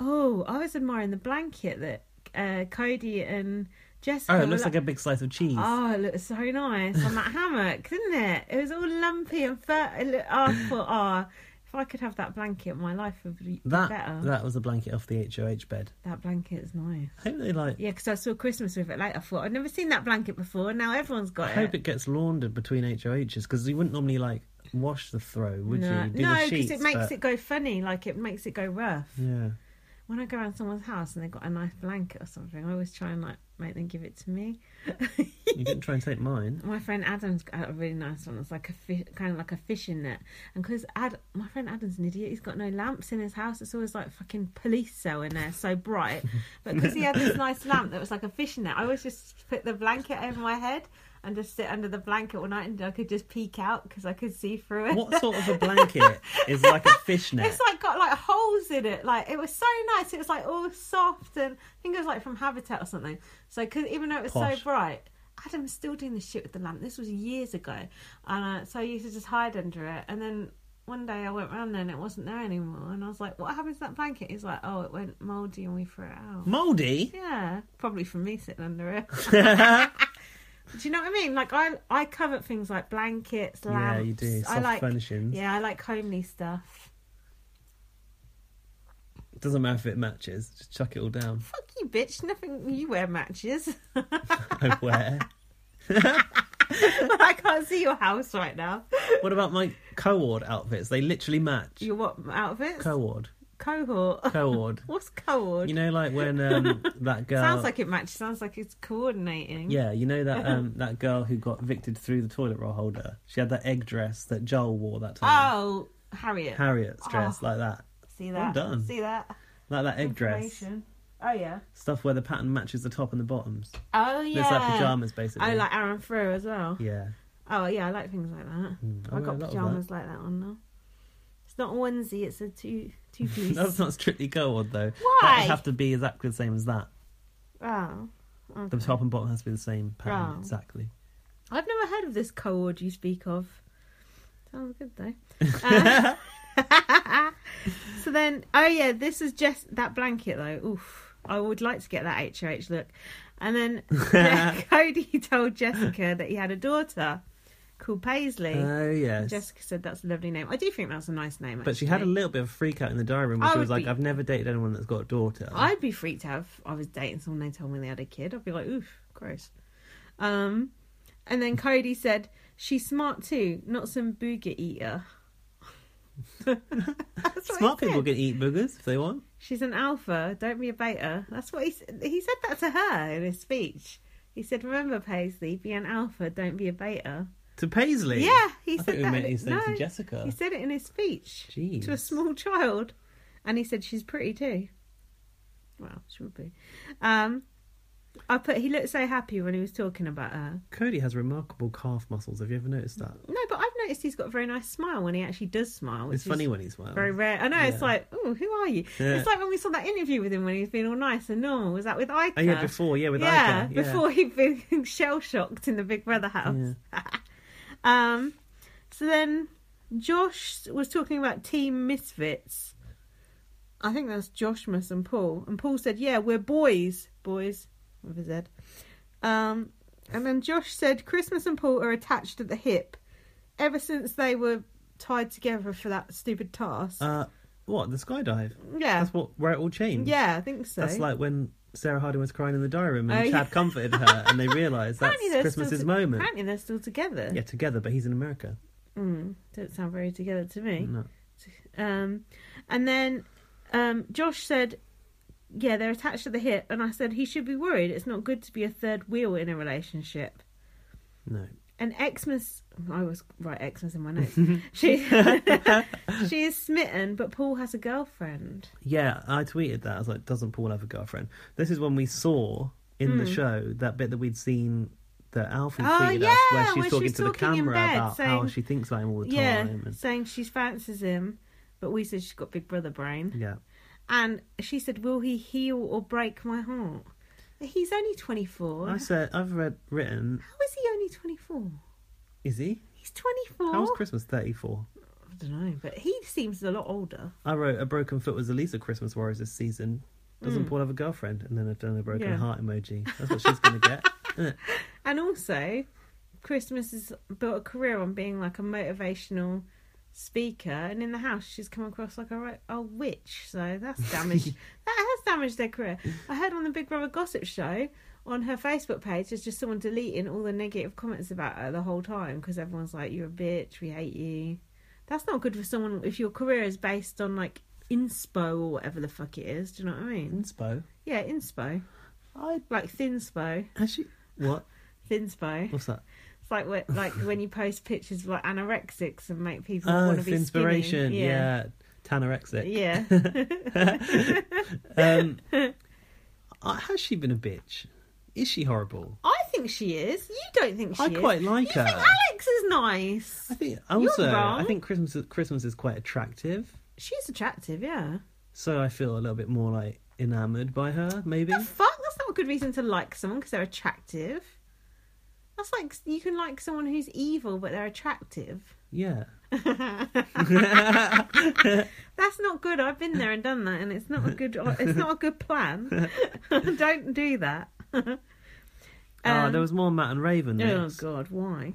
S3: Oh, I was admiring the blanket that uh, Cody and Jessica
S4: Oh,
S3: were
S4: it looks
S3: like-
S4: like a big slice of cheese.
S3: Oh, it looked so nice on that hammock, didn't it? It was all lumpy and fur. It looked, oh, I thought, oh, if I could have that blanket, my life would be be
S4: that
S3: better. That,
S4: that was a blanket off the HOH bed.
S3: blanket's nice.
S4: I hope they like.
S3: Yeah, because I saw Christmas with it later. I thought, I'd never seen that blanket before, and now everyone's got
S4: I
S3: it.
S4: hope it gets laundered between HOHs because you wouldn't normally like wash the throw, would
S3: no,
S4: you? Do
S3: no,
S4: the sheets,
S3: it makes
S4: but-
S3: it go funny, like it makes it go rough.
S4: Yeah.
S3: When I go around someone's house and they've got a nice blanket or something, I always try and like make them give it to me.
S4: You didn't try and take mine.
S3: My friend Adam's got a really nice one. It's like a fish, kind of like a fishing net. And because Ad, my friend Adam's an idiot, he's got no lamps in his house. It's always like fucking police cell in there, so bright. But because he had this nice lamp that was like a fishing net, I always just put the blanket over my head and just sit under the blanket all night, and I could just peek out because I could see through it.
S4: What sort of a blanket is like a fishnet?
S3: It's like got like holes in it. Like it was so nice. It was like all soft and I think it was like from Habitat or something. So cause even though it was
S4: Posh.
S3: so bright, Adam's still doing this shit with the lamp. This was years ago, and uh, so I used to just hide under it. And then one day I went round there and it wasn't there anymore. And I was like, "What happened to that blanket?" He's like, "Oh, it went mouldy and we threw it out."
S4: Mouldy?
S3: Yeah, probably from me sitting under it. Do you know what I mean? Like I, I covet things like blankets,
S4: Yeah,
S3: lamps.
S4: you do.
S3: I
S4: Soft
S3: like
S4: furnishings.
S3: yeah, I like homely stuff.
S4: Doesn't matter if it matches. Just chuck it all down.
S3: Fuck you, bitch. Nothing. You wear matches.
S4: I wear.
S3: I can't see your house right now.
S4: What about my coord outfits? They literally match.
S3: Your what outfits?
S4: Coord.
S3: cohort.
S4: Coord.
S3: What's cohort?
S4: You know, like when um, that girl.
S3: Sounds like it matches. Sounds like it's coordinating.
S4: Yeah, you know that um, that girl who got evicted through the toilet roll holder. She had that egg dress that Joel wore that time.
S3: Oh, Harriet.
S4: Harriet's dress,
S3: Oh.
S4: like that,
S3: see that?
S4: done.
S3: See that?
S4: like that egg dress
S3: Information. Oh yeah.
S4: stuff where the pattern matches the top and the bottoms.
S3: Oh yeah.
S4: It's like pajamas, basically.
S3: I like Aaron Frew as well.
S4: Yeah, Mm,
S3: Oh yeah, I like things like that.
S4: I
S3: I
S4: wear a
S3: got
S4: lot of
S3: pajamas like that on now. It's not a onesie. It's a two two piece.
S4: that's not strictly coord though. That
S3: Why?
S4: would have to be exactly the same as that.
S3: Oh.
S4: The top and bottom has to be the same pattern
S3: Right.
S4: exactly.
S3: I've never heard of this cohort you speak of. Sounds good though. Uh, so then, oh yeah, this is just that blanket though. Oof, I would like to get that HOH look. And then Cody told Jessica that he had a daughter called Paisley.
S4: Oh yes.
S3: Jessica said that's a lovely name. I do think that's a nice name.
S4: But she had a
S3: actually.
S4: little bit of a freak out in the diary room where
S3: I
S4: she was
S3: would
S4: like,
S3: be-
S4: I've never dated anyone that's got a daughter.
S3: I'd be freaked out if I was dating someone and they told me they had a kid. I'd be like, oof, gross. Um, and then Cody said, she's smart too, not some booger eater. That's what he
S4: Smart people
S3: said.
S4: can eat boogers if they want.
S3: She's an alpha, don't be a beta. That's what he said. He said that to her in his speech. He said, remember, Paisley, be an alpha, don't be a beta.
S4: To Paisley.
S3: Yeah, he
S4: I
S3: said
S4: thought you
S3: that.
S4: meant he said
S3: No,
S4: to Jessica.
S3: He said it in his speech
S4: Jeez.
S3: to a small child, and he said she's pretty too. Well, she would be. Um, I put he looked so happy when he was talking about her.
S4: Cody has remarkable calf muscles. Have you ever noticed that?
S3: No, but I've noticed he's got a very nice smile when he actually does smile. which
S4: It's funny
S3: is
S4: when he's well.
S3: very rare. I know it's
S4: Yeah.
S3: like, oh, who are you?
S4: Yeah.
S3: It's like when we saw that interview with him when he's been all nice and normal. Was that with Ica?
S4: Oh yeah, before yeah with
S3: yeah,
S4: Ica,
S3: before he'd been shell shocked in the Big Brother house. um, so then Josh was talking about Team Misfits. I think that's Joshmas and Paul. And Paul said, "Yeah, we're boys, boys with a Z." Um, and then Josh said, "Christmas and Paul are attached at the hip, ever since they were tied together for that stupid task."
S4: Uh, what the skydive?
S3: yeah,
S4: That's what where it all changed.
S3: yeah, I think so.
S4: That's like when Sarah Harding was crying in the diary room and
S3: Oh, yeah.
S4: Chad comforted her, and they realised that's
S3: Apparently they're still
S4: Christmas's
S3: to-
S4: moment.
S3: Apparently they're still together.
S4: Yeah, together, but he's in America.
S3: Mm, don't sound very together to me.
S4: No.
S3: Um, and then um, Josh said, "Yeah, they're attached to the hip." And I said, "He should be worried. It's not good to be a third wheel in a relationship."
S4: No.
S3: And Xmas, I was right Xmas in my notes. she she is smitten, but Paul has a girlfriend.
S4: Yeah, I tweeted that. I was like, doesn't Paul have a girlfriend? This is when we saw in the show that bit that we'd seen that Alfie
S3: Hmm. Oh,
S4: tweeted us where
S3: yeah,
S4: she's
S3: where
S4: talking
S3: she's
S4: to the
S3: talking in
S4: camera
S3: bed,
S4: about how
S3: saying-
S4: she thinks about him all the time.
S3: Yeah,
S4: and-
S3: saying she fancies him, but we said she's got big brother brain.
S4: yeah.
S3: And she said, "Will he heal or break my heart?" He's only twenty four.
S4: I said, I've read, written,
S3: How is he only 24?
S4: is he?
S3: He's 24.
S4: How was Christmas 34?
S3: I don't know, but he seems a lot older.
S4: I wrote, a broken foot was the least of Christmas worries this season. Doesn't Paul have a girlfriend? And then I've done a broken
S3: Hmm. Yeah.
S4: heart emoji. That's what she's going to get. isn't it?
S3: And also, Christmas has built a career on being like a motivational speaker, and in the house, she's come across like a, right- a witch. So that's damaged. that has damaged their career. I heard on the Big Brother Gossip Show. On her Facebook page, there's just someone deleting all the negative comments about her the whole time because everyone's like, "You're a bitch. We hate you." That's not good for someone if your career is based on like inspo or whatever the fuck it is. Do you know what I mean?
S4: Inspo.
S3: Yeah, inspo.
S4: I
S3: Like thin spo.
S4: actually. What?
S3: Thin spo.
S4: What's that?
S3: It's like what, like when you post pictures of like anorexics and make people
S4: Oh,
S3: want to be
S4: inspiration.
S3: Skinny.
S4: Yeah. Tanorexic.
S3: Yeah.
S4: um, uh, has she been a bitch? Is she horrible?
S3: I think she is. You don't think she
S4: I
S3: is.
S4: quite like
S3: You
S4: her.
S3: think Alex is nice.
S4: I think also I
S3: wrong.
S4: think Christmas is- Christmas is quite attractive,
S3: She's attractive, yeah.
S4: so I feel a little bit more like enamored by her. Maybe
S3: The fuck? That's not a good reason to like someone because they're attractive. That's like you can like someone who's evil but they're attractive.
S4: yeah.
S3: Um, That's not good. I've been there and done that, and it's not a good. It's not a good plan. don't do that.
S4: Ah,
S3: Um,
S4: there was more Matt and Raven.
S3: Oh
S4: Next.
S3: God, why?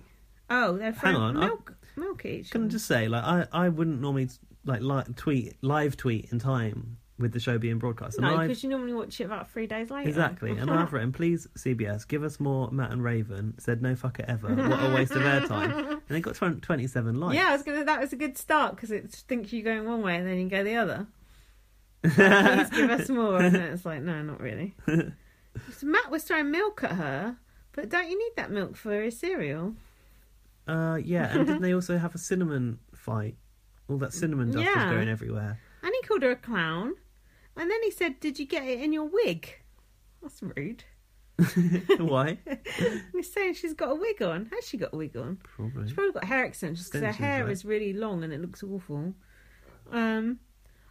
S3: Oh, they're
S4: Hang
S3: friends.
S4: on, I-
S3: milk, milk each.
S4: Can I
S3: other.
S4: just say, like, I, I wouldn't normally like, li tweet live tweet in time with the show being broadcast. And
S3: no,
S4: I've-
S3: because you normally watch it about three days later.
S4: Exactly. And I've written, please, CBS, give us more Matt and Raven. Said no fucker ever. What a waste of airtime. And they got 20 27 likes.
S3: Yeah, I was gonna. That was a good start because it thinks you're going one way and then you go the other. Please give us more, and then it's like, no, not really. So Matt was throwing milk at her, but don't you need that milk for a cereal?
S4: Uh, yeah. And didn't they also have a cinnamon fight? All that cinnamon dust
S3: Yeah.
S4: was going everywhere.
S3: And he called her a clown, and then he said, "Did you get it in your wig?" That's rude.
S4: Why?
S3: He's saying she's got a wig on. Has she got a wig on?
S4: Probably.
S3: She's probably got hair extensions because her
S4: Extensions,
S3: hair
S4: right.
S3: is really long and it looks awful. Um,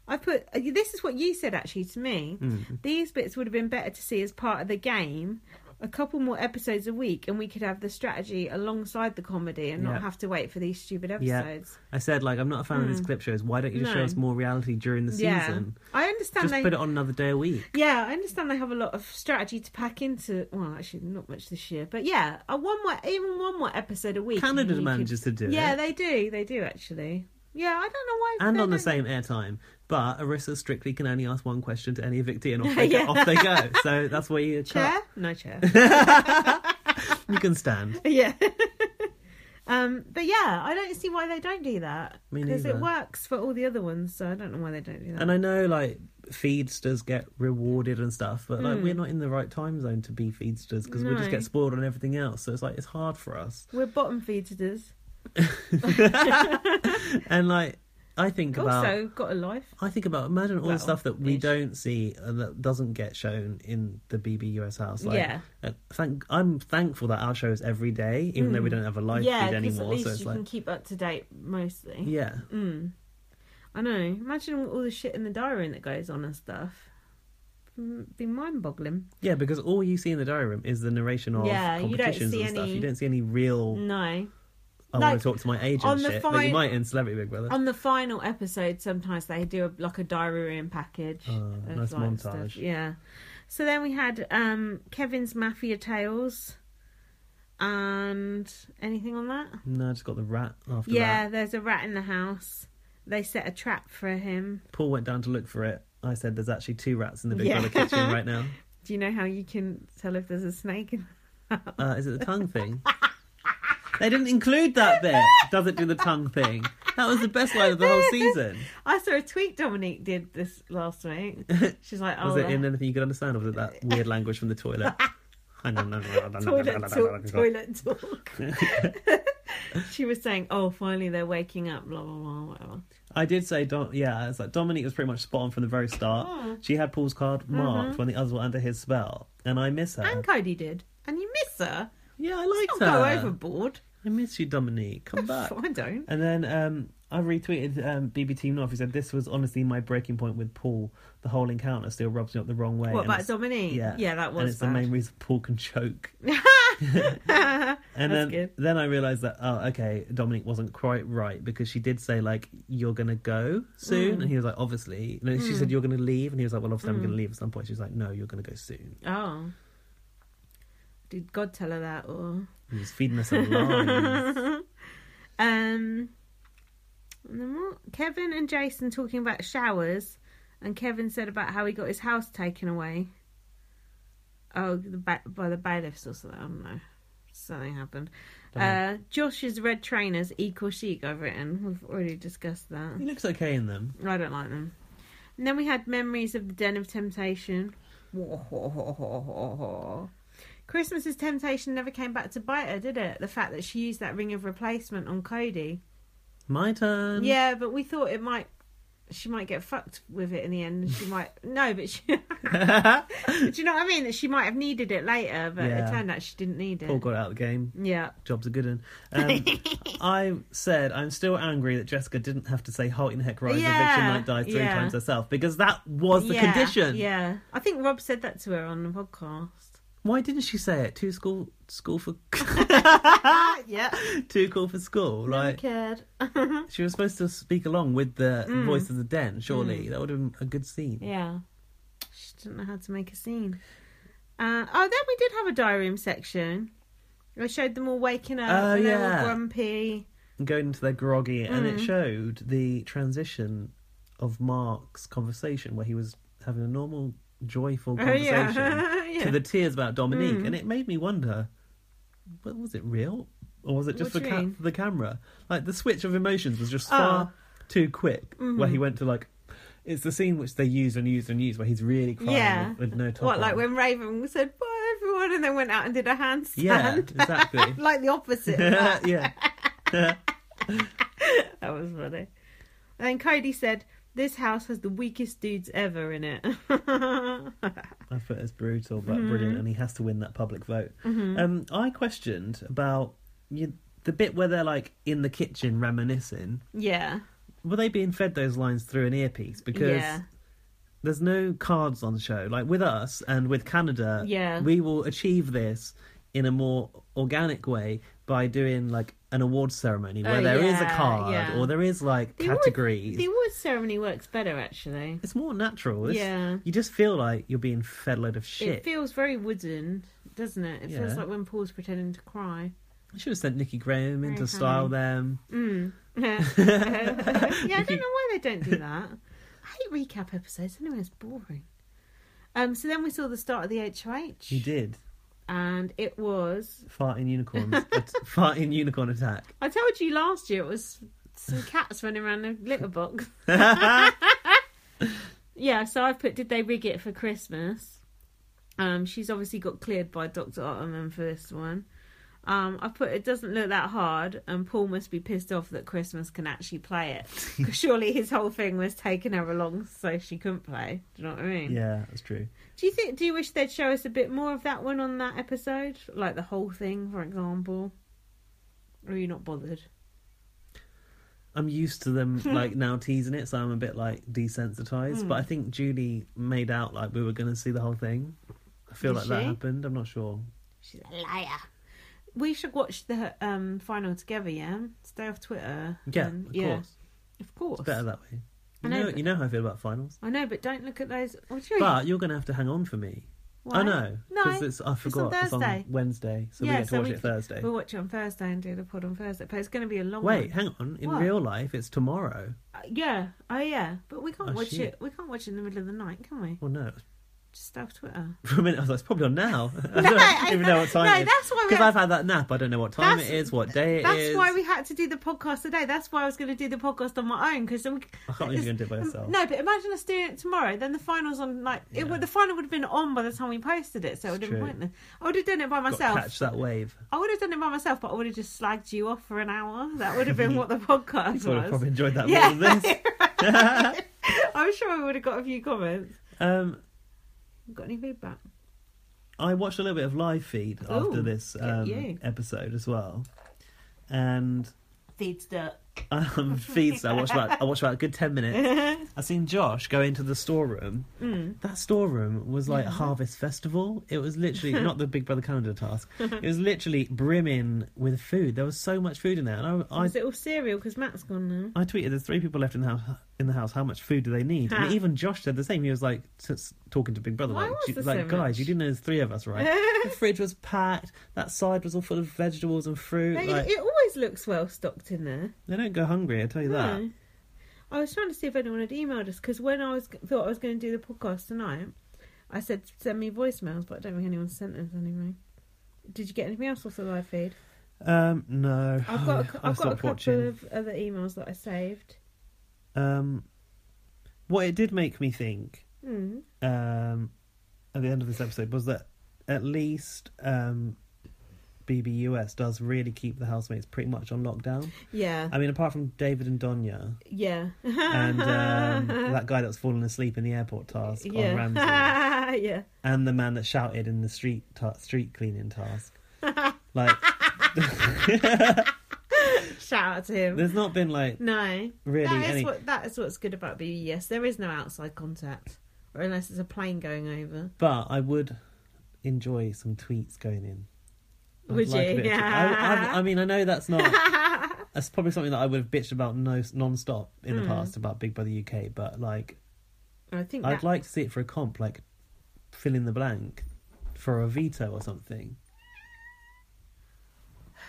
S3: I put uh, this is what you said actually to me.
S4: Mm.
S3: These bits would have been better to see as part of the game. A couple more episodes a week, and we could have the strategy alongside the comedy and
S4: Yeah.
S3: not have to wait for these stupid
S4: Yeah.
S3: episodes.
S4: I said, like, I'm not a fan of these clip shows. Why don't you just show
S3: Hmm. No.
S4: us more reality during the
S3: Yeah,
S4: season?
S3: I understand.
S4: Just
S3: they,
S4: put it on another day a week.
S3: Yeah, I understand they have a lot of strategy to pack into. Well, actually, not much this year, but yeah, a one more, even one more episode a week. and
S4: Canada
S3: you could-
S4: manages to do
S3: Yeah,
S4: it.
S3: they do. They do actually. Yeah, I don't know why.
S4: And
S3: they
S4: on the
S3: don't-
S4: same airtime. But Arissa strictly can only ask one question to any evictee and off they,
S3: Yeah.
S4: go, off they go. So that's where you
S3: chair, no chair.
S4: You can stand.
S3: yeah. um, but yeah, I don't see why they don't do that
S4: Me
S3: because it
S4: neither.
S3: works for all the other ones. So I don't know why they don't do that.
S4: And I know like feedsters get rewarded and stuff, but like we're not in the right time zone to be feedsters because we just
S3: Hmm. No.
S4: get spoiled on everything else. So it's like it's hard for us.
S3: We're bottom feeders.
S4: And like I think about
S3: Also, got a life.
S4: I think about imagine all
S3: Well,
S4: the stuff that we
S3: ish.
S4: don't see and that doesn't get shown in the BBUS house. Like,
S3: Yeah.
S4: uh, thank I'm thankful that our show is every day, even though we don't have a live
S3: Hmm. yeah,
S4: feed
S3: because at
S4: anymore.
S3: least
S4: So
S3: you
S4: it's
S3: can
S4: like,
S3: keep up to date mostly.
S4: yeah,
S3: Mm. I know. Imagine all the shit in the diary room that goes on and stuff. Mm, Be mind boggling.
S4: yeah, because all you see in the diary room is the narration of
S3: Yeah, you don't
S4: competitions
S3: see
S4: and stuff.
S3: any-
S4: You don't see any real.
S3: No.
S4: I
S3: Like,
S4: want to talk to my agent
S3: on the Um,
S4: shit, but
S3: fi-
S4: you might in Celebrity Big Brother.
S3: On the final episode, sometimes they do a, like a diary room package.
S4: Oh,
S3: of,
S4: nice
S3: like,
S4: montage.
S3: Yeah. So then we had um, Kevin's Mafia Tales and anything on that?
S4: no, I just got the rat after
S3: yeah,
S4: that.
S3: there's a rat in the house. They set a trap for him.
S4: Paul went down to look for it. I said, "There's actually two rats in the Big
S3: Yeah.
S4: Brother kitchen right now.
S3: Do you know how you can tell if there's a snake in
S4: Uh, is it the tongue thing?" They didn't include that bit. Does it do the tongue thing? That was the best line of the whole season.
S3: I saw a tweet Dominique did this last week. She's like, oh,
S4: Was it
S3: the
S4: in anything you could understand, or was it that weird language from the toilet? Mm,
S3: toilet talk, toilet talk. she was saying, oh, finally they're waking up, blah, blah, blah, whatever.
S4: I did say, Dom- yeah, it's like Dominique was pretty much spot on from the very start.
S3: Oh.
S4: She had Paul's card marked when the others were under his spell, and I miss her.
S3: Mm-hmm. And Cody did. And you miss her.
S4: yeah, I liked
S3: Don't go
S4: her.
S3: overboard.
S4: I miss you, Dominique. Come back.
S3: I don't.
S4: And then um, I retweeted um, BB Team North. He said, "This was honestly my breaking point with Paul. The whole encounter still rubs me up the wrong way."
S3: What
S4: And
S3: about
S4: it's-
S3: Dominique?
S4: Yeah,
S3: that
S4: And
S3: was
S4: it's the main reason Paul can choke.
S3: bad.
S4: And
S3: That's
S4: then,
S3: good.
S4: then I realized that oh, okay, Dominique wasn't quite right because she did say like you're gonna go
S3: Mm.
S4: soon, and he was like obviously. And then she said you're gonna leave, and he was like well obviously I'm gonna leave at some point. She was like no, you're gonna go soon.
S3: oh. Did God tell her that or
S4: He was feeding us a lie.
S3: um and then what? Kevin and Jason talking about showers and Kevin said about how he got his house taken away. Oh, the ba- by the bailiffs or something. I don't know. Something happened. Uh, Josh's red trainers equal chic. I've written. We've already discussed that.
S4: he looks okay in them.
S3: I don't like them. And then we had Memories of the Den of Temptation. Christmas's temptation never came back to bite her, did it? The fact that she used that ring of replacement on Cody.
S4: My turn.
S3: Yeah, but we thought it might. She might get fucked with it in the end. and She might no, but she. do you know what I mean? That she might have needed it later, but
S4: Yeah.
S3: it turned out she didn't need it.
S4: Paul got out of the game.
S3: yeah,
S4: Job's a good one. Um, I said I'm still angry that Jessica didn't have to say Halting Heck Rise
S3: Yeah,
S4: and Eviction Night Die three
S3: yeah.
S4: times herself because that was the
S3: Yeah,
S4: condition.
S3: Yeah, I think Rob said that to her on the podcast.
S4: Why didn't she say it? Too school, school for
S3: Ah, yeah,
S4: too cool for school. Like
S3: cared.
S4: she was supposed to speak along with the
S3: Mm.
S4: voice of the den. Surely that would have been a good scene.
S3: Yeah. She didn't know how to make a scene. Uh, oh, then we did have a diary room section. I showed them all waking up.
S4: Oh,
S3: and they were
S4: yeah.
S3: grumpy.
S4: And going into their groggy, and
S3: Mm.
S4: it showed the transition of Mark's conversation where he was having a normal, joyful
S3: Oh, yeah.
S4: conversation
S3: Yeah. Mm.
S4: to the tears about Dominique, and it made me wonder, but was it real or was it
S3: What
S4: just for
S3: do you
S4: ca-
S3: mean?
S4: for the camera? Like the switch of emotions was just far
S3: Oh.
S4: too quick. Where
S3: Mm-hmm.
S4: he went to like. It's the scene which they used and used and used where he's really crying
S3: Yeah.
S4: with, with no top
S3: What,
S4: on.
S3: like when Raven said bye everyone and then went out and did a handstand?
S4: Yeah, exactly.
S3: like the opposite. of that.
S4: yeah.
S3: that was funny. And then Cody said, This house has the weakest dudes ever in it. oh,
S4: I thought it's brutal, but
S3: Mm-hmm.
S4: brilliant, and he has to win that public vote. Um, I questioned about you, the bit where they're like in the kitchen reminiscing.
S3: yeah.
S4: Were they being fed those lines through an earpiece? Because
S3: Yeah.
S4: there's no cards on show. Like with us and with Canada,
S3: Yeah.
S4: we will achieve this in a more organic way by doing like an awards ceremony
S3: Oh,
S4: where there is a
S3: yeah,
S4: card
S3: yeah.
S4: or there is like
S3: The award-
S4: categories.
S3: the award ceremony works better, actually.
S4: It's more natural. It's-
S3: Yeah.
S4: You just feel like you're being fed a load of shit.
S3: It feels very wooden, doesn't it? It feels
S4: Yeah.
S3: like when Paul's pretending to cry.
S4: I should have sent Nikki Graham in
S3: Very
S4: to style them.
S3: Mm. yeah, I don't know why they don't do that. I hate recap episodes. Anyway, it's boring. Um, so then we saw the start of the HOH,
S4: You did.
S3: and it was.
S4: Farting unicorns. at- farting unicorn attack.
S3: I told you last year it was some cats running around a litter box. yeah, so I put. Did they rig it for Christmas? Um, she's obviously got cleared by Doctor Ottoman for this one. Um, I put it doesn't look that hard, and Paul must be pissed off that Christmas can actually play it. 'Cause surely his whole thing was taking her along so she couldn't play. Do you know what I mean?
S4: Yeah, that's true.
S3: Do you think? Do you wish they'd show us a bit more of that one on that episode, like the whole thing, for example? Or are you not bothered?
S4: I'm used to them like now teasing it, so I'm a bit like desensitized.
S3: Hmm.
S4: But I think Julie made out like we were going to see the whole thing. I feel
S3: Did
S4: like that
S3: she?
S4: happened. I'm not sure.
S3: She's a liar. We should watch the um, final together, yeah. Stay off Twitter.
S4: Yeah,
S3: and-
S4: of course.
S3: Of course.
S4: Better that way.
S3: I
S4: You
S3: know,
S4: know,
S3: but-
S4: you know how I feel about finals.
S3: I know, but don't look at those. Oh, do you-
S4: But you're going to have to hang on for me.
S3: Why?
S4: I know.
S3: No,
S4: Because it's
S3: it's
S4: I
S3: on
S4: forgot. It's on,
S3: Thursday.
S4: Wednesday, so we
S3: Yeah,
S4: get to
S3: so
S4: watch
S3: we
S4: it
S3: can-
S4: Thursday.
S3: We'll watch it on Thursday and do the pod on Thursday, but it's going to be a long one.
S4: Wait, hang on. In
S3: What?
S4: real life, it's tomorrow.
S3: Uh, yeah, oh yeah, but we can't
S4: Oh,
S3: watch
S4: shit.
S3: it. We can't watch it in the middle of the night, can we?
S4: Well, Oh, no.
S3: Just stay off Twitter.
S4: For a minute, I was like, it's probably on now. I
S3: No,
S4: don't
S3: I-
S4: even know what time
S3: no,
S4: it is.
S3: that's why we
S4: Because
S3: had-
S4: I've had that nap. I don't know what time it
S3: That's-
S4: is, what day it is.
S3: That's why we had to do the podcast today. That's why I was going to do the podcast on my own because I
S4: I can't believe you're going to do it by yourself.
S3: No, but imagine us doing it tomorrow. Then the finals on like it would, the final would have been on by the time we posted it, so it would have been
S4: true.
S3: pointless. I would have done it by
S4: Got to
S3: myself.
S4: catch that wave.
S3: I would have done it by myself, but I would have just slagged you off for an hour. That would have been what the podcast
S4: I would have
S3: was.
S4: probably enjoyed that
S3: Yeah.
S4: more than this.
S3: I'm sure I would have got a few comments.
S4: Um,
S3: Got any feedback?
S4: I watched a little bit of live feed after
S3: Ooh,
S4: this
S3: get you.
S4: um, episode as well, and
S3: Feeds that.
S4: um, feeds. I watched about I watched about a good ten minutes. I seen Josh go into the storeroom. Mm. That storeroom was like a harvest festival. It was literally not the Big Brother calendar task. It was literally brimming with food. There was so much food in there, and I, I
S3: Was it all cereal? Because Matt's gone now.
S4: I tweeted there's three people left in the house. In the house, how much food do they need?
S3: Huh.
S4: And even Josh said the same. He was like t- s- talking to Big Brother,
S3: Why
S4: like,
S3: was
S4: "Do-
S3: there so
S4: like guys, you
S3: much?"
S4: didn't know there's three of us, right? the fridge was packed. That side was all full of vegetables and fruit.
S3: They-
S4: like,
S3: it always looks well stocked in there.
S4: they don't go hungry. I tell you that.
S3: No. I was trying to see if anyone had emailed us because when I was thought I was going to do the podcast tonight, I said send me voicemails, but I don't think anyone sent them anyway. Did you get anything else off the live feed?
S4: Um, no,
S3: I've got a, cou-
S4: Oh, I
S3: I've got a
S4: stopped
S3: couple
S4: watching.
S3: of other emails that I saved.
S4: Um, what it did make me think
S3: Mm.
S4: um, at the end of this episode was that at least um, BBUS does really keep the housemates pretty much on lockdown.
S3: Yeah,
S4: I mean, apart from David and Donya.
S3: yeah,
S4: and um, that guy that's fallen asleep in the airport task on Ramsey,
S3: yeah, yeah.
S4: and the man that shouted in the street ta- street cleaning task. like,
S3: Shout out to him.
S4: there's not been like
S3: No,
S4: Really,
S3: That is
S4: any-
S3: what that is what's good about BBS. There is no outside contact, or unless there's a plane going over.
S4: But I would enjoy some tweets going in. I'd
S3: Would
S4: like a
S3: you?
S4: bit of tweet. I, I, I mean, I know that's not. that's probably something that I would have bitched about no non-stop in
S3: Hmm.
S4: the past about Big Brother UK. But like,
S3: I think
S4: I'd
S3: that,
S4: like to see it for a comp, like fill in the blank for a veto or something.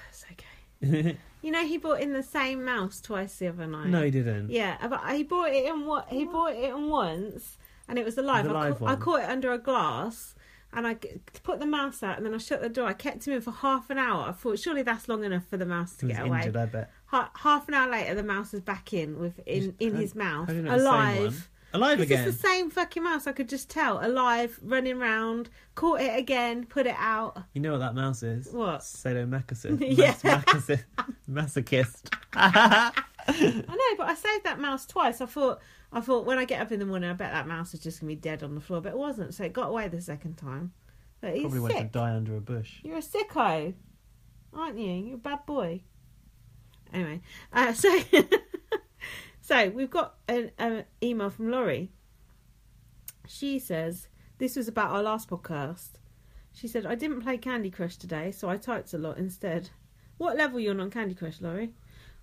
S3: that's okay.
S4: no,
S3: You know, he bought in the same mouse twice the other night.
S4: he didn't.
S3: Yeah, but he bought it in what he bought it in once, and it was alive.
S4: The
S3: I,
S4: live
S3: ca- I
S4: one.
S3: caught it under a glass, and I c- put the mouse out, and then I shut the door. I kept him in for half an hour. I thought surely that's long enough for the mouse to
S4: He was
S3: get away.
S4: injured, I bet.
S3: Ha- half an hour later, the mouse is back in with in, in
S4: How-
S3: his mouth,
S4: how do you know it's the same
S3: alive.
S4: one? Alive
S3: Because
S4: again.
S3: It's the same fucking mouse. I could just tell. Alive, running round, caught it again, put it out.
S4: You know what that mouse is?
S3: What?
S4: Sadomasochist.
S3: Yeah.
S4: Masochist. Masochist.
S3: I know, but I saved that mouse twice. I thought, I thought when I get up in the morning, I bet that mouse is just gonna be dead on the floor, but it wasn't. So it got away the second time. But he's
S4: Probably went to
S3: sick.
S4: die under a bush.
S3: You're a sicko, aren't you? You're a bad boy. Anyway, uh, so so we've got an, an email from Laurie. She says this was about our last podcast. She said I didn't play Candy Crush today, so I typed a lot instead. What level you on on Candy Crush, Laurie?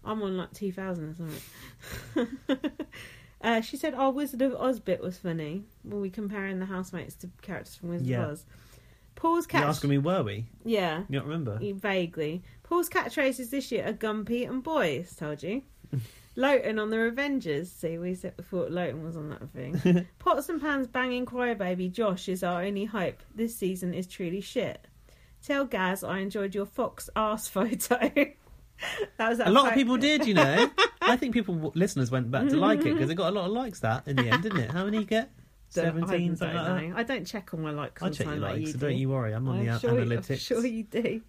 S3: I'm on like 2000 or something. uh, she said our Wizard of Oz bit was funny. Were we comparing the housemates to characters from Wizard
S4: Yeah.
S3: of Oz? Paul's catch.
S4: You're asking me, were we?
S3: Yeah,
S4: You don't remember?
S3: vaguely. Paul's catchphrases this year are Gumpy and Boys, told you. Lowton on the Revengers. See, we said before Lowton was on that thing. Pots and Pans banging crybaby Josh is our only hope. This season is truly shit. Tell Gaz I enjoyed your fox ass photo. that was that
S4: A lot of
S3: pho-
S4: people did, you know. I think people, w- listeners, went back to like it because it got a lot of likes that in the end, didn't it? How many you get?
S3: Don't- I
S4: 17, something
S3: don't
S4: like that.
S3: know. I don't check on my likes.
S4: I check your
S3: sometime like
S4: likes,
S3: you
S4: so don't
S3: do.
S4: you worry. I'm on
S3: I'm
S4: the a-
S3: sure, you- I'm
S4: analytics.
S3: sure you do.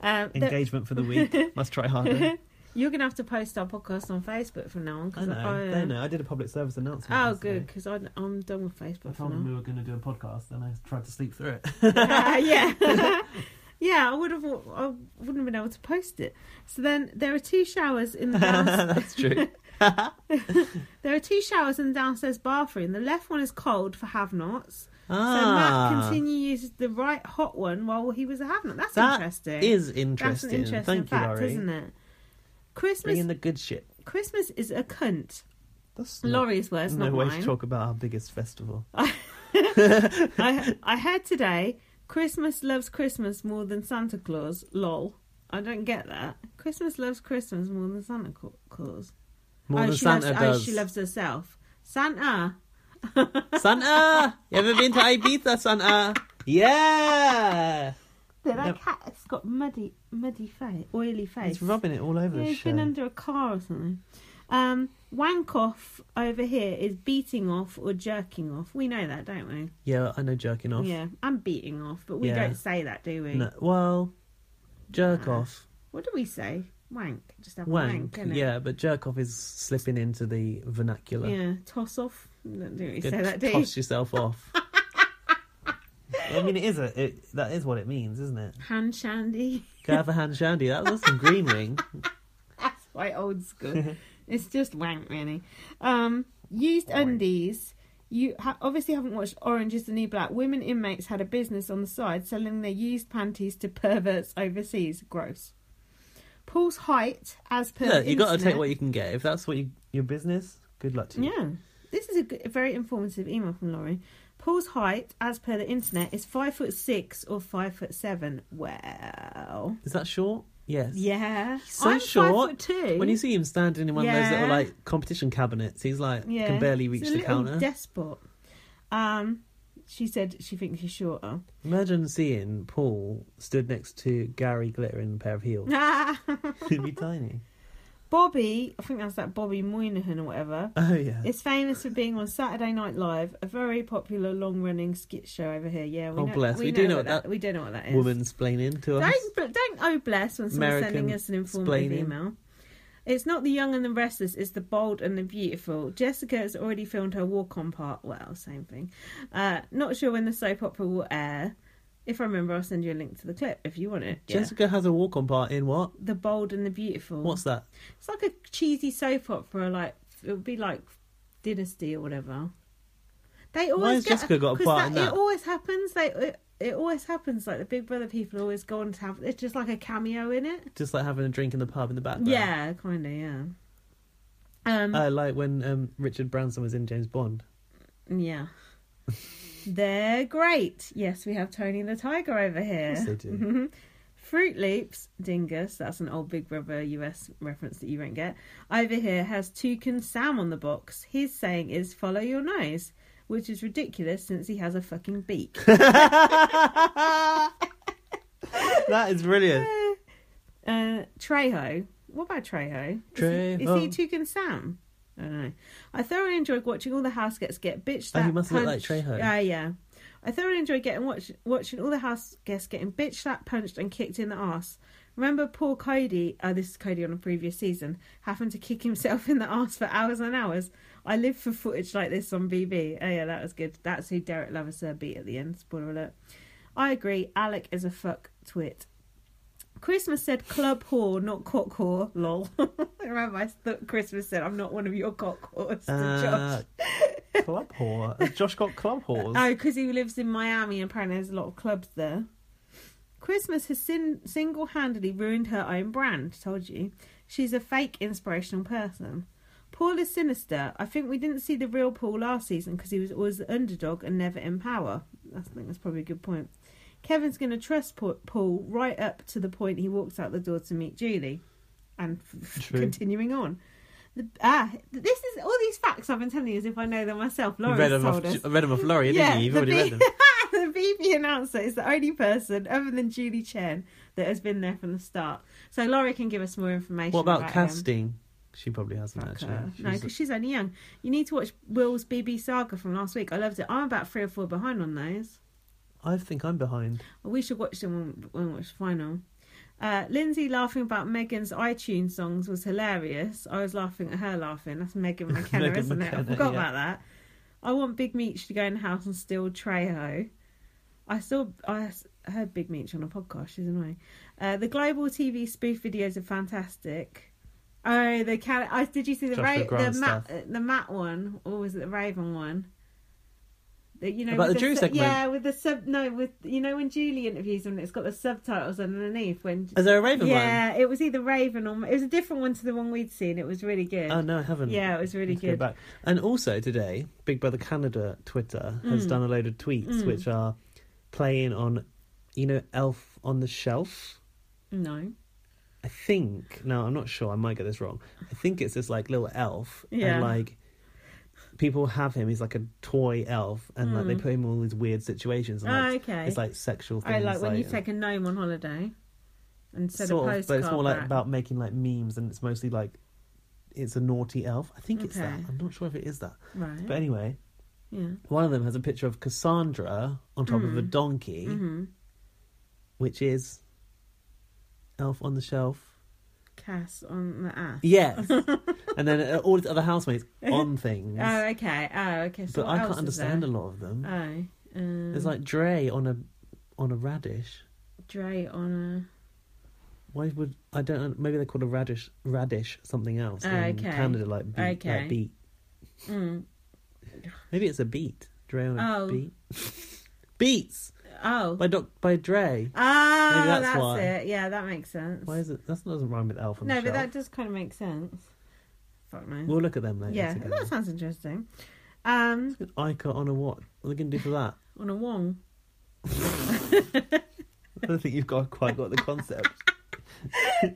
S3: Um, the-
S4: Engagement for the week. Must try harder.
S3: you're gonna have to post our podcast on Facebook from now on.
S4: I
S3: Cause
S4: know.
S3: I, uh,
S4: They know. I did a public service announcement.
S3: Oh,
S4: yesterday.
S3: good, because I'm, I'm done with
S4: I
S3: Facebook for
S4: told them
S3: now.
S4: we were going to do a podcast, and I tried to sleep through it.
S3: Uh, yeah. yeah, I would have I wouldn't have been able to post it. So then there are two showers in the downstairs.
S4: That's true.
S3: there are two showers in the downstairs bathroom. The left one is cold for have-nots. So Matt
S4: Ah,
S3: continued to use the right hot one while he was a have-not. That's
S4: that
S3: interesting.
S4: is
S3: That's an
S4: interesting.
S3: interesting
S4: Thank you,
S3: fact,
S4: Laurie.
S3: isn't it? Christmas
S4: Bring in the good shit.
S3: Christmas is a cunt.
S4: That's
S3: Laurie's words,
S4: no
S3: not
S4: way
S3: mine.
S4: to talk about our biggest festival.
S3: I I heard today Christmas loves Christmas more than Santa Claus. Lol. I don't get that. Christmas loves Christmas more than Santa Cla- Claus.
S4: More
S3: oh,
S4: than
S3: she
S4: Santa
S3: loves,
S4: does.
S3: Oh, she loves herself. Santa.
S4: Santa! You ever been to Ibiza, Santa? Yeah!
S3: Look, that
S4: No.
S3: cat's got muddy, muddy face, oily face.
S4: He's rubbing it all over
S3: Yeah,
S4: the
S3: he's been
S4: show.
S3: under a car or something. Um, wank off over here is beating off or jerking off. We know that, don't we?
S4: Yeah, I know jerking off.
S3: Yeah, I'm beating off, but we
S4: Yeah.
S3: don't say that, do we?
S4: No, well, jerk
S3: Ah,
S4: off.
S3: What do we say? Wank. Just have a wank.
S4: Wank.
S3: innit?
S4: yeah, but jerk off is slipping into the vernacular.
S3: Yeah, toss off. Don't do it.
S4: Go
S3: Say that, do you?
S4: toss yourself off. I mean, it is a it, that is what it means, isn't it?
S3: Hand shandy.
S4: Go have a hand shandy. That was some green ring.
S3: That's quite old school. it's just wank, really. Um, used undies. You ha- obviously haven't watched Orange is the New Black. Women inmates had a business on the side selling their used panties to perverts overseas. Gross. Paul's height, as per.
S4: Look, you got to take
S3: internet-
S4: what you can get. If that's what you your business, good luck to you.
S3: Yeah. This is a, g- a very informative email from Laurie. Paul's height, as per the internet, is five foot six or five foot seven. Well,
S4: Is that short? Yes.
S3: yeah,
S4: So
S3: I'm
S4: short.
S3: Five foot two.
S4: When you see him standing in one of those little
S3: Yeah.
S4: like competition cabinets, he's like can barely reach
S3: He's a
S4: the
S3: little
S4: counter.
S3: Despot. Um, she said she thinks he's shorter.
S4: Imagine seeing Paul stood next to Gary Glitter in a pair of heels. He'd be tiny.
S3: Bobby, I think that's that Bobby Moynihan or whatever.
S4: Oh yeah.
S3: Is famous for being on Saturday Night Live, a very popular long-running skit show over here. Yeah, we
S4: Oh,
S3: know,
S4: bless.
S3: We,
S4: We do know what that
S3: We do know what that is.
S4: Woman splaining to us.
S3: Don't, but don't oh bless when someone's
S4: American
S3: sending us an informative
S4: splaining.
S3: email. It's not the young and the restless, it's the bold and the beautiful. Jessica has already filmed her walk on part. Well, same thing. Uh, not sure when the soap opera will air. If I remember, I'll send you a link to the clip if you want it. Yeah.
S4: Jessica has a walk on part in what?
S3: The Bold and the Beautiful.
S4: What's that?
S3: It's like a cheesy soap opera, like, it would be like Dynasty or whatever. They always
S4: has
S3: get,
S4: Jessica got a
S3: 'cause
S4: part in that?
S3: It always happens. They, it, it always happens. Like the Big Brother people always go on to have. It's just like a cameo in it.
S4: Just like having a drink in the pub in the background.
S3: Yeah, kind of, yeah. Um,
S4: Uh, like when um, Richard Branson was in James Bond.
S3: yeah. They're great. Yes, we have Tony the Tiger over here.
S4: Yes, they do.
S3: Mhm. Fruit Loops, Dingus, that's an old Big Brother US reference that you won't get, over here has Toucan Sam on the box. His saying is follow your nose, which is ridiculous since he has a fucking beak.
S4: That is brilliant.
S3: Uh, Trejo. What about Trejo? Is he,
S4: Trejo.
S3: is he Toucan Sam? I don't know. I thoroughly enjoyed watching all the house gets get bitched
S4: Oh,
S3: at.
S4: he must look like
S3: punched-
S4: Trejo.
S3: Yeah, yeah. I thoroughly enjoyed getting watch, watching all the house guests getting bitched slapped, punched, and kicked in the ass. Remember poor Cody? Oh, this is Cody on a previous season. Happened to kick himself in the ass for hours and hours. I live for footage like this on BB. Oh yeah, that was good. That's who Derek Lavasser beat at the end. Spoiler alert. I agree. Alec is a fuck twit. Christmas said club whore, not cock whore. Lol. Remember, I thought Christmas said, "I'm not one of your cock whores." To
S4: Uh,
S3: Josh.
S4: club whore. Has Josh got club whores?
S3: Oh, because he lives in Miami and apparently there's a lot of clubs there. Christmas has sin- single handedly ruined her own brand, told you. She's a fake inspirational person. Paul is sinister. I think we didn't see the real Paul last season because he was always the underdog and never in power. I think that's probably a good point. Kevin's going to trust Pa- Paul right up to the point he walks out the door to meet Julie. And f- f-
S4: True.
S3: continuing on. The, ah, this is all these facts I've been telling you as if I know them myself.
S4: you
S3: Laura's
S4: read them,
S3: told
S4: off,
S3: us.
S4: read them off Laurie, didn't you? You've
S3: the
S4: already read
S3: B-
S4: them.
S3: the BB announcer is the only person, other than Julie Chen, that has been there from the start. So Laurie can give us more information.
S4: What about
S3: him.
S4: casting? She probably hasn't
S3: Fuck
S4: actually.
S3: her. No,
S4: She's-
S3: because she's only young. You need to watch Will's BB Saga from last week. I loved it. I'm about three or four behind on those.
S4: I think I'm behind.
S3: We should watch them when, when we watch the final. Uh, Lindsay laughing about Megan's iTunes songs was hilarious. I was laughing at her laughing. That's Megan McKenna,
S4: Megan
S3: isn't it? I
S4: McKenna,
S3: forgot
S4: yeah.
S3: about that. I want Big Meech to go in the house and steal Trejo. I saw I s- heard Big Meech on a podcast. She's annoying. Uh, the global TV spoof videos are fantastic. Oh, the can. I did you see the
S4: Josh
S3: ra-
S4: McGrath
S3: the Matt
S4: stuff.
S3: uh, the Matt one or was it the Raven one? The, you know
S4: About
S3: with
S4: the Drew
S3: su-
S4: segment?
S3: Yeah, Uh, with the sub. No, with you know when Julie interviews them, it's got the subtitles underneath. When
S4: Is there a Raven
S3: yeah, it was either Raven or it was a different one to the one we'd seen. It was really good.
S4: one? Oh no, I haven't.
S3: Yeah, it was really
S4: Need to go
S3: good.
S4: back. And also today, Big Brother Canada Twitter
S3: Mm.
S4: has done a load of tweets which are playing on, you know, Elf on the Shelf.
S3: No,
S4: I think no, I'm not sure. I might get this wrong. I think it's this like little elf,
S3: Yeah.
S4: and like people have him. He's like a toy elf, and like they put him in all these weird situations. And,
S3: Ah,
S4: like,
S3: Hmm. okay.
S4: It's like sexual things.
S3: I like when you
S4: and-
S3: take a gnome on holiday and send a
S4: sort
S3: postcard.
S4: of, but it's more like
S3: back.
S4: about making like memes, and it's mostly like it's a naughty elf. I think it's that.
S3: Okay.
S4: I'm not sure if it is that.
S3: right.
S4: But anyway,
S3: yeah.
S4: one of them has a picture of Cassandra on top of a donkey,
S3: Hmm. Mm-hmm.
S4: which is Elf on the Shelf.
S3: Cass on the ass.
S4: Yes, and then uh, all the other housemates on things.
S3: Oh, okay. Oh, okay. So
S4: but
S3: what
S4: I
S3: else
S4: can't
S3: is
S4: understand
S3: there?
S4: a lot of them.
S3: Oh, um,
S4: There's like Dre on a on a radish.
S3: Dre on
S4: Why would I don't? Maybe they call a radish radish something else
S3: Oh,
S4: in
S3: okay.
S4: Canada, like beet. like
S3: Okay.
S4: beet.
S3: a. Mm.
S4: Maybe it's a beat. Dre on a
S3: Oh.
S4: beat. Beats
S3: Oh.
S4: by Doc by Dre.
S3: Ah,
S4: Maybe that's
S3: that's,
S4: why.
S3: it. Yeah, that makes sense.
S4: Why is it? That doesn't rhyme with Elf on
S3: no,
S4: the
S3: but
S4: Shelf.
S3: that does kind of make sense. Fuck no.
S4: We'll look at them later.
S3: yeah,
S4: together.
S3: that sounds interesting. Um,
S4: An Ica on a what? What are they going to do for that?
S3: on a Wong.
S4: I don't think you've got quite got the concept.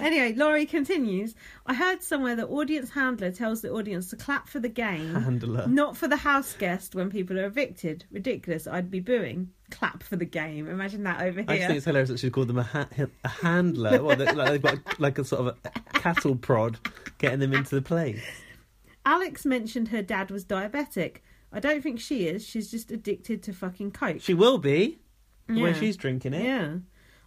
S3: Anyway, Laurie continues. I heard somewhere the audience handler tells the audience to clap for the game,
S4: Handler.
S3: not for the house guest when people are evicted. Ridiculous! I'd be booing. Clap for the game. Imagine that over
S4: I just
S3: here.
S4: think it's hilarious that she called them a, ha- a handler. What, they, like they've got like a sort of a cattle prod getting them into the place.
S3: Alex mentioned her dad was diabetic. I don't think she is. She's just addicted to fucking coke.
S4: She will be when
S3: Yeah.
S4: she's drinking it.
S3: Yeah.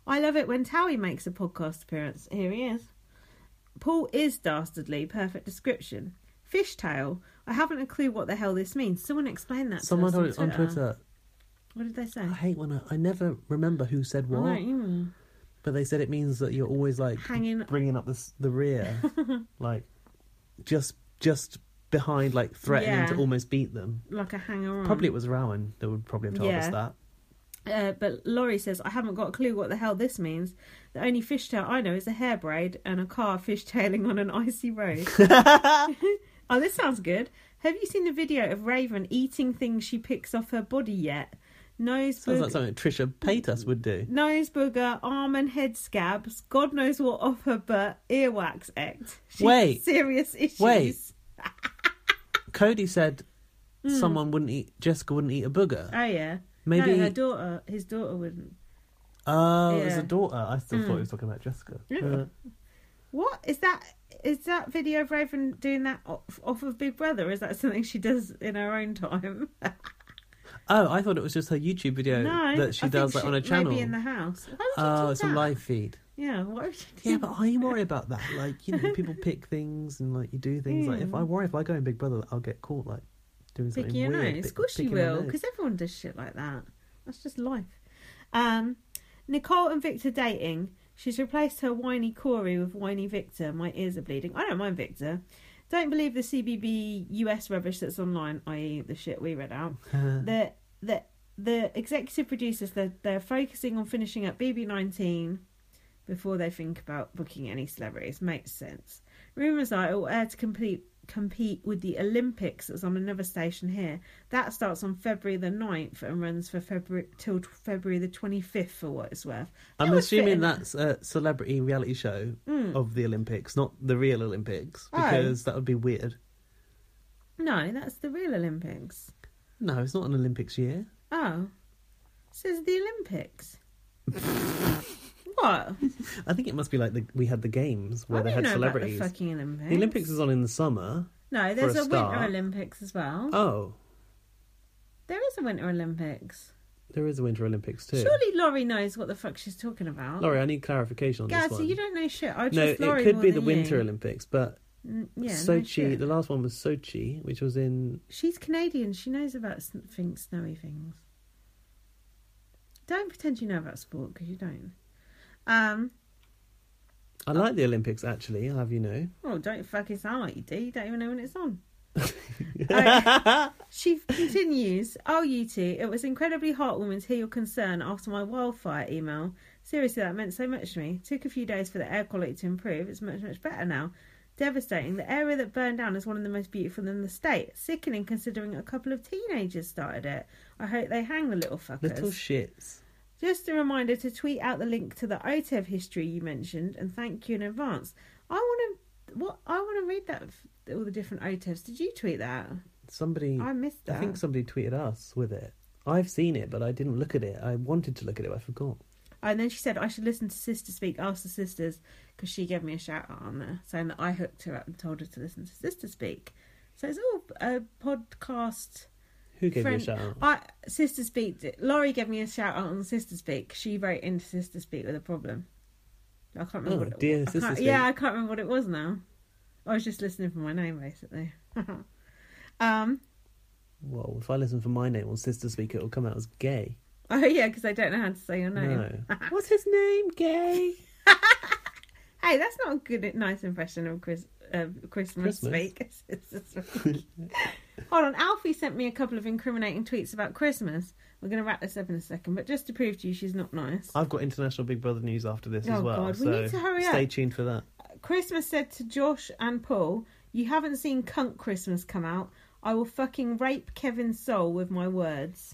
S3: I love it when Towie makes a podcast appearance. Here he is. Paul is dastardly. Perfect description. Fishtail. I haven't a clue what the hell this means. Someone explain that
S4: Someone
S3: to
S4: on,
S3: us
S4: on Twitter.
S3: What did they say?
S4: I hate when I, I never remember who said
S3: I
S4: what,
S3: don't even-
S4: but they said it means that you're always like
S3: Hanging-
S4: bringing up the s- the rear, like just just behind, like threatening
S3: Yeah.
S4: to almost beat them.
S3: Like a hanger on.
S4: Probably it was Rowan that would probably have told us
S3: Yeah.
S4: that.
S3: Uh, but Laurie says, I haven't got a clue what the hell this means. The only fishtail I know is a hair braid and a car fishtailing on an icy road. oh, this sounds good. Have you seen the video of Raven eating things she picks off her body yet? Nose
S4: Sounds
S3: boog-
S4: like something Trisha Paytas would do.
S3: nose booger, arm and head scabs, God knows what off her butt, earwax act. She's
S4: Wait.
S3: Serious issues.
S4: Wait. Cody said
S3: Hmm.
S4: someone wouldn't eat. Jessica wouldn't eat a booger.
S3: Oh, yeah.
S4: Maybe-
S3: No, her daughter, his daughter wouldn't.
S4: Oh, it was
S3: Yeah. Hmm.
S4: a daughter. I still thought he was talking about Jessica. Uh,
S3: What is that? Is that video of Raven doing that off, off of Big Brother? Is that something she does in her own time?
S4: oh, I thought it was just her YouTube video
S3: no,
S4: that she
S3: I
S4: does
S3: think
S4: like on her
S3: she-
S4: channel.
S3: Maybe in the house. Why would she
S4: Oh,
S3: do
S4: it's a
S3: that?
S4: live feed.
S3: Yeah, why would she do
S4: Yeah, but I worry about that. Like, you know, people pick things and like you do things. Like, if I worry if I go in Big Brother, I'll get caught like doing
S3: pick
S4: something
S3: Hmm. your nose?
S4: weird. pick-
S3: Of course you
S4: picking my
S3: will,
S4: nose.
S3: because everyone does shit like that. That's just life. Um, Nicole and Victor dating. She's replaced her whiny Corey with whiny Victor. My ears are bleeding. I don't mind Victor. Don't believe the CBB US rubbish that's online, i.e., the shit we read out. the the the executive producers they're, they're focusing on finishing up BB19 before they think about booking any celebrities. Makes sense. Rumours are it will air to complete compete with the Olympics that's on another station here. That starts on February the 9th and runs for February till February the 25th for what it's worth.
S4: I'm
S3: That would fit
S4: assuming
S3: in. Hmm.
S4: that's a celebrity reality show of the Olympics, not the real Olympics,
S3: Oh.
S4: because that would be weird.
S3: No, that's the real Olympics.
S4: No, it's not an Olympics year.
S3: Oh. Says the Olympics. what?
S4: I think it must be like the, we had the games where
S3: I
S4: they
S3: don't
S4: had
S3: know
S4: celebrities.
S3: about the fucking Olympics.
S4: The Olympics is on in the summer.
S3: No, there's
S4: a
S3: a, Winter
S4: start.
S3: Olympics as well.
S4: Oh,
S3: There is a Winter Olympics.
S4: There is Winter Olympics too.
S3: Surely Laurie knows what the fuck she's talking about.
S4: Laurie, I need clarification on
S3: Gaz,
S4: this one.
S3: you don't know shit. I trust
S4: no,
S3: Laurie
S4: it could
S3: more
S4: be
S3: than
S4: the
S3: you.
S4: Winter Olympics, but
S3: Mm, Yeah, no
S4: Sochi.
S3: shit.
S4: the last one was Sochi, which was in.
S3: She's Canadian. She knows about s- things, snowy things. Don't pretend you know about sport because you don't. Um. Oh.
S4: I like the Olympics actually. I'll have you know.
S3: Well, don't fucking sound like you do. You don't even know when it's on. Alright. She continues, Oh, you two, it was incredibly heartwarming to hear your concern after my wildfire email. Seriously, that meant so much to me. Took a few days for the air quality to improve. It's much, much better now. Devastating. The area that burned down is one of the most beautiful in the state. Sickening considering a couple of teenagers started it. I hope they hang the little fuckers.
S4: Little shits.
S3: Just a reminder to tweet out the link to the OTEV history you mentioned, and thank you in advance. I want to what I want to read that f- all the different OTEVs. Did you tweet that?
S4: Somebody.
S3: I missed
S4: Mm. I
S3: that.
S4: think somebody tweeted us with it. I've seen it, but I didn't look at it. I wanted to look at it, but I forgot.
S3: And then she said I should listen to Sister Speak. Ask the sisters because she gave me a shout out on there, saying that I hooked her up and told her to listen to Sister Speak. So it's all a podcast.
S4: Who gave
S3: friend-
S4: you a shout out?
S3: I Sister Speak. did- Laurie gave me a shout out on Sister Speak. She wrote into Sister Speak with a problem. I can't remember.
S4: Oh,
S3: what it
S4: dear
S3: was. I
S4: Sister
S3: can't-
S4: Speak.
S3: Yeah, I can't remember what it was now. I was just listening for my name basically. um.
S4: Well, if I listen for my name on Sister Speak, it'll come out as gay.
S3: Oh yeah, because I don't know how to say your name.
S4: No. What's his name? Gay.
S3: Hey, that's not a good, nice impression of Chris, uh, Christmas,
S4: Christmas.
S3: week. Hold on, Alfie sent me a couple of incriminating tweets about Christmas. We're going to wrap this up in a second, but just to prove to you she's not nice.
S4: I've got international Big Brother news after this
S3: Oh,
S4: as well.
S3: God, we
S4: so
S3: need to hurry
S4: stay
S3: up.
S4: tuned for that.
S3: Christmas said to Josh and Paul, You haven't seen Cunt Christmas come out. I will fucking rape Kevin's soul with my words.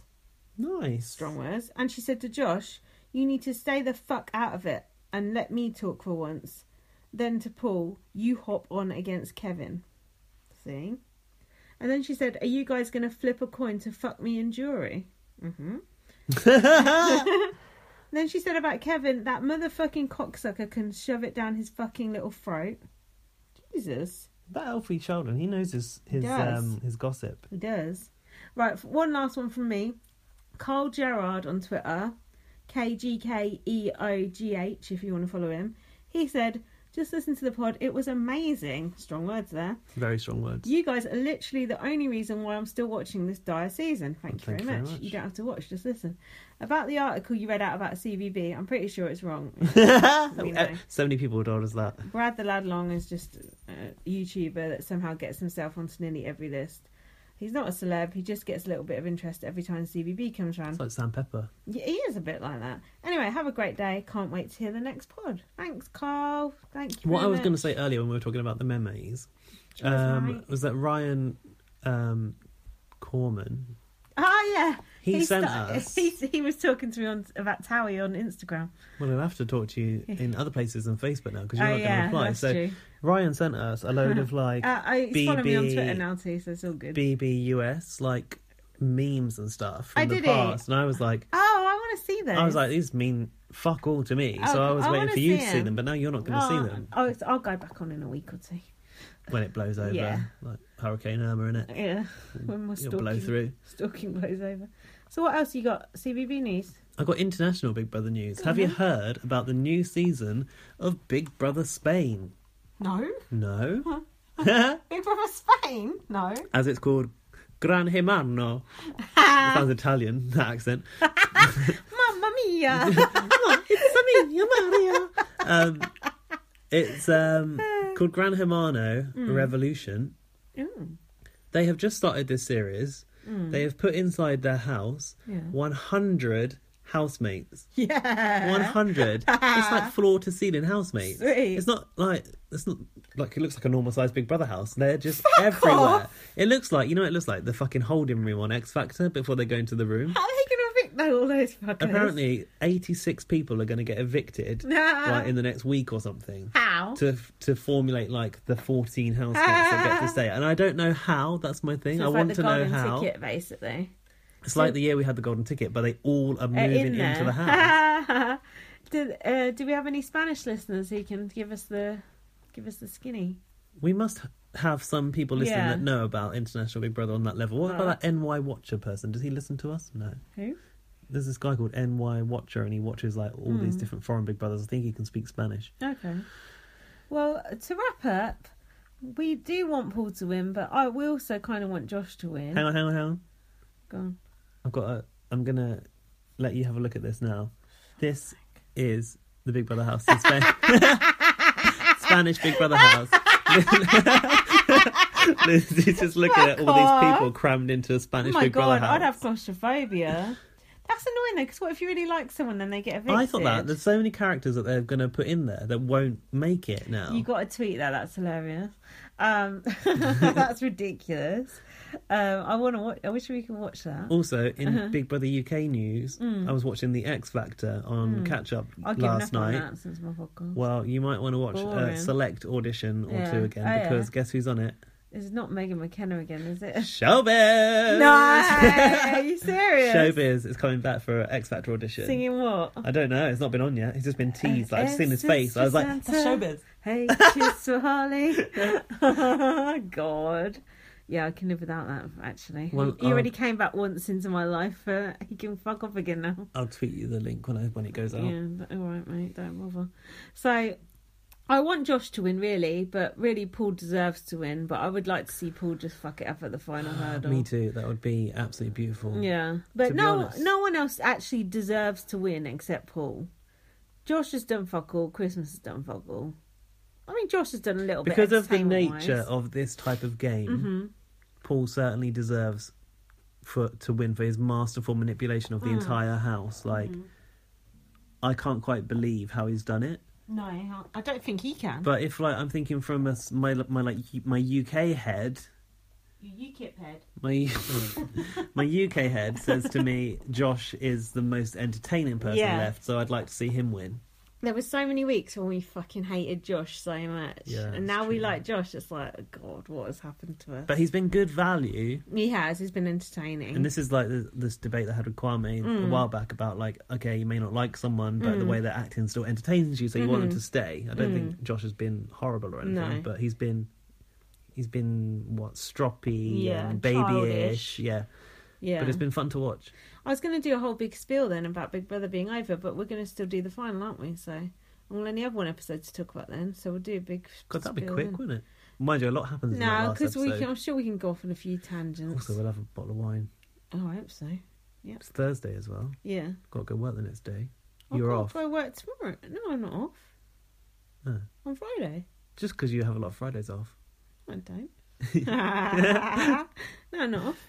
S4: Nice.
S3: Strong words. And she said to Josh, You need to stay the fuck out of it and let me talk for once. Then to Paul, You hop on against Kevin. See? And then she said, Are you guys going to flip a coin to fuck me and Jury? hmm. then she said about Kevin, That motherfucking cocksucker can shove it down his fucking little throat. Jesus.
S4: That Alfie Sheldon, he knows his his
S3: He does.
S4: um his gossip.
S3: He does. Right, f- one last one from me. Carl Gerard on Twitter, E KGKEOGH, if you want to follow him. He said, just listen to the pod. It was amazing. Strong words there.
S4: Very strong words.
S3: You guys are literally the only reason why I'm still watching this dire season. Thank, you,
S4: Well,
S3: very, much. You don't have to watch, just listen. About the article you read out about CVB, I'm pretty sure it's wrong. We know.
S4: Eh, so many people told us that.
S3: Brad the Lad Long is just a YouTuber that somehow gets himself onto nearly every list. He's not a celeb, he just gets a little bit of interest every time CVB comes round.
S4: It's like Sam Pepper.
S3: Yeah, he is a bit like that. Anyway, have a great day. Can't wait to hear the next pod. Thanks, Carl. Thank you.
S4: What I was going
S3: to
S4: to say earlier when we were talking about the memes
S3: That's
S4: um,
S3: right.
S4: was that Ryan um, Corman.
S3: Oh, yeah.
S4: He sent
S3: sta-
S4: us.
S3: He, he was talking to me on, about Towie on Instagram.
S4: Well, I'll have to talk to you in other places than Facebook now because you're
S3: oh,
S4: not going to
S3: yeah.
S4: reply.
S3: That's
S4: So
S3: true.
S4: Ryan sent us a load of like
S3: Uh, I, he's following me on
S4: BB
S3: Twitter now, too, so it's all good.
S4: BBUS like memes and stuff from
S3: Oh,
S4: the
S3: did he?
S4: past, and I was like,
S3: oh, I want to see those.
S4: I was like, these mean fuck all to me.
S3: Oh,
S4: so I was
S3: I
S4: waiting
S3: wanna
S4: for you
S3: see
S4: to see
S3: them.
S4: them, but now you're not going to see them
S3: Oh, it's, I'll go back on in a week or two.
S4: when it blows over,
S3: Yeah.
S4: like Hurricane Irma in it.
S3: Yeah, when my
S4: It'll blow
S3: stalking,
S4: through.
S3: stalking blows over. So what else you got? CBB news.
S4: I got international Big Brother news. Have you
S3: Uh-huh.
S4: heard about the new season of Big Brother Spain?
S3: No,
S4: No.
S3: Big Brother Spain. No.
S4: As it's called, Gran Hermano. It sounds Italian, that accent.
S3: Mamma mia.
S4: it's me, Mario. Um, it's um, called Gran Hermano
S3: Mm.
S4: Revolution.
S3: Ooh.
S4: They have just started this series. They have put inside their house
S3: Mm. Yeah.
S4: 100 housemates.
S3: yeah.
S4: 100. it's like floor to ceiling housemates.
S3: Sweet.
S4: It's not like it's not like it looks like a normal sized Big Brother house. They're just everywhere. It looks like you know what it looks like the fucking holding room on X Factor before they go into the room.
S3: How are they going to evict though, all those fuckers?
S4: Apparently, 86 people are going to get evicted like in the next week or something
S3: How?
S4: to to formulate like the 14 housemates that get to stay. And I don't know how. That's my thing.
S3: So
S4: I
S3: it's
S4: want
S3: like
S4: to
S3: the
S4: know
S3: golden
S4: how.
S3: ticket, basically.
S4: It's like the year we had the golden ticket, but they all are
S3: Uh,
S4: moving
S3: in there.
S4: into the house.
S3: do, uh, do we have any Spanish listeners who can give us the give us the skinny?
S4: we must have some people listening
S3: Yeah.
S4: that know about International Big Brother on that level. What
S3: Right.
S4: about that NY Watcher person? Does he listen to us? No.
S3: Who?
S4: there's this guy called NY Watcher, and he watches like all
S3: Hmm.
S4: these different foreign Big Brothers. I think he can speak Spanish.
S3: Okay. Well, to wrap up, we do want Paul to win, but I we also kind of want Josh to win.
S4: Hang on, hang on, hang on.
S3: Go on.
S4: I've got. A, I'm gonna let you have a look at this now. This is the Big Brother house. in Spain. Spanish Big Brother house. Lindsay's just looking at all these
S3: off.
S4: people crammed into a
S3: Oh
S4: Spanish
S3: my
S4: Big Brother
S3: god,
S4: house.
S3: I'd have claustrophobia. That's annoying though, because what if you really like someone and they get evicted?
S4: I thought that there's so many characters that they're going to put in there that won't make it now.
S3: You got to tweet that. That's hilarious. Um, that's ridiculous. Um, I want to. watch I wish we could watch that.
S4: also, in
S3: Uh-huh.
S4: Big Brother UK news,
S3: Hmm.
S4: I was watching The X Factor on catch up
S3: I've given
S4: last
S3: up on
S4: night.
S3: that since my podcast.
S4: Well, you might want to watch
S3: Boring.
S4: a select audition or
S3: Yeah.
S4: two again
S3: Oh, yeah.
S4: because guess who's on it?
S3: It's not Megan McKenna again, is it?
S4: Showbiz!
S3: no, are you serious?
S4: Showbiz is coming back for X Factor audition.
S3: Singing what?
S4: I don't know. It's not been on yet. It's just been teased. Like, I've just seen his face. I was like,
S3: That's showbiz. Hey, kiss for Harley. God. Yeah, I can live without that, actually.
S4: Well,
S3: he already
S4: uh,
S3: came back once into my life. Uh, he can fuck off again now.
S4: I'll tweet you the link when I, when it goes out.
S3: Yeah, but all right, mate. Don't bother. So, I want Josh to win, really, but really, Paul deserves to win. But I would like to see Paul just fuck it up at the final hurdle.
S4: Me too. That would be absolutely beautiful.
S3: Yeah,
S4: To
S3: but
S4: be
S3: no,
S4: honest.
S3: no one else actually deserves to win except Paul. Josh has done fuck all. Christmas has done fuck all. I mean, Josh has done a little
S4: because
S3: bit
S4: of the
S3: entertainment-wise.
S4: nature of this type of game,
S3: Mm-hmm.
S4: Paul certainly deserves for to win for his masterful manipulation of
S3: Mm.
S4: the entire house. Like,
S3: Mm-hmm.
S4: I can't quite believe how he's done it.
S3: No, I don't think he can.
S4: But if like I'm thinking from a s my my like U- my UK head,
S3: you UKIP head.
S4: my my UK head says to me, Josh is the most entertaining person
S3: Yeah.
S4: left, so I'd like to see him win.
S3: There were so many weeks when we fucking hated Josh so much,
S4: Yeah,
S3: and
S4: that's
S3: now we
S4: true.
S3: like Josh. It's like, oh, God, what has happened to us?
S4: But he's been good value.
S3: he has. He's been entertaining.
S4: And this is like th- this debate that I had with Kwame
S3: Mm.
S4: a while back about like, okay, you may not like someone, but the way they're acting still entertains you, so you want them to stay. I don't think Josh has been horrible or anything,
S3: Mm-hmm. Mm. No.
S4: but he's been he's been what stroppy
S3: Yeah,
S4: and babyish,
S3: childish.
S4: yeah.
S3: yeah,
S4: But it's been fun to watch.
S3: I was going to do a whole big spiel then about Big Brother being over, but we're going to still do the final, aren't we? So, and we'll only have one episode to talk about then. So we'll do a big.
S4: God, that'd be
S3: spiel
S4: quick,
S3: then.
S4: wouldn't it? Mind you, a lot happens. in that
S3: No,
S4: last
S3: because we
S4: episode.
S3: can. I'm sure we can go off on a few tangents.
S4: Also, we'll have a bottle of wine.
S3: oh, I hope so.
S4: It's Thursday as well.
S3: Yeah.
S4: Got to go work the next day.
S3: I've
S4: You're
S3: got to
S4: off
S3: Go work tomorrow. No, I'm not off.
S4: Oh.
S3: On Friday.
S4: just because you have a lot of Fridays off.
S3: I don't. no, I'm not off.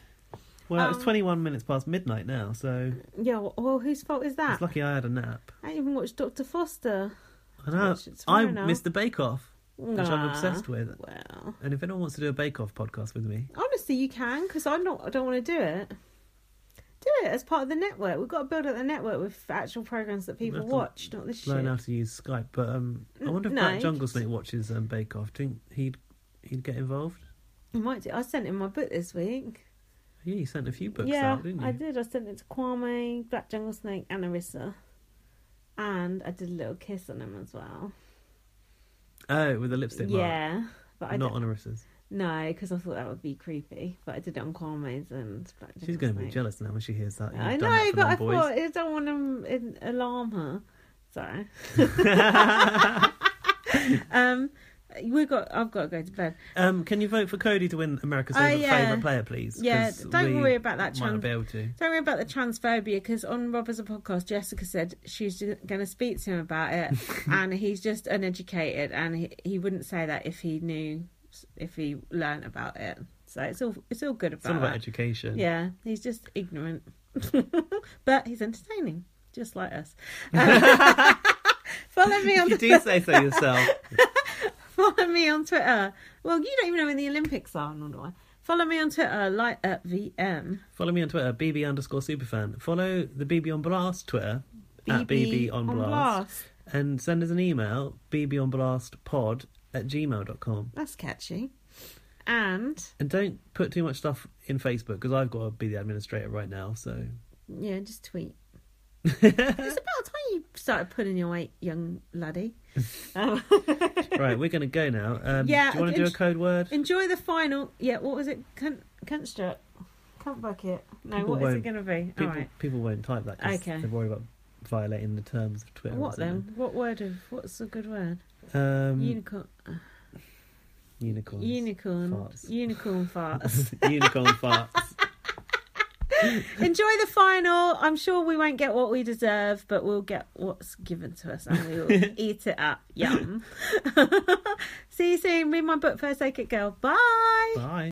S4: Well, it's
S3: Um,
S4: 21 minutes past midnight now, so
S3: Yeah. Well, well, whose fault is that?
S4: it's lucky I had a nap.
S3: I ain't even watched Doctor Foster.
S4: I know.
S3: Watch it
S4: I
S3: tomorrow now.
S4: missed the Bake Off, which I'm
S3: Nah.
S4: obsessed with.
S3: Well,
S4: And if anyone wants to do a Bake Off podcast with me,
S3: honestly, you can because I'm not. I don't want to do it. Do it as part of the network. We've got to build up the network with actual programs that people
S4: have to
S3: watch, not this shit.
S4: learn how to use Skype. But um, I wonder if
S3: no,
S4: Black
S3: you
S4: Jungle
S3: just-
S4: Snake watches um, Bake Off. Do you think he'd he'd get involved?
S3: I might do. I sent him my book this week.
S4: Yeah, you sent a few books
S3: yeah,
S4: out, didn't you?
S3: I did. I sent it to Kwame, Black Jungle Snake, and Arissa. And I did a little kiss on him as well.
S4: Oh, with the lipstick mark.
S3: yeah, but I
S4: Not
S3: d-
S4: on Arissa's.
S3: no, because I thought that would be creepy. But I did it on Kwame's and Black Jungle
S4: She's going to
S3: Snake.
S4: be jealous now when she hears that.
S3: I
S4: You've
S3: know,
S4: done that for
S3: but
S4: them
S3: I
S4: boys.
S3: thought I don't want to alarm her. Sorry. um, we got. I've got to go to bed.
S4: Um, can you vote for Cody to win America's
S3: Oh,
S4: Favorite
S3: yeah.
S4: Favourite Player, please?
S3: Yeah,
S4: 'Cause
S3: don't
S4: we
S3: worry about that
S4: Might not
S3: chance.
S4: be able to.
S3: Don't worry about the transphobia because on Rob as a podcast, Jessica said she's going to speak to him about it, and he's just uneducated, and he, he wouldn't say that if he knew, if he learnt about it. So it's all it's all good
S4: It's all
S3: about
S4: about
S3: that.
S4: education.
S3: uh, Yeah, he's just ignorant, but he's entertaining, just like us. follow me on
S4: You do say so yourself.
S3: follow me on Twitter. Well, you don't even know when the Olympics are, nor do I. Follow me on Twitter, light up VM.
S4: Follow me on Twitter, BB underscore superfan. Follow the BB on Blast Twitter, at BB on Blast, And send us an email, BB on Blast pod at gmail.com.
S3: That's catchy. And
S4: And don't put too much stuff in Facebook because I've got to be the administrator right now. So
S3: yeah, just tweet.
S4: Uh.
S3: it's about time you started putting your weight, young laddie. Um,
S4: right, we're going to go now. Um,
S3: Yeah,
S4: do you want to do a
S3: int-
S4: code word?
S3: enjoy the final. Yeah, what was it? Con- construct.
S6: Cunt bucket.
S3: No,
S4: People
S3: what is it
S4: won't-
S3: going to be?
S4: People,
S3: All right.
S4: people won't type that 'cause
S3: Okay.
S4: they're worried about violating the terms of Twitter. or
S3: What
S4: something.
S3: then? What word of what's a good word?
S4: Um,
S3: Unicorn,
S4: unicorns.
S3: unicorn,
S4: Farts.
S3: unicorn farts.
S4: Unicorn farts.
S3: Enjoy the final. I'm sure we won't get what we deserve, but we'll get what's given to us and we will eat it up. Yum. See you soon. Read my book, First Take It Girl. Bye.
S4: Bye.